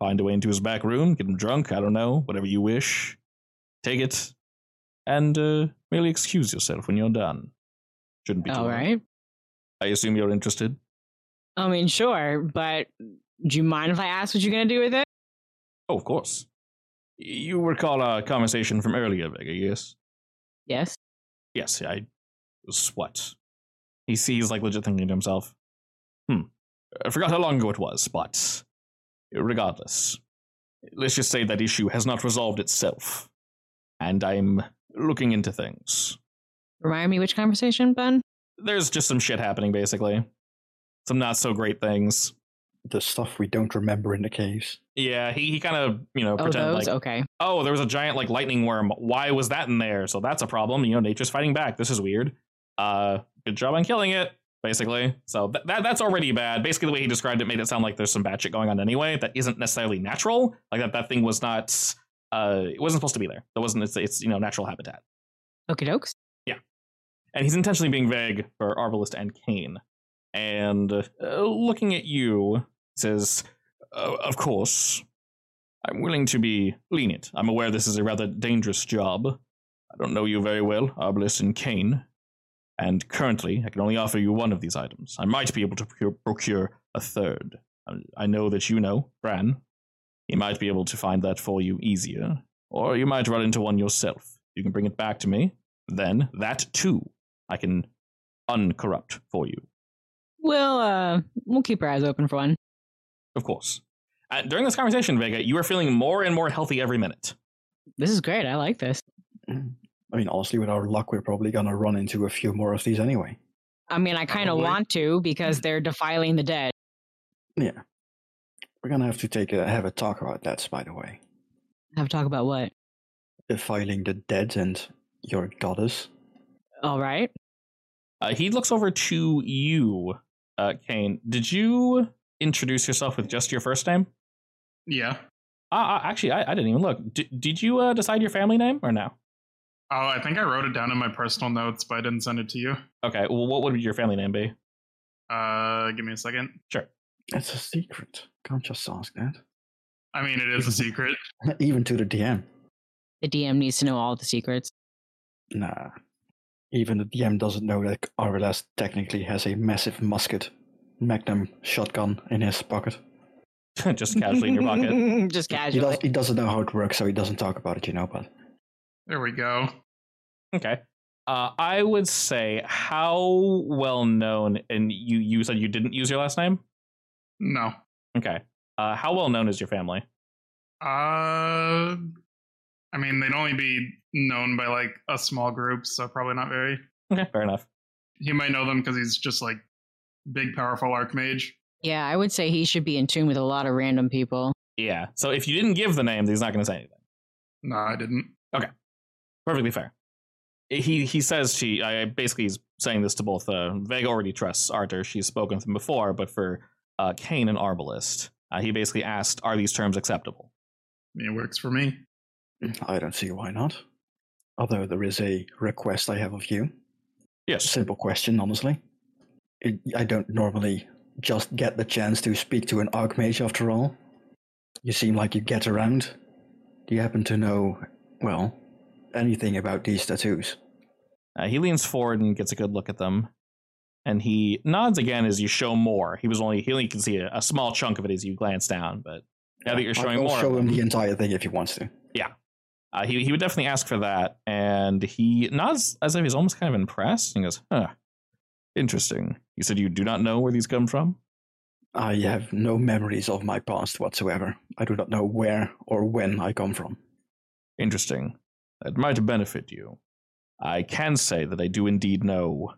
[SPEAKER 1] find a way into his back room, get him drunk, I don't know, whatever you wish. Take it, and uh, merely excuse yourself when you're done. Shouldn't be too
[SPEAKER 4] All
[SPEAKER 1] hard.
[SPEAKER 4] right.
[SPEAKER 1] I assume you're interested.
[SPEAKER 4] I mean, sure, but do you mind if I ask what you're going to do with it?
[SPEAKER 1] Oh, of course. You recall our conversation from earlier, Vega, yes?
[SPEAKER 4] Yes.
[SPEAKER 1] Yes, I was what? He sees like legit thinking to himself. Hmm. I forgot how long ago it was, but regardless. Let's just say that issue has not resolved itself. And I'm looking into things.
[SPEAKER 4] Remind me which conversation, Ben?
[SPEAKER 1] There's just some shit happening basically. Some not so great things.
[SPEAKER 2] The stuff we don't remember in the caves.
[SPEAKER 1] Yeah, he, he kind of, you know,
[SPEAKER 4] Oh,
[SPEAKER 1] pretend
[SPEAKER 4] those?
[SPEAKER 1] like
[SPEAKER 4] okay.
[SPEAKER 1] oh, there was a giant like lightning worm. Why was that in there? So that's a problem. You know, nature's fighting back. This is weird. Uh, good job on killing it, basically. So th- that that's already bad. Basically, the way he described it made it sound like there's some bad shit going on anyway that isn't necessarily natural. Like that that thing was not. Uh, it wasn't supposed to be there. That wasn't its, its you know natural habitat.
[SPEAKER 4] Okie dokes.
[SPEAKER 1] And he's intentionally being vague for Arbalist and Kane. And uh, looking at you, he says, "Uh, Of course, I'm willing to be lenient. I'm aware this is a rather dangerous job. I don't know you very well, Arbalist and Kane. And currently, I can only offer you one of these items. I might be able to procure, procure a third. I- I know that you know, Bran. He might be able to find that for you easier. Or you might run into one yourself. You can bring it back to me, then that too I can uncorrupt for you,
[SPEAKER 4] We'll, uh, we'll keep our eyes open for one.
[SPEAKER 1] of course. Uh, during this conversation, Vega, you are feeling more and more healthy every minute.
[SPEAKER 4] This is great. I like this.
[SPEAKER 2] I mean, honestly, with our luck, we're probably gonna run into a few more of these anyway.
[SPEAKER 4] I mean, I kind of
[SPEAKER 3] Probably.
[SPEAKER 4] want to because they're defiling the dead.
[SPEAKER 2] We're gonna have to take a have a talk about that, by the way.
[SPEAKER 4] Have a talk about what?
[SPEAKER 2] Defiling the dead and your goddess.
[SPEAKER 4] All right.
[SPEAKER 1] Uh, he looks over to you, uh, Kane. Did you introduce yourself with just your first name?
[SPEAKER 3] Yeah.
[SPEAKER 1] Uh, actually, I, I didn't even look. D- did you uh, decide your family name or no?
[SPEAKER 3] Oh, I think I wrote it down in my personal notes, but I didn't send it to you.
[SPEAKER 1] Okay, well, what would your family name be?
[SPEAKER 3] Uh, give me a second.
[SPEAKER 2] That's a secret. Can't just ask that.
[SPEAKER 3] I mean, it is a secret.
[SPEAKER 2] Even to the DM.
[SPEAKER 4] The DM needs to know all the secrets.
[SPEAKER 2] Nah. Even the DM doesn't know that RLS technically has a massive musket, magnum shotgun in his pocket.
[SPEAKER 1] just casually in your pocket.
[SPEAKER 4] Just
[SPEAKER 2] He,
[SPEAKER 4] casually.
[SPEAKER 2] does, he doesn't know how it works, so he doesn't talk about it, you know, but
[SPEAKER 3] There we go.
[SPEAKER 1] Okay. Uh, I would say how well known, and you, you said you didn't use your last name?
[SPEAKER 3] No.
[SPEAKER 1] Okay. Uh, how well known is your family?
[SPEAKER 3] Uh, I mean, they'd only be known by like a small group, so probably not very.
[SPEAKER 1] Okay, fair enough.
[SPEAKER 3] He might know them because he's just like big, powerful archmage.
[SPEAKER 4] Yeah, I would say he should be in tune with a lot of random people.
[SPEAKER 1] Yeah. So if you didn't give the name, he's not going to say anything.
[SPEAKER 3] No, I didn't.
[SPEAKER 1] Perfectly fair. He he says she. I I basically he's saying this to both. Uh, Vega already trusts Arthur. She's spoken with him before, but for uh, Kane and Arbalist, uh, he basically asked, "Are these terms acceptable?"
[SPEAKER 3] It works for me.
[SPEAKER 2] I don't see why not. Although there is a request I have of you.
[SPEAKER 1] Yes.
[SPEAKER 2] Simple question, honestly. I- I don't normally just get the chance to speak to an Archmage after all. You seem like you get around. Do you happen to know, well, anything about these tattoos?
[SPEAKER 1] Uh, he leans forward and gets a good look at them, and he nods again as you show more. He was only he only can see a, a small chunk of it as you glance down, but now that you're showing
[SPEAKER 2] I'll
[SPEAKER 1] more, of
[SPEAKER 2] show him
[SPEAKER 1] them-
[SPEAKER 2] the entire thing if he wants to.
[SPEAKER 1] Uh, he, he would definitely ask for that. And he nods as if he's almost kind of impressed and goes, huh, interesting. He said, You do not know where these come from?
[SPEAKER 2] I have no memories of my past whatsoever. I do not know where or when I come from.
[SPEAKER 1] Interesting. That might benefit you. I can say that I do indeed know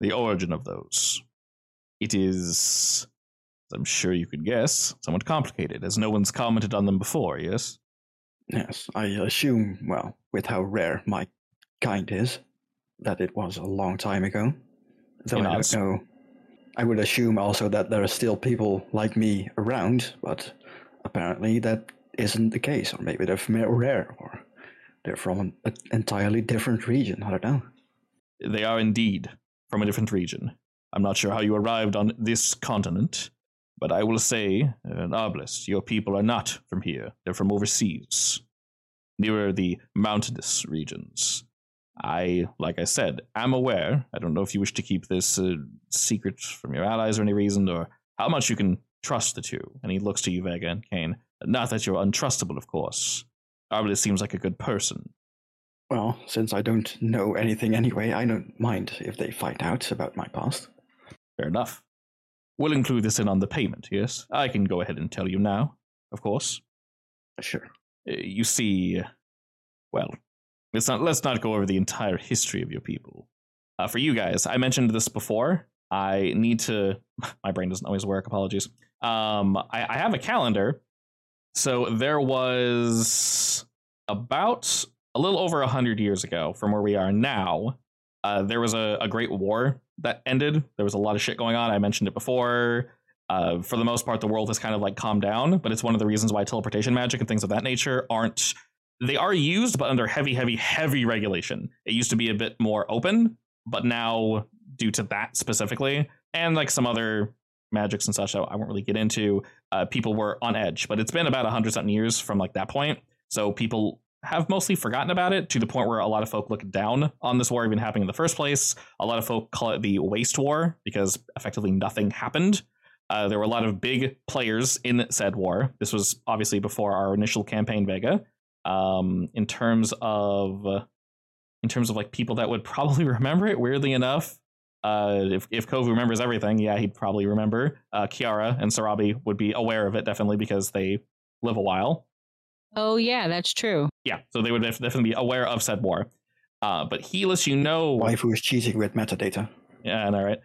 [SPEAKER 1] the origin of those. It is, as I'm sure you could guess, somewhat complicated, as no one's commented on them before, yes?
[SPEAKER 2] Yes, I assume, well, with how rare my kind is, that it was a long time ago. Though
[SPEAKER 1] It
[SPEAKER 2] I
[SPEAKER 1] is.
[SPEAKER 2] don't know. I would assume also that there are still people like me around, but apparently that isn't the case, or maybe they're from rare, or they're from an, an entirely different region. I don't know.
[SPEAKER 1] They are indeed from a different region. I'm not sure how you arrived on this continent, but I will say, an obelisk, your people are not from here. They're from overseas, nearer the mountainous regions. I, like I said, am aware. I don't know if you wish to keep this uh, secret from your allies or any reason, or how much you can trust the two. And he looks to you, Vega and Kane. Not that you're untrustable, of course. Arbalist seems like a good person.
[SPEAKER 2] Well, since I don't know anything anyway, I don't mind if they find out about my past.
[SPEAKER 1] Fair enough. We'll include this in on the payment, yes? I can go ahead and tell you now, of course.
[SPEAKER 2] Sure.
[SPEAKER 1] Uh, You see, well, let's not, let's not go over the entire history of your people. Uh, for you guys, I mentioned this before. I need to. My brain doesn't always work, apologies. Um, I, I have a calendar. So there was about a little over 100 years ago from where we are now. Uh, there was a, a great war that ended. There was a lot of shit going on. I mentioned it before. Uh, for the most part, the world has kind of like calmed down, but it's one of the reasons why teleportation magic and things of that nature aren't. They are used, but under heavy, heavy, heavy regulation. It used to be a bit more open, but now, due to that specifically, and like some other magics and such, I, I won't really get into, uh, people were on edge. But it's been about 100 something years from like that point. So people have mostly forgotten about it to the point where a lot of folk look down on this war even happening in the first place. A lot of folk call it the waste war because effectively nothing happened. Uh, there were a lot of big players in said war. This was obviously before our initial campaign Vega. Um, in terms of, in terms of like people that would probably remember it. Weirdly enough, uh, if if Kovu remembers everything, yeah, he'd probably remember. Uh, Kiara and Sarabi would be aware of it definitely because they live a while
[SPEAKER 4] Oh yeah, that's true.
[SPEAKER 1] yeah, so they would def- definitely be aware of said war. Uh, but he lets you know.
[SPEAKER 2] Waifu is cheating with metadata.
[SPEAKER 1] Yeah, all right.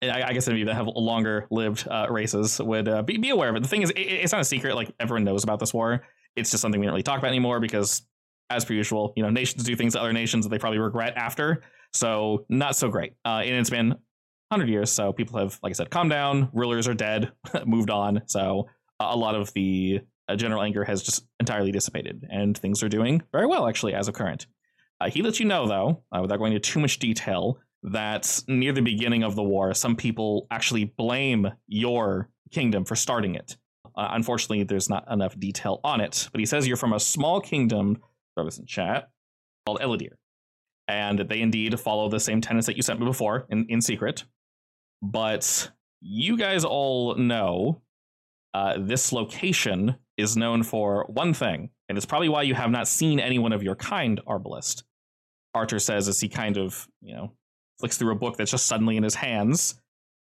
[SPEAKER 1] And I, I guess any of you that have longer lived uh, races would uh, be, be aware of it. The thing is, it, it- it's not a secret. Like everyone knows about this war. It's just something we don't really talk about anymore because, as per usual, you know, nations do things to other nations that they probably regret after. So not so great. Uh, and it's been 100 years, so people have, like I said, calmed down. Rulers are dead, moved on. So a a lot of the uh, general anger has just entirely dissipated, and things are doing very well actually as of current. Uh, he lets you know, though, uh, without going into too much detail, that near the beginning of the war, some people actually blame your kingdom for starting it. Uh, unfortunately, there's not enough detail on it, but he says you're from a small kingdom, throw this in chat, called Eladir. And they indeed follow the same tenets that you sent me before in, in secret. But you guys all know uh, this location is known for one thing, and it's probably why you have not seen anyone of your kind, Arbalist. Arthur says as he kind of, you know, flicks through a book that's just suddenly in his hands,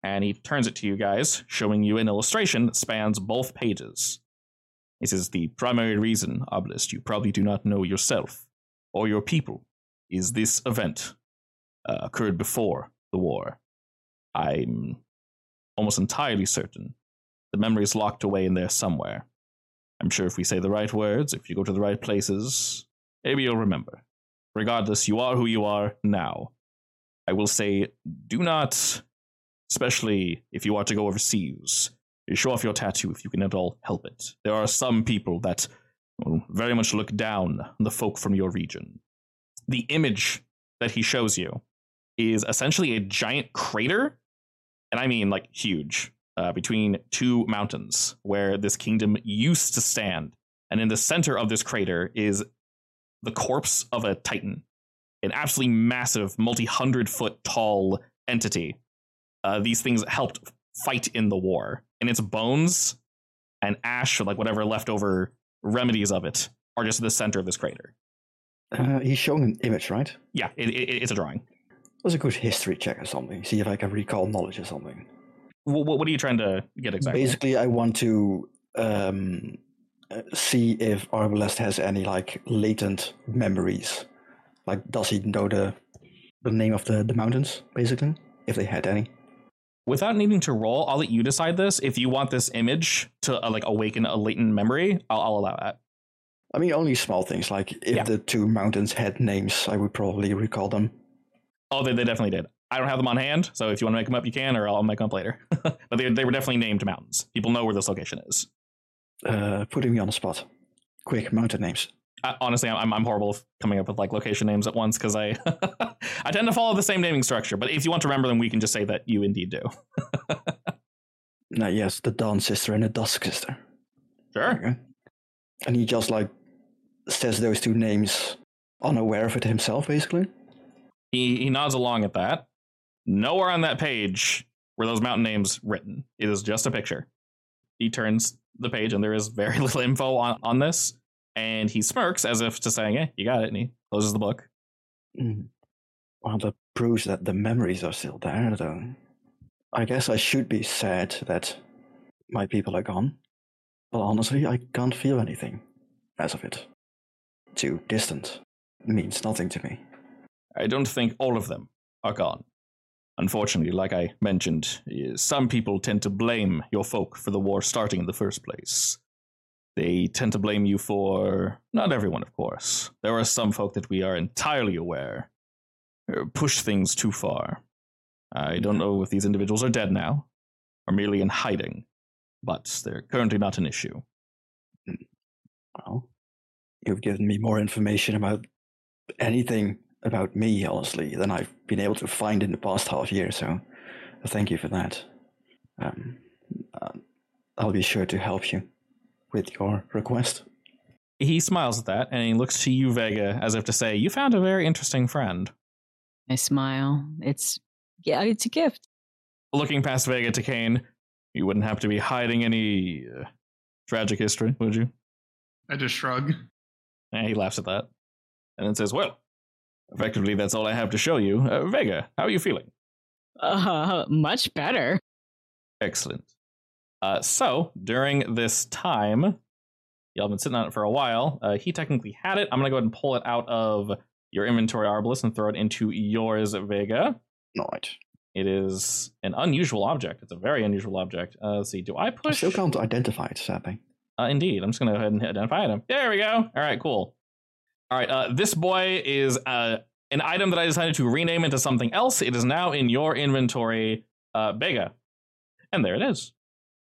[SPEAKER 1] and he turns it to you guys, showing you an illustration that spans both pages. This is the primary reason, Arbalist, you probably do not know yourself or your people, is this event uh, occurred before the war. I'm almost entirely certain. The memory is locked away in there somewhere. I'm sure if we say the right words, if you go to the right places, maybe you'll remember. Regardless, you are who you are now. I will say do not, especially if you are to go overseas, show off your tattoo if you can at all help it. There are some people that well, very much look down on the folk from your region. The image that he shows you is essentially a giant crater, and I mean like huge, uh, between two mountains where this kingdom used to stand. And in the center of this crater is the corpse of a titan, an absolutely massive, multi hundred foot tall entity. Uh, these things helped fight in the war, and its bones and ash, or like whatever leftover remedies of it, are just in the center of this crater.
[SPEAKER 2] Uh, he's showing an image, right?
[SPEAKER 1] Yeah, it, it, it's a drawing.
[SPEAKER 2] Let's a good history check or something. See if I can recall knowledge or something.
[SPEAKER 1] What, what are you trying to get exactly?
[SPEAKER 2] Basically, I want to um, uh, see if Arbalest has any like latent memories. Like, does he know the the name of the, the mountains? Basically, if they had any.
[SPEAKER 1] Without needing to roll, I'll let you decide this. If you want this image to uh, like awaken a latent memory, I'll, I'll allow that.
[SPEAKER 2] I mean, only small things. Like if
[SPEAKER 1] Yeah.
[SPEAKER 2] the two mountains had names, I would probably recall them.
[SPEAKER 1] Oh, they, they definitely did. I don't have them on hand, so if you want to make them up, you can, or I'll make them up later. but they, they were definitely named mountains. People know where this location is.
[SPEAKER 2] Uh, putting me on the spot. Quick, mountain names.
[SPEAKER 1] I, honestly, I'm, I'm horrible with coming up with like location names at once because I I tend to follow the same naming structure. But if you want to remember them, we can just say that you indeed do.
[SPEAKER 2] No, yes, the Dawn Sister and the Dusk Sister.
[SPEAKER 1] Sure.
[SPEAKER 2] Okay. And he just like says those two names, unaware of it himself, basically.
[SPEAKER 1] He he nods along at that. Nowhere on that page were those mountain names written. It is just a picture. He turns the page and there is very little info on, on this. And he smirks as if to saying, "Yeah, you got it." And he closes the book.
[SPEAKER 2] Mm. Well, that proves that the memories are still there, though. I guess I should be sad that my people are gone. But honestly, I can't feel anything as of it. Too distant means nothing to me.
[SPEAKER 1] I don't think all of them are gone. Unfortunately, like I mentioned, eh, some people tend to blame your folk for the war starting in the first place. They tend to blame you for. Not everyone, of course. There are some folk that we are entirely aware eh, push things too far. I don't know if these individuals are dead now, or merely in hiding, but they're currently not an issue.
[SPEAKER 2] Well, you've given me more information about anything about me, honestly, than I've been able to find in the past half year, so uh, thank you for that. Um, uh, I'll be sure to help you with your request.
[SPEAKER 1] He smiles at that, and he looks to you, Vega, as if to say, You found a very interesting friend.
[SPEAKER 4] I smile. It's yeah, it's a gift.
[SPEAKER 1] looking past Vega to Kane, you wouldn't have to be hiding any uh, tragic history, would you?
[SPEAKER 3] I just shrug.
[SPEAKER 1] And he laughs at that, and then says, "Well, effectively, that's all I have to show you." Uh, Vega, how are you feeling?
[SPEAKER 4] Uh, much better.
[SPEAKER 1] Excellent. Uh, so during this time, y'all been sitting on it for a while. Uh, he technically had it. I'm gonna go ahead and pull it out of your inventory, Arbalest, and throw it into yours, Vega.
[SPEAKER 2] All right.
[SPEAKER 1] It is an unusual object. It's a very unusual object. Uh, let's see. Do I
[SPEAKER 2] I
[SPEAKER 1] push?
[SPEAKER 2] still can't identify it, sadly.
[SPEAKER 1] Uh, indeed. I'm just going to go ahead and hit identify item. There we go. All right, cool. All right, uh, this boy is uh, an item that I decided to rename into something else. It is now in your inventory, uh, Bega. And there it is.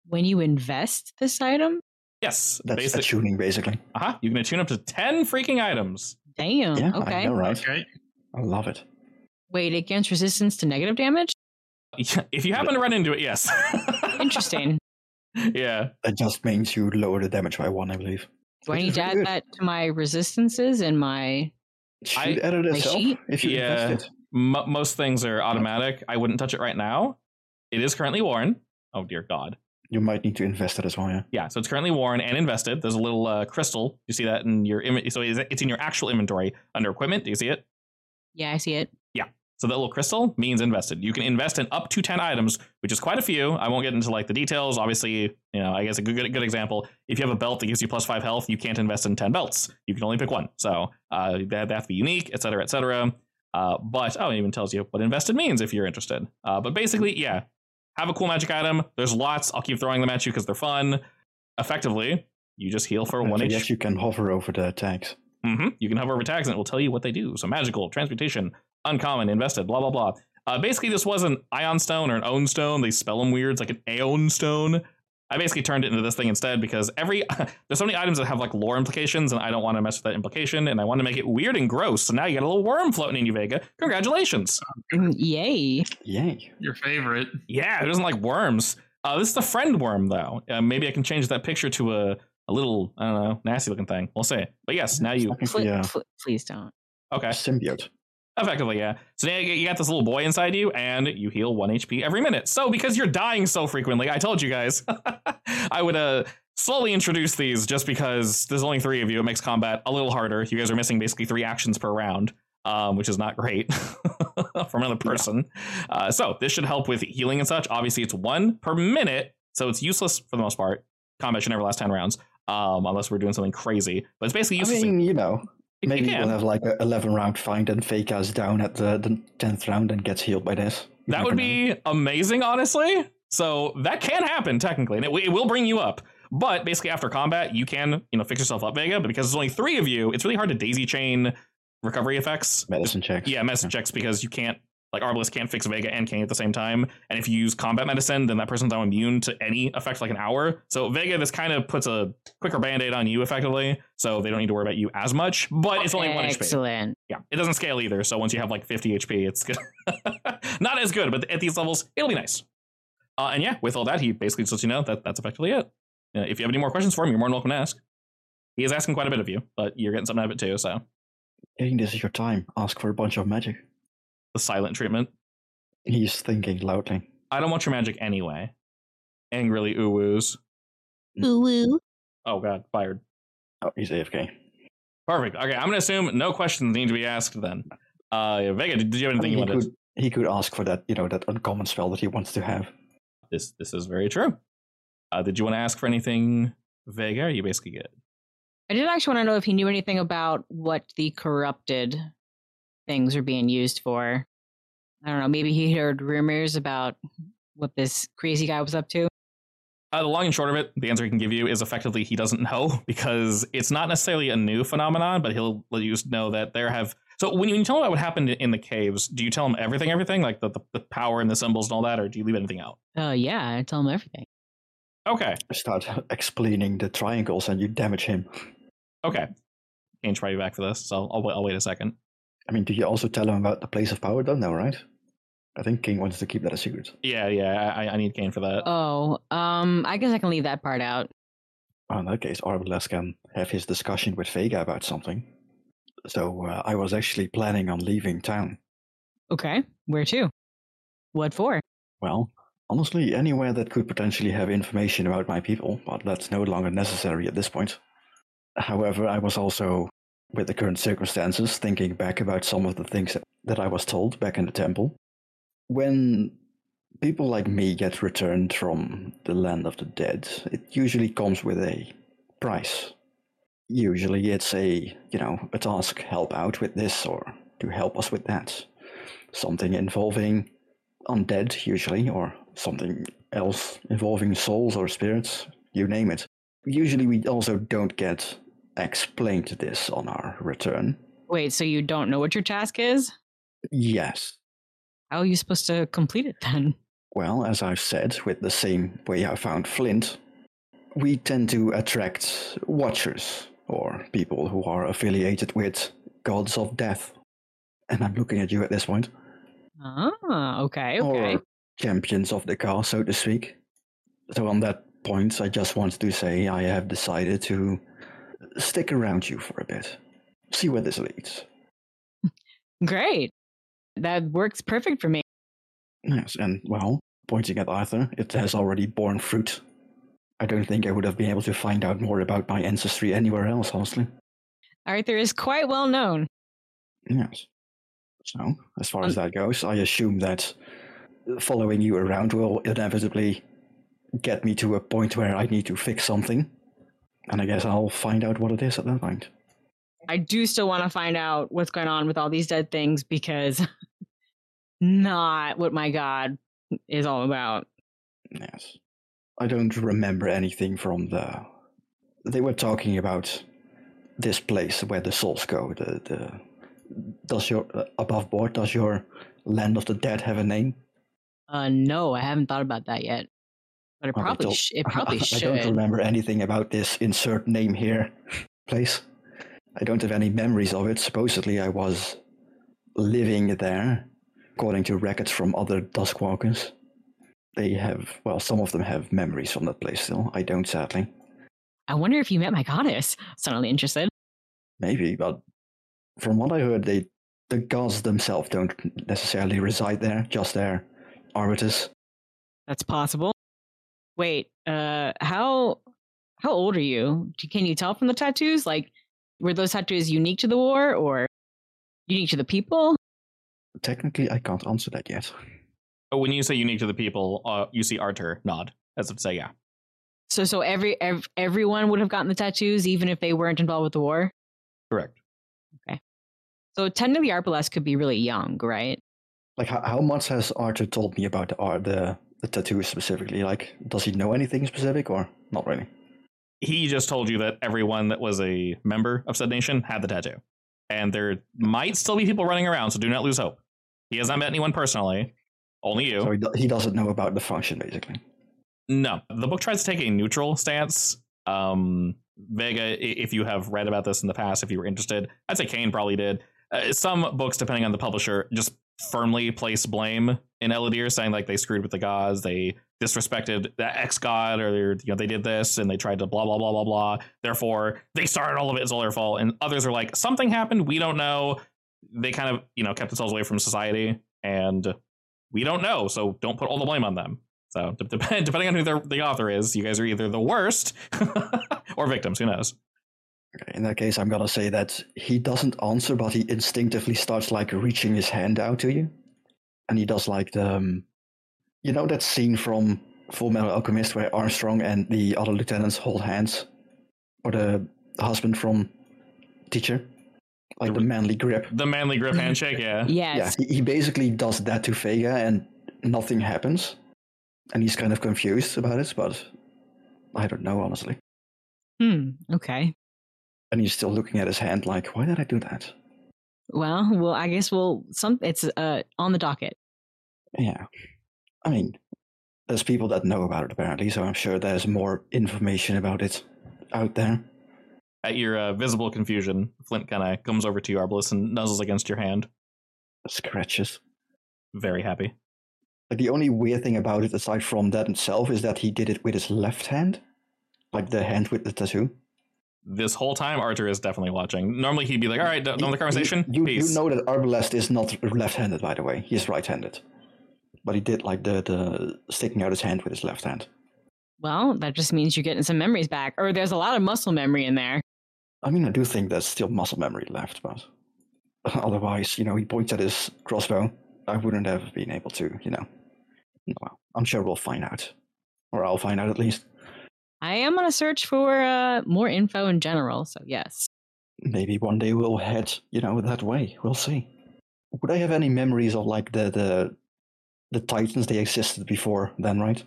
[SPEAKER 4] When you invest this item,
[SPEAKER 1] Yes.
[SPEAKER 2] That's attuning, basically.
[SPEAKER 1] uh-huh. You can attune up to 10 freaking items.
[SPEAKER 4] damn.
[SPEAKER 2] yeah, I
[SPEAKER 4] Hmm, okay.
[SPEAKER 2] know, right?
[SPEAKER 3] Okay.
[SPEAKER 2] I love it.
[SPEAKER 4] Wait, it gains resistance to negative damage.
[SPEAKER 1] if you happen to run into it, yes.
[SPEAKER 4] Interesting.
[SPEAKER 1] yeah.
[SPEAKER 2] That just means you lower the damage by one, I believe.
[SPEAKER 4] Do I
[SPEAKER 2] Which
[SPEAKER 4] need
[SPEAKER 2] is
[SPEAKER 4] to
[SPEAKER 2] really
[SPEAKER 4] add
[SPEAKER 2] good.
[SPEAKER 4] that to my resistances and my?
[SPEAKER 1] I-
[SPEAKER 2] Should edit
[SPEAKER 4] My
[SPEAKER 2] itself
[SPEAKER 4] sheet?
[SPEAKER 2] if you
[SPEAKER 1] Yeah.
[SPEAKER 2] invest it.
[SPEAKER 1] M- most things are automatic. I wouldn't touch it right now. It is currently worn. Oh, dear God.
[SPEAKER 2] You might need to invest it as well, yeah.
[SPEAKER 1] Yeah, so it's currently worn and invested. There's a little uh, crystal. You see that in your Im- so is it- it's in your actual inventory under equipment. Do you see it?
[SPEAKER 4] Yeah, I see it.
[SPEAKER 1] So that little crystal means invested. You can invest in up to ten items, which is quite a few. I won't get into like the details. Obviously, you know, I guess a good good, good example. If you have a belt that gives you plus five health, you can't invest in ten belts. You can only pick one. So uh, that that have to be unique, et cetera, et cetera. Uh, but oh, it even tells you what invested means if you're interested. Uh, but basically, yeah, Have a cool magic item. There's lots. I'll keep throwing them at you because they're fun. Effectively, you just heal for one
[SPEAKER 2] I
[SPEAKER 1] HP.
[SPEAKER 2] guess you can hover over the attacks.
[SPEAKER 1] hmm You can hover over tags and it will tell you what they do. So magical, transmutation, uncommon, invested, blah, blah, blah. Uh, basically, this was an ion stone or an own stone. They spell them weird. It's like an aeon stone. I basically turned it into this thing instead because every there's so many items that have like lore implications, and I don't want to mess with that implication, and I want to make it weird and gross. So now you got a little worm floating in you, Vega. Congratulations!
[SPEAKER 4] Yay.
[SPEAKER 2] Yay.
[SPEAKER 3] Your favorite.
[SPEAKER 1] Yeah, who doesn't like worms? Uh, this is the friend worm, though. Uh, maybe I can change that picture to a, a little, I don't know, nasty looking thing. We'll see. But yes, now you.
[SPEAKER 2] Technically,
[SPEAKER 4] Pl-
[SPEAKER 2] uh,
[SPEAKER 4] pl- please don't.
[SPEAKER 1] Okay.
[SPEAKER 2] symbiote.
[SPEAKER 1] Effectively, yeah. So now you you got this little boy inside you, and you heal one HP every minute. So because you're dying so frequently, I told you guys, I would uh slowly introduce these just because there's only three of you. It makes combat a little harder. You guys are missing basically three actions per round, um, which is not great from another person. Uh, so this should help with healing and such. Obviously, it's one per minute, so it's useless for the most part. Combat should never last ten rounds, um, unless we're doing something crazy. But it's basically
[SPEAKER 2] I
[SPEAKER 1] useless.
[SPEAKER 2] mean, you know,
[SPEAKER 1] It- it
[SPEAKER 2] maybe
[SPEAKER 1] can.
[SPEAKER 2] we'll have like an 11 round find and fake us down at the, the 10th round and gets healed by this. You
[SPEAKER 1] That
[SPEAKER 2] never
[SPEAKER 1] would
[SPEAKER 2] know.
[SPEAKER 1] be amazing, honestly. So that can happen technically, and it, it will bring you up. But basically, after combat, you can you know fix yourself up, Vega. But because there's only three of you, it's really hard to daisy chain recovery effects.
[SPEAKER 2] medicine checks.
[SPEAKER 1] Yeah, medicine checks because you can't like Arbalest can't fix Vega and Kane at the same time. And if you use combat medicine, then that person's now immune to any effect for like an hour. So Vega, this kind of puts a quicker band-aid on you effectively, so they don't need to worry about you as much. But it's only one HP.
[SPEAKER 4] Excellent.
[SPEAKER 1] Yeah, it doesn't scale either. So once you have like 50 HP, it's good. not as good, but at these levels, it'll be nice. Uh, and yeah, with all that, he basically just lets you know that that's effectively it. Uh, if you have any more questions for him, you're more than welcome to ask. He is asking quite a bit of you, but you're getting something out of it too. So
[SPEAKER 2] Kane, this is your time. Ask for a bunch of magic.
[SPEAKER 1] the silent treatment.
[SPEAKER 2] He's thinking loudly.
[SPEAKER 1] I don't want your magic anyway. Angrily ooh woos. Mm.
[SPEAKER 4] Woo woo.
[SPEAKER 1] Oh god, fired.
[SPEAKER 2] Oh, he's AFK.
[SPEAKER 1] Perfect. Okay, I'm gonna assume no questions need to be asked then. Uh, Vega, did did you have anything
[SPEAKER 2] he,
[SPEAKER 1] you wanted?
[SPEAKER 2] could, he could ask for that, you know, that uncommon spell that he wants to have.
[SPEAKER 1] This this is very true. Uh, did you want to ask for anything, Vega? Are you basically good?
[SPEAKER 4] I did actually want to know if he knew anything about what the corrupted things are being used for. I don't know. Maybe he heard rumors about what this crazy guy was up to.
[SPEAKER 1] Uh, the long and short of it, the answer he can give you is effectively he doesn't know because it's not necessarily a new phenomenon, but he'll let you know that there have. So when you, when you tell him about what happened in the caves, do you tell him everything, everything, like the, the, the power and the symbols and all that, or do you leave anything out?
[SPEAKER 4] Oh, yeah. I tell him everything.
[SPEAKER 1] Okay,
[SPEAKER 2] Start explaining the triangles and you damage him.
[SPEAKER 1] okay. Can't try you back for this, so I'll, wait- I'll wait a second.
[SPEAKER 2] I mean, do you also tell him about the place of power? Don't know, right? I think King wants to keep that a secret.
[SPEAKER 1] Yeah, yeah, I, I- I need Kane for that.
[SPEAKER 4] Oh, um, I guess I can leave that part out.
[SPEAKER 2] Well, Oh, in that case, Arbalest can um, have his discussion with Vega about something. So uh, I was actually planning on leaving town.
[SPEAKER 4] Okay. Where to? What for?
[SPEAKER 2] Well, honestly, anywhere that could potentially have information about my people, but that's no longer necessary at this point. However, I was also, with the current circumstances, thinking back about some of the things that, that I was told back in the temple. When people like me get returned from the land of the dead, it usually comes with a price. Usually it's a, you know, a task help out with this or to help us with that. Something involving undead usually or something else involving souls or spirits you name it usually we also don't get explained this on our return
[SPEAKER 4] Wait, so you don't know what your task is?
[SPEAKER 2] yes
[SPEAKER 4] How are you supposed to complete it then?
[SPEAKER 2] well as i've said with the same way i found flint we tend to attract watchers or people who are affiliated with gods of death and i'm looking at you at this point
[SPEAKER 4] Ah, okay, okay.
[SPEAKER 2] or champions of the car, so to speak. So, on that point, I just want to say I have decided to stick around you for a bit, see where this leads.
[SPEAKER 4] Great. That works perfect for me.
[SPEAKER 2] Yes, and well, pointing at Arthur, it has already borne fruit. I don't think I would have been able to find out more about my ancestry anywhere else, honestly.
[SPEAKER 4] Arthur is quite well known.
[SPEAKER 2] Yes. So, as far as that goes, I assume that following you around will inevitably get me to a point where I need to fix something. And I guess I'll find out what it is at that point.
[SPEAKER 4] I do still want to find out what's going on with all these dead things because not what my god is all about.
[SPEAKER 2] Yes. I don't remember anything from the. They were talking about this place where the souls go. The the does your uh, above board does your land of the dead have a name?
[SPEAKER 4] Uh, no, I haven't thought about that yet, but it
[SPEAKER 2] Are they
[SPEAKER 4] probably
[SPEAKER 2] told-
[SPEAKER 4] sh- it probably
[SPEAKER 2] I don't
[SPEAKER 4] should.
[SPEAKER 2] remember anything about this insert name here place. I don't have any memories of it. Supposedly, I was living there, according to records from other Duskwalkers. They have, well, some of them have memories from that place still. I don't, sadly.
[SPEAKER 4] I wonder if you met my goddess. Suddenly interested.
[SPEAKER 2] Maybe, but from what I heard, they the gods themselves don't necessarily reside there, just their arbiters.
[SPEAKER 4] That's possible. Wait, uh, how how old are you? Do- Can you tell from the tattoos? Like, were those tattoos unique to the war or unique to the people?
[SPEAKER 2] Technically, I can't answer that yet.
[SPEAKER 1] But when you say unique to the people, uh, you see Arthur nod as if to say, yeah.
[SPEAKER 4] So, so every, ev- everyone would have gotten the tattoos, even if they weren't involved with the war.
[SPEAKER 1] Correct.
[SPEAKER 4] So, technically, Arbalest could be really young, right?
[SPEAKER 2] Like, how, how much has Arthur told me about the art, the, the tattoos specifically? Like, does he know anything specific or not really?
[SPEAKER 1] He just told you that everyone that was a member of said nation had the tattoo. And there might still be people running around, so do not lose hope. He has not met anyone personally, only you.
[SPEAKER 2] So he, do, he doesn't know about the function, basically.
[SPEAKER 1] No, the book tries to take a neutral stance. Um, Vega, i- if you have read about this in the past, if you were interested, I'd say Kane probably did. Uh, some books, depending on the publisher, just firmly place blame in Eladir, saying like they screwed with the gods, they disrespected the ex god, or they're- you know they did this and they tried to blah blah blah blah blah. Therefore, they started all of it. It's all their fault. And others are like, something happened. We don't know. They kind of you know kept themselves away from society, and we don't know. So don't put all the blame on them. So de- depend, depending on who the, the author is, you guys are either the worst or victims. Who knows?
[SPEAKER 2] Okay, in that case, I'm gonna say that he doesn't answer, but he instinctively starts like reaching his hand out to you, and he does like the, um, you know, that scene from Full Metal Alchemist where Armstrong and the other lieutenants hold hands, or the husband from Teacher, like the manly grip.
[SPEAKER 1] The manly grip handshake. Uh, Yeah.
[SPEAKER 4] Yes.
[SPEAKER 2] Yeah, he, he basically does that to Vega, and nothing happens, and he's kind of confused about it, but I don't know honestly.
[SPEAKER 4] Hmm. Okay.
[SPEAKER 2] And he's still looking at his hand like, why did I do that?
[SPEAKER 4] Well, well, I guess we'll. Some. It's uh on the docket.
[SPEAKER 2] Yeah. I mean, there's people that know about it apparently, so I'm sure there's more information about it out there.
[SPEAKER 1] At your uh, visible confusion, Flint kind of comes over to you, Arbalest, and nuzzles against your hand.
[SPEAKER 2] Scratches.
[SPEAKER 1] Very happy.
[SPEAKER 2] Like the only weird thing about it, aside from that itself, is that he did it with his left hand, like the hand with the tattoo.
[SPEAKER 1] This whole time, Arthur is definitely watching. Normally, he'd be like, "All right, done
[SPEAKER 2] You-
[SPEAKER 1] with the conversation.
[SPEAKER 2] You, you,
[SPEAKER 1] Peace."
[SPEAKER 2] you know that Arbalest is not left-handed, by the way. He's right-handed, but he did like the the sticking out his hand with his left hand.
[SPEAKER 4] Well, that just means you're getting some memories back, or there's a lot of muscle memory in there.
[SPEAKER 2] I mean, I do think there's still muscle memory left, but otherwise, you know, he points at his crossbow. I wouldn't have been able to, you know. Well, I'm sure we'll find out, or I'll find out at least.
[SPEAKER 4] I am on a search for uh, more info in general, so yes.
[SPEAKER 2] Maybe one day we'll head, you know, that way. We'll see. Would I have any memories of like the the the titans they existed before then, right?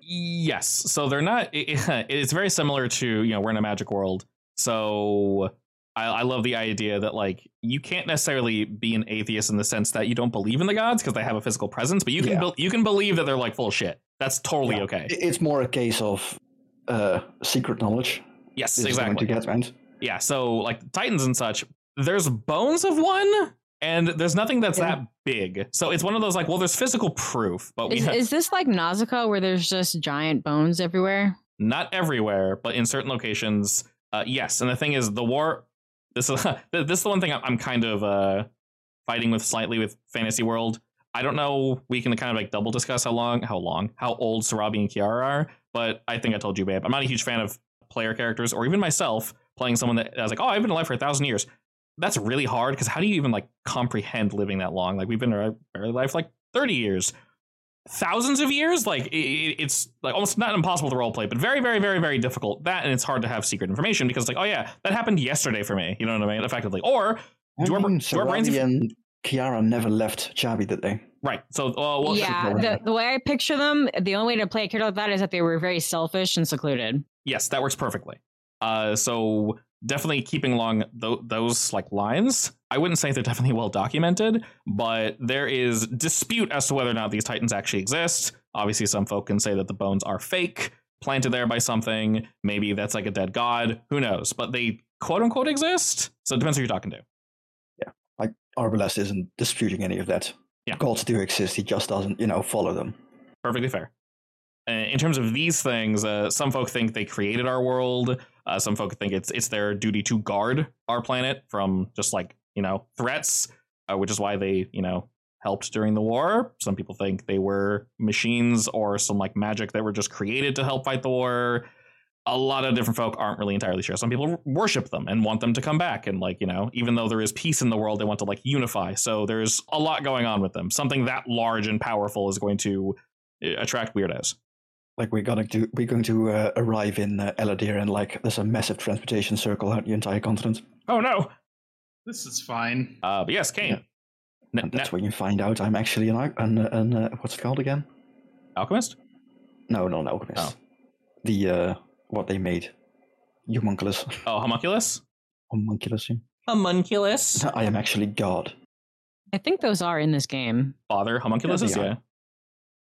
[SPEAKER 1] Yes. So they're not. it's very similar to you know we're in a magic world. So I, I love the idea that like you can't necessarily be an atheist in the sense that you don't believe in the gods because they have a physical presence, but you can
[SPEAKER 2] Yeah.
[SPEAKER 1] bel- you can believe that they're like full of shit. That's totally
[SPEAKER 2] Yeah.
[SPEAKER 1] okay.
[SPEAKER 2] I- It's more a case of uh secret knowledge.
[SPEAKER 1] yes,
[SPEAKER 2] This is going
[SPEAKER 1] exactly.
[SPEAKER 2] to get right.
[SPEAKER 1] yeah. So like titans and such, there's bones of one, and there's nothing that's
[SPEAKER 2] Yeah.
[SPEAKER 1] that big. So it's one of those like well, there's physical proof, but we
[SPEAKER 4] Is,
[SPEAKER 1] have,
[SPEAKER 4] is this like Nausicaa where there's just giant bones everywhere?
[SPEAKER 1] not everywhere, but in certain locations, uh, yes. And the thing is, the war. This is this is the one thing I'm- I'm kind of uh, fighting with slightly with Fantasy World. I don't know. We can kind of like double discuss how long, how long, how old Sarabi and Kiara are. But I think I told you, babe, I'm not a huge fan of player characters or even myself playing someone that I was like, oh, I've been alive for a thousand years. That's really hard because how do you even like comprehend living that long? Like we've been ar- our life like 30 years, thousands of years. Like i i it's like almost not impossible to role play, but very, very, very, very difficult. That and it's hard to have secret information because like, oh yeah, that happened yesterday for me. You know what I mean? Effectively, or
[SPEAKER 2] I
[SPEAKER 1] Do our-
[SPEAKER 2] mean,
[SPEAKER 1] do our brains
[SPEAKER 2] Sarabi and Kiara never left Chabi, did they?
[SPEAKER 1] Right. So, uh, well,
[SPEAKER 4] yeah, the, the way I picture them, the only way to play a character like that is that they were very selfish and secluded.
[SPEAKER 1] yes, that works perfectly. Uh, so definitely keeping along tho- those like lines. I wouldn't say they're definitely well documented, but there is dispute as to whether or not these titans actually exist. Obviously, some folk can say that the bones are fake, planted there by something. Maybe that's like a dead god. Who knows? But they quote unquote exist. So it depends who you're talking to.
[SPEAKER 2] Arbalest isn't disputing any of that.
[SPEAKER 1] Yeah.
[SPEAKER 2] Gods do exist. He just doesn't, you know, follow them.
[SPEAKER 1] perfectly fair. Uh, In terms of these things, uh, some folk think they created our world. Uh, some folk think it's it's their duty to guard our planet from just like you know threats, uh, which is why they you know helped during the war. Some people think they were machines or some like magic that were just created to help fight the war. A lot of different folk aren't really entirely sure. Some people worship them and want them to come back, and like you know, even though there is peace in the world, they want to like unify. So there's a lot going on with them. Something that large and powerful is going to attract weirdos.
[SPEAKER 2] Like we're going to we're going to uh, arrive in uh, Eladir and like there's a massive transportation circle out the entire continent.
[SPEAKER 1] Oh no!
[SPEAKER 3] This is fine.
[SPEAKER 1] Uh, but yes, Kane, N-
[SPEAKER 2] And
[SPEAKER 1] n-
[SPEAKER 2] that's when you find out I'm actually an al- an, uh, an uh, what's it called again?
[SPEAKER 1] alchemist.
[SPEAKER 2] No, no, an alchemist.
[SPEAKER 1] Oh.
[SPEAKER 2] The uh, what they made, homunculus,
[SPEAKER 1] Oh, homunculus.
[SPEAKER 2] homunculus. yeah.
[SPEAKER 1] Homunculus.
[SPEAKER 2] I am actually God.
[SPEAKER 4] I think those are in this game.
[SPEAKER 1] Father homunculus.
[SPEAKER 2] Yeah,
[SPEAKER 1] Yeah,
[SPEAKER 2] they are.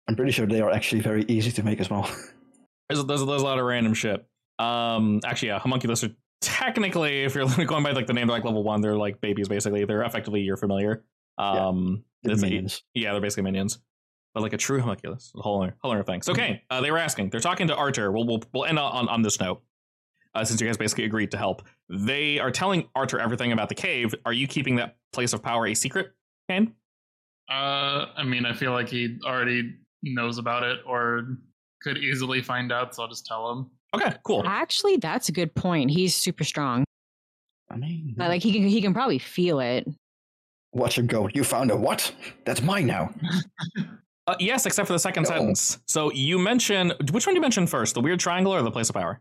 [SPEAKER 2] I'm pretty sure they are actually very easy to make as well.
[SPEAKER 1] There's, there's there's a lot of random shit. Um, actually, yeah, homunculus are technically, if you're going by like the name, they're like level one. They're like babies, basically. They're effectively your familiar. Um,
[SPEAKER 2] The
[SPEAKER 1] it's-
[SPEAKER 2] minions.
[SPEAKER 1] Yeah, they're basically minions. But like a true homunculus, a whole other, whole other thing. So, okay, uh, they were asking. They're talking to Arter. We'll, we'll, we'll end on, on, on this note, uh, since you guys basically agreed to help. They are telling Arter everything about the cave. Are you keeping that place of power a secret, Kane?
[SPEAKER 3] Uh, I mean, I feel like he already knows about it or could easily find out, so I'll just tell him.
[SPEAKER 1] Okay, cool.
[SPEAKER 4] Ah. Actually, that's a good point. He's super strong.
[SPEAKER 2] I mean,
[SPEAKER 4] But, like he can he can probably feel it.
[SPEAKER 2] watch him go. You found a what? That's mine now.
[SPEAKER 1] Uh, yes, except for the second
[SPEAKER 2] No.
[SPEAKER 1] sentence. So you mention, which one do you mention first? The weird triangle or the place of power?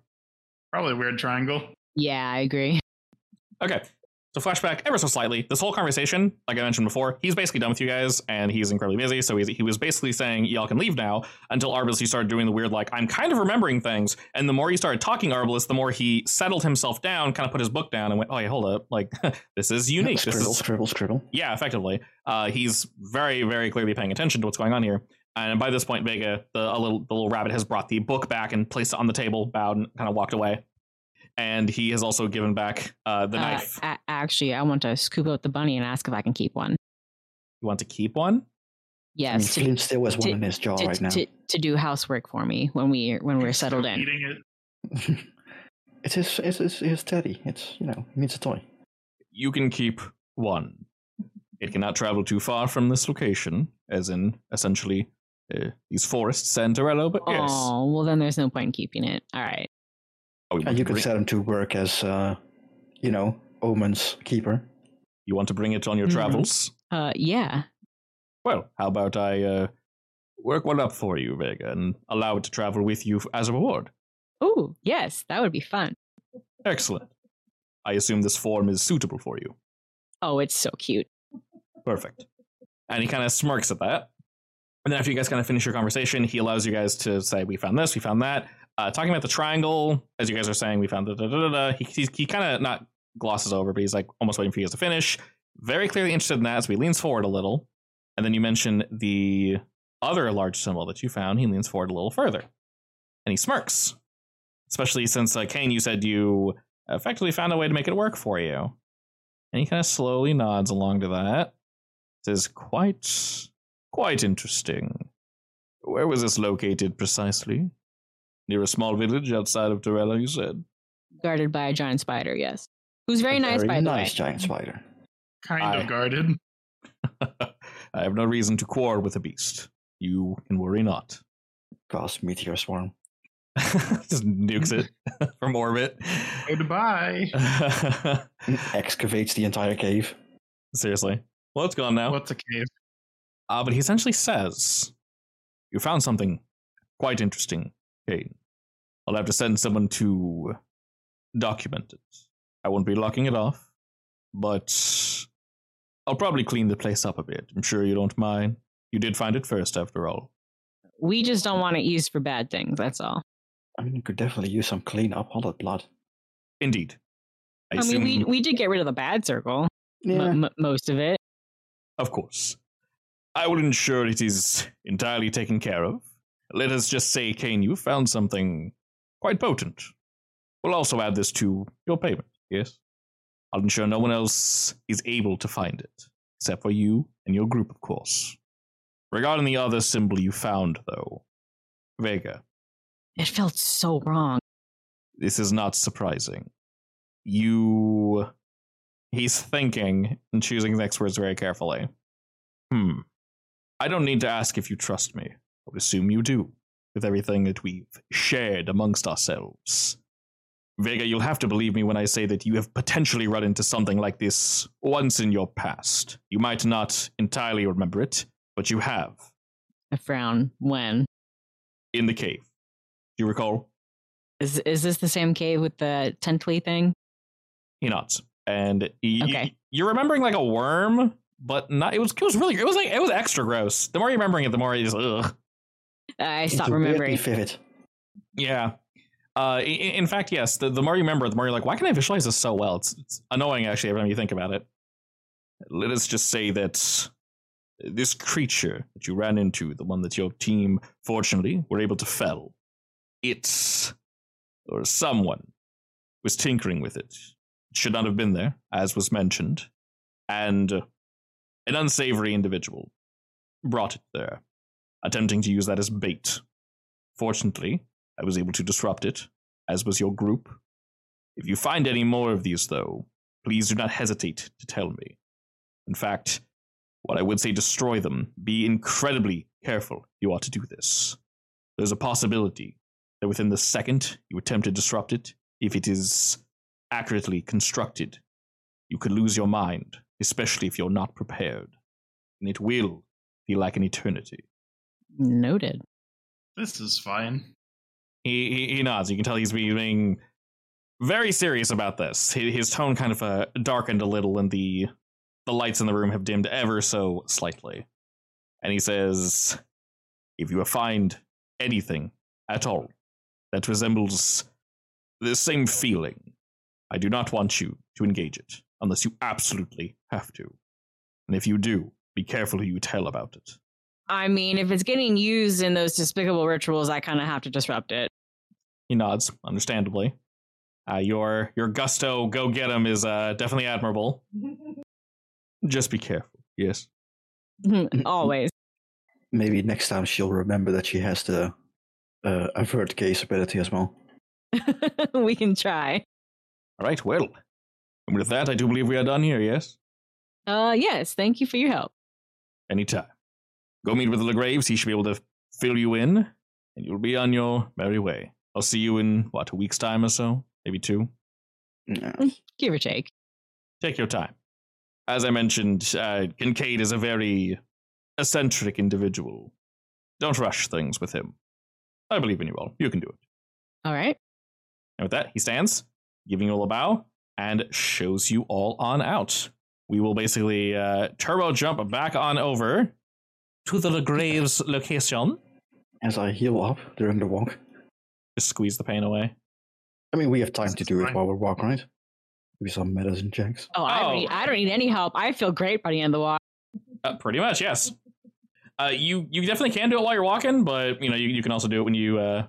[SPEAKER 3] Probably a weird triangle.
[SPEAKER 4] Yeah, I agree.
[SPEAKER 1] Okay. So flashback ever so slightly. This whole conversation, like I mentioned before, he's basically done with you guys, and he's incredibly busy. So he's, he was basically saying y'all can leave now until Arbalest you started doing the weird like I'm kind of remembering things. And the more you started talking Arbalest, the more he settled himself down, kind of put his book down, and went, "Oh yeah, hold up, like this is unique. This
[SPEAKER 2] Scribble,
[SPEAKER 1] is
[SPEAKER 2] scribble, scribble.
[SPEAKER 1] yeah, effectively. Uh, he's very, very clearly paying attention to what's going on here. And by this point, Vega, the a little the little rabbit, has brought the book back and placed it on the table, bowed, and kind of walked away. And he has also given back uh, the
[SPEAKER 4] Uh,
[SPEAKER 1] knife.
[SPEAKER 4] a- actually, I want to scoop out the bunny and ask if I can keep one.
[SPEAKER 1] You want to keep one?
[SPEAKER 2] I mean,
[SPEAKER 4] Yes, to,
[SPEAKER 2] Flint still has one
[SPEAKER 4] to-
[SPEAKER 2] in his jaw
[SPEAKER 4] to,
[SPEAKER 2] right now.
[SPEAKER 4] to to do housework for me when we when we're settled in.
[SPEAKER 3] Eating it.
[SPEAKER 2] it's his, it's his, his teddy. It's you know, he needs a toy.
[SPEAKER 1] You can keep one. It cannot travel too far from this location, as in essentially uh, these forests and Torello. But yes,
[SPEAKER 4] Oh well, then there's no point in keeping it. All right.
[SPEAKER 1] Oh, you, want
[SPEAKER 2] And
[SPEAKER 1] to
[SPEAKER 2] you could
[SPEAKER 1] bring-
[SPEAKER 2] set him to work as, uh, you know, Omen's keeper.
[SPEAKER 1] you want to bring it on your
[SPEAKER 4] Mhm.
[SPEAKER 1] travels.
[SPEAKER 4] Uh, yeah.
[SPEAKER 1] Well, how about I uh, work one up for you, Vega, and allow it to travel with you as a reward?
[SPEAKER 4] Ooh, yes, that would be fun.
[SPEAKER 1] Excellent. I assume this form is suitable for you.
[SPEAKER 4] Oh, it's so cute.
[SPEAKER 1] Perfect. And he kind of smirks at that. And then after you guys kind of finish your conversation, he allows you guys to say, "We found this, we found that." Uh, talking about the triangle, as you guys are saying, we found da da da da. da. He he, he kind of not glosses over, but he's like almost waiting for you guys to finish. Very clearly interested in that, so he leans forward a little. And then you mention the other large symbol that you found. He leans forward a little further, and he smirks. Especially since uh, Kane, you said you effectively found a way to make it work for you. And he kind of slowly nods along to that. Says, quite, quite interesting. Where was this located precisely? Near a small village outside of Torello, you said?
[SPEAKER 4] Guarded by a giant spider. Yes, who's very
[SPEAKER 2] A
[SPEAKER 4] nice
[SPEAKER 2] very
[SPEAKER 4] by the way.
[SPEAKER 2] nice giant spider.
[SPEAKER 3] Kind
[SPEAKER 1] Aye.
[SPEAKER 3] of guarded.
[SPEAKER 1] I have no reason to quarrel with the beast. You can worry not.
[SPEAKER 2] Cause meteor swarm.
[SPEAKER 1] Just nukes it from orbit.
[SPEAKER 3] Goodbye.
[SPEAKER 2] Excavates the entire cave.
[SPEAKER 1] Seriously. Well, it's gone now.
[SPEAKER 3] What's a cave?
[SPEAKER 1] Uh, but he essentially says, You found something quite interesting, Kane. I'll have to send someone to document it. I won't be locking it off, but I'll probably clean the place up a bit. I'm sure you don't mind. You did find it first, after all.
[SPEAKER 4] We just don't want it used for bad things. That's all.
[SPEAKER 2] I mean, you could definitely use some cleanup. All that blood.
[SPEAKER 1] Indeed. I,
[SPEAKER 4] I, mean,
[SPEAKER 1] assume,
[SPEAKER 4] we we did get rid of the bad circle,
[SPEAKER 2] Yeah.
[SPEAKER 4] m- m- most of it.
[SPEAKER 1] of course. I will ensure it is entirely taken care of. Let us just say, Kane, you found something quite potent. We'll also add this to your payment, yes? I'll ensure no one else is able to find it, except for you and your group, of course. Regarding the other symbol you found, though, Vega,
[SPEAKER 4] It felt so wrong.
[SPEAKER 1] this is not surprising. You. He's thinking and choosing his next words very carefully. Hmm. I don't need to ask if you trust me. I would assume you do, with everything that we've shared amongst ourselves. Vega, you'll have to believe me when I say that you have potentially run into something like this once in your past. You might not entirely remember it, but you have,
[SPEAKER 4] I frown. When
[SPEAKER 1] in the cave. Do you recall?
[SPEAKER 4] is is this the same cave with the tently thing?
[SPEAKER 1] He nods, and y- y-
[SPEAKER 4] Okay.
[SPEAKER 1] you're remembering like a worm, but not. It was it was really it was like it was extra gross. The more you're remembering it, the more you just ugh.
[SPEAKER 4] I
[SPEAKER 2] It's
[SPEAKER 4] stopped
[SPEAKER 2] weirdly
[SPEAKER 4] remembering.
[SPEAKER 2] Vivid.
[SPEAKER 1] Yeah. Uh, i- i- in fact, yes. The, the more you remember, it, the more you're like, why can I visualize this so well? It's, it's annoying actually every time you think about it. Let us just say that this creature that you ran into, the one that your team fortunately were able to fell, it's or someone was tinkering with it. It should not have been there, as was mentioned, and uh, an unsavory individual brought it there, attempting to use that as bait. Fortunately, I was able to disrupt it, as was your group. If you find any more of these, though, please do not hesitate to tell me. In fact, what I would say destroy them. Be incredibly careful you are to do this. There's a possibility that within the second you attempt to disrupt it, if it is accurately constructed, you could lose your mind, especially if you're not prepared. And it will feel like an eternity.
[SPEAKER 4] Noted.
[SPEAKER 3] This is fine.
[SPEAKER 1] He, he he nods. You can tell he's being very serious about this. His, his tone kind of uh, darkened a little, and the the lights in the room have dimmed ever so slightly. And he says, "If you find anything at all that resembles the same feeling, I do not want you to engage it unless you absolutely have to. And if you do, be careful who you tell about it."
[SPEAKER 4] I mean, if it's getting used in those despicable rituals, I kind of have to disrupt it.
[SPEAKER 1] He nods, understandably. Uh, your your gusto, go get him, is uh, definitely admirable. Just be careful. Yes.
[SPEAKER 4] Always.
[SPEAKER 2] Maybe next time she'll remember that she has the uh, avert gaze ability as well.
[SPEAKER 4] we can try.
[SPEAKER 1] All right. Well, and with that, I do believe we are done here. Yes.
[SPEAKER 4] Uh, yes. Thank you for your help.
[SPEAKER 1] Anytime. Go meet with Legraves. He should be able to fill you in, and you'll be on your merry way. I'll see you in what a week's time or so, maybe two.
[SPEAKER 2] Yeah.
[SPEAKER 1] Mm.
[SPEAKER 4] Give or take.
[SPEAKER 1] Take your time. As I mentioned, uh, Kincaid is a very eccentric individual. Don't rush things with him. I believe in you all. You can do it.
[SPEAKER 4] All right.
[SPEAKER 1] And with that, he stands, giving you all a bow, and shows you all on out. We will basically uh, turbo jump back on over to the Graves location.
[SPEAKER 2] As I heal up during the walk.
[SPEAKER 1] Just squeeze the pain away.
[SPEAKER 2] I mean, we have time
[SPEAKER 3] This
[SPEAKER 2] to
[SPEAKER 3] is
[SPEAKER 2] do it
[SPEAKER 3] fine.
[SPEAKER 2] while we walk, right? Do some medicine checks.
[SPEAKER 4] Oh, I,
[SPEAKER 1] Oh.
[SPEAKER 4] don't need, I don't need any help. I feel great by the end of the walk.
[SPEAKER 1] Uh, pretty much, yes. Uh, you you definitely can do it while you're walking, but you know you, you can also do it when you uh,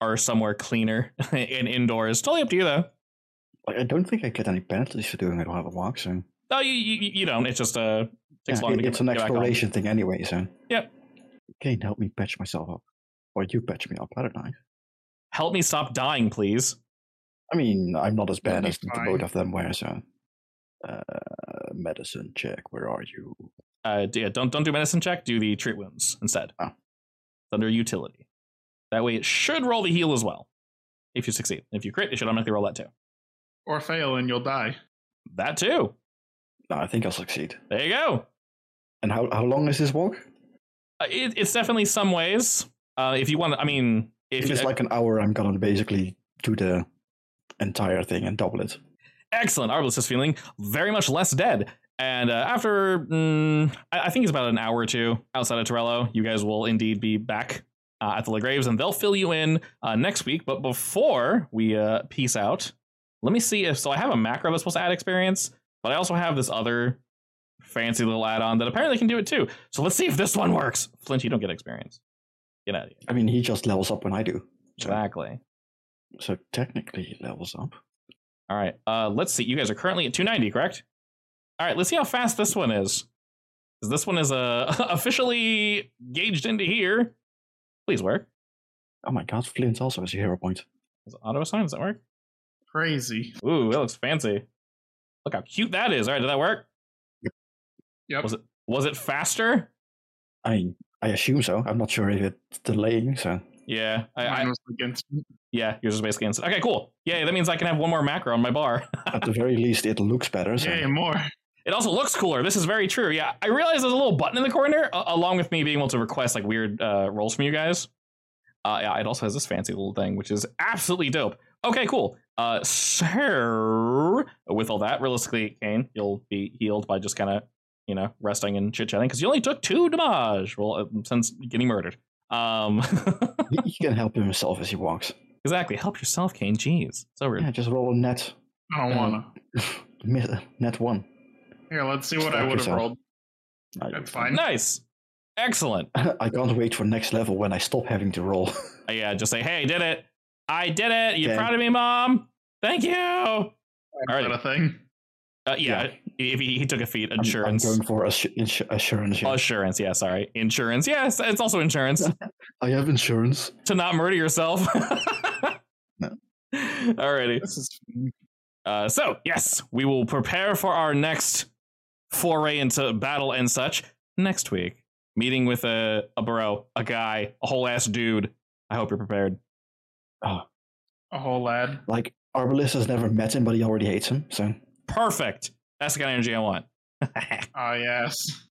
[SPEAKER 1] are somewhere cleaner and indoors. Totally up to you though.
[SPEAKER 2] Like, I don't think I get any penalties for doing it while I walk, so.
[SPEAKER 1] No, Oh, you you, you don't. It's just uh takes
[SPEAKER 2] Yeah,
[SPEAKER 1] long
[SPEAKER 2] it-
[SPEAKER 1] to get,
[SPEAKER 2] it's an
[SPEAKER 1] get back on.
[SPEAKER 2] exploration thing anyway, so.
[SPEAKER 1] Yep.
[SPEAKER 2] Kane, help me patch myself up. Or you patch me up, I don't know.
[SPEAKER 1] Help me stop dying, please.
[SPEAKER 2] I mean, I'm not as bad
[SPEAKER 3] be
[SPEAKER 2] as the
[SPEAKER 3] fine.
[SPEAKER 2] both of them were, so. Uh, medicine check, where are you?
[SPEAKER 1] Uh, d- yeah, don't don't do medicine check. Do the treat wounds instead.
[SPEAKER 2] Oh.
[SPEAKER 1] It's under utility. That way, it should roll the heal as well. If you succeed, if you crit, it should automatically roll that too.
[SPEAKER 3] Or fail and you'll die.
[SPEAKER 1] That too.
[SPEAKER 2] No, I think I'll succeed.
[SPEAKER 1] There you go.
[SPEAKER 2] And how, how long is this walk?
[SPEAKER 1] Uh, it, it's definitely some ways. Uh, if you want, I mean, if,
[SPEAKER 2] If it's
[SPEAKER 1] you,
[SPEAKER 2] like an hour, I'm gonna basically do the entire thing and double it.
[SPEAKER 1] excellent, Arbalest is feeling very much less dead And uh, after, mm, I, I think it's about an hour or two outside of Torello, you guys will indeed be back uh, at the LeGraves and they'll fill you in uh, next week. But before we uh, peace out, let me see if so. I have a macro that's supposed to add experience, but I also have this other fancy little add on that apparently can do it too. So let's see if this one works. Flint, you don't get experience. Get out of here.
[SPEAKER 2] I mean, he just levels up when I do. So,
[SPEAKER 1] Exactly.
[SPEAKER 2] so technically, he levels up.
[SPEAKER 1] All right. Uh, let's see. You guys are currently at 290, correct? All right. Let's see how fast this one is. 'Cause this one is uh, officially gauged into here. Please work.
[SPEAKER 2] Oh my god, Flint also has a hero point.
[SPEAKER 1] Is it auto assign? Does that work?
[SPEAKER 3] Crazy.
[SPEAKER 1] Ooh, that looks fancy. Look how cute that is. All right. Did that work?
[SPEAKER 3] Yep.
[SPEAKER 1] Was it was it faster?
[SPEAKER 2] I I assume so. I'm not sure if it's delaying, so
[SPEAKER 1] Yeah. I,
[SPEAKER 3] Mine
[SPEAKER 1] I,
[SPEAKER 3] was against me.
[SPEAKER 1] yeah. Yours is basically instant. Okay. Cool. Yay. That means I can have one more macro on my bar.
[SPEAKER 2] at the very least, it looks better. So.
[SPEAKER 3] Yay, more.
[SPEAKER 1] It also looks cooler. This is very true. Yeah, I realize there's a little button in the corner, uh, along with me being able to request like weird uh, rolls from you guys. Uh, yeah, it also has this fancy little thing, which is absolutely dope. Okay, cool. Uh, so with all that, realistically, Kane, you'll be healed by just kind of you know resting and chit chatting because you only took two damage. Well, uh, since getting murdered. Um,
[SPEAKER 2] He, he can help himself as he walks.
[SPEAKER 1] exactly. Help yourself, Kane. Jeez, so rude.
[SPEAKER 2] Yeah, just roll a net.
[SPEAKER 3] I
[SPEAKER 2] Um,
[SPEAKER 3] don't wanna.
[SPEAKER 2] Miss- Net one.
[SPEAKER 3] Here, let's see what
[SPEAKER 2] fuck
[SPEAKER 3] I would have
[SPEAKER 2] yourself.
[SPEAKER 3] rolled.
[SPEAKER 2] I-
[SPEAKER 3] That's fine.
[SPEAKER 1] Nice, excellent.
[SPEAKER 2] I can't wait for next level when I stop having to roll.
[SPEAKER 1] Uh, yeah, just say, hey, did it. I did it. You
[SPEAKER 2] Okay.
[SPEAKER 1] proud of me, mom? Thank you. All
[SPEAKER 3] Is that
[SPEAKER 1] right.
[SPEAKER 3] a thing?
[SPEAKER 1] Uh, yeah, if he, he took a feat,
[SPEAKER 2] I'm-
[SPEAKER 1] insurance.
[SPEAKER 2] I'm, going for assu- insu- assurance. yeah.
[SPEAKER 1] Assurance, yeah, sorry. Insurance, yes, it's also insurance
[SPEAKER 2] I have insurance.
[SPEAKER 1] to not murder yourself.
[SPEAKER 2] No.
[SPEAKER 1] Alrighty.
[SPEAKER 3] This is
[SPEAKER 1] Uh, so, yes, we will prepare for our next foray into battle and such next week. Meeting with a, a bro, a guy, a whole ass dude. I hope you're prepared.
[SPEAKER 3] a whole lad.
[SPEAKER 2] Like Arbalist has never met him, but he already hates him. So
[SPEAKER 1] Perfect. That's the kind of energy I want.
[SPEAKER 3] Ah, yes.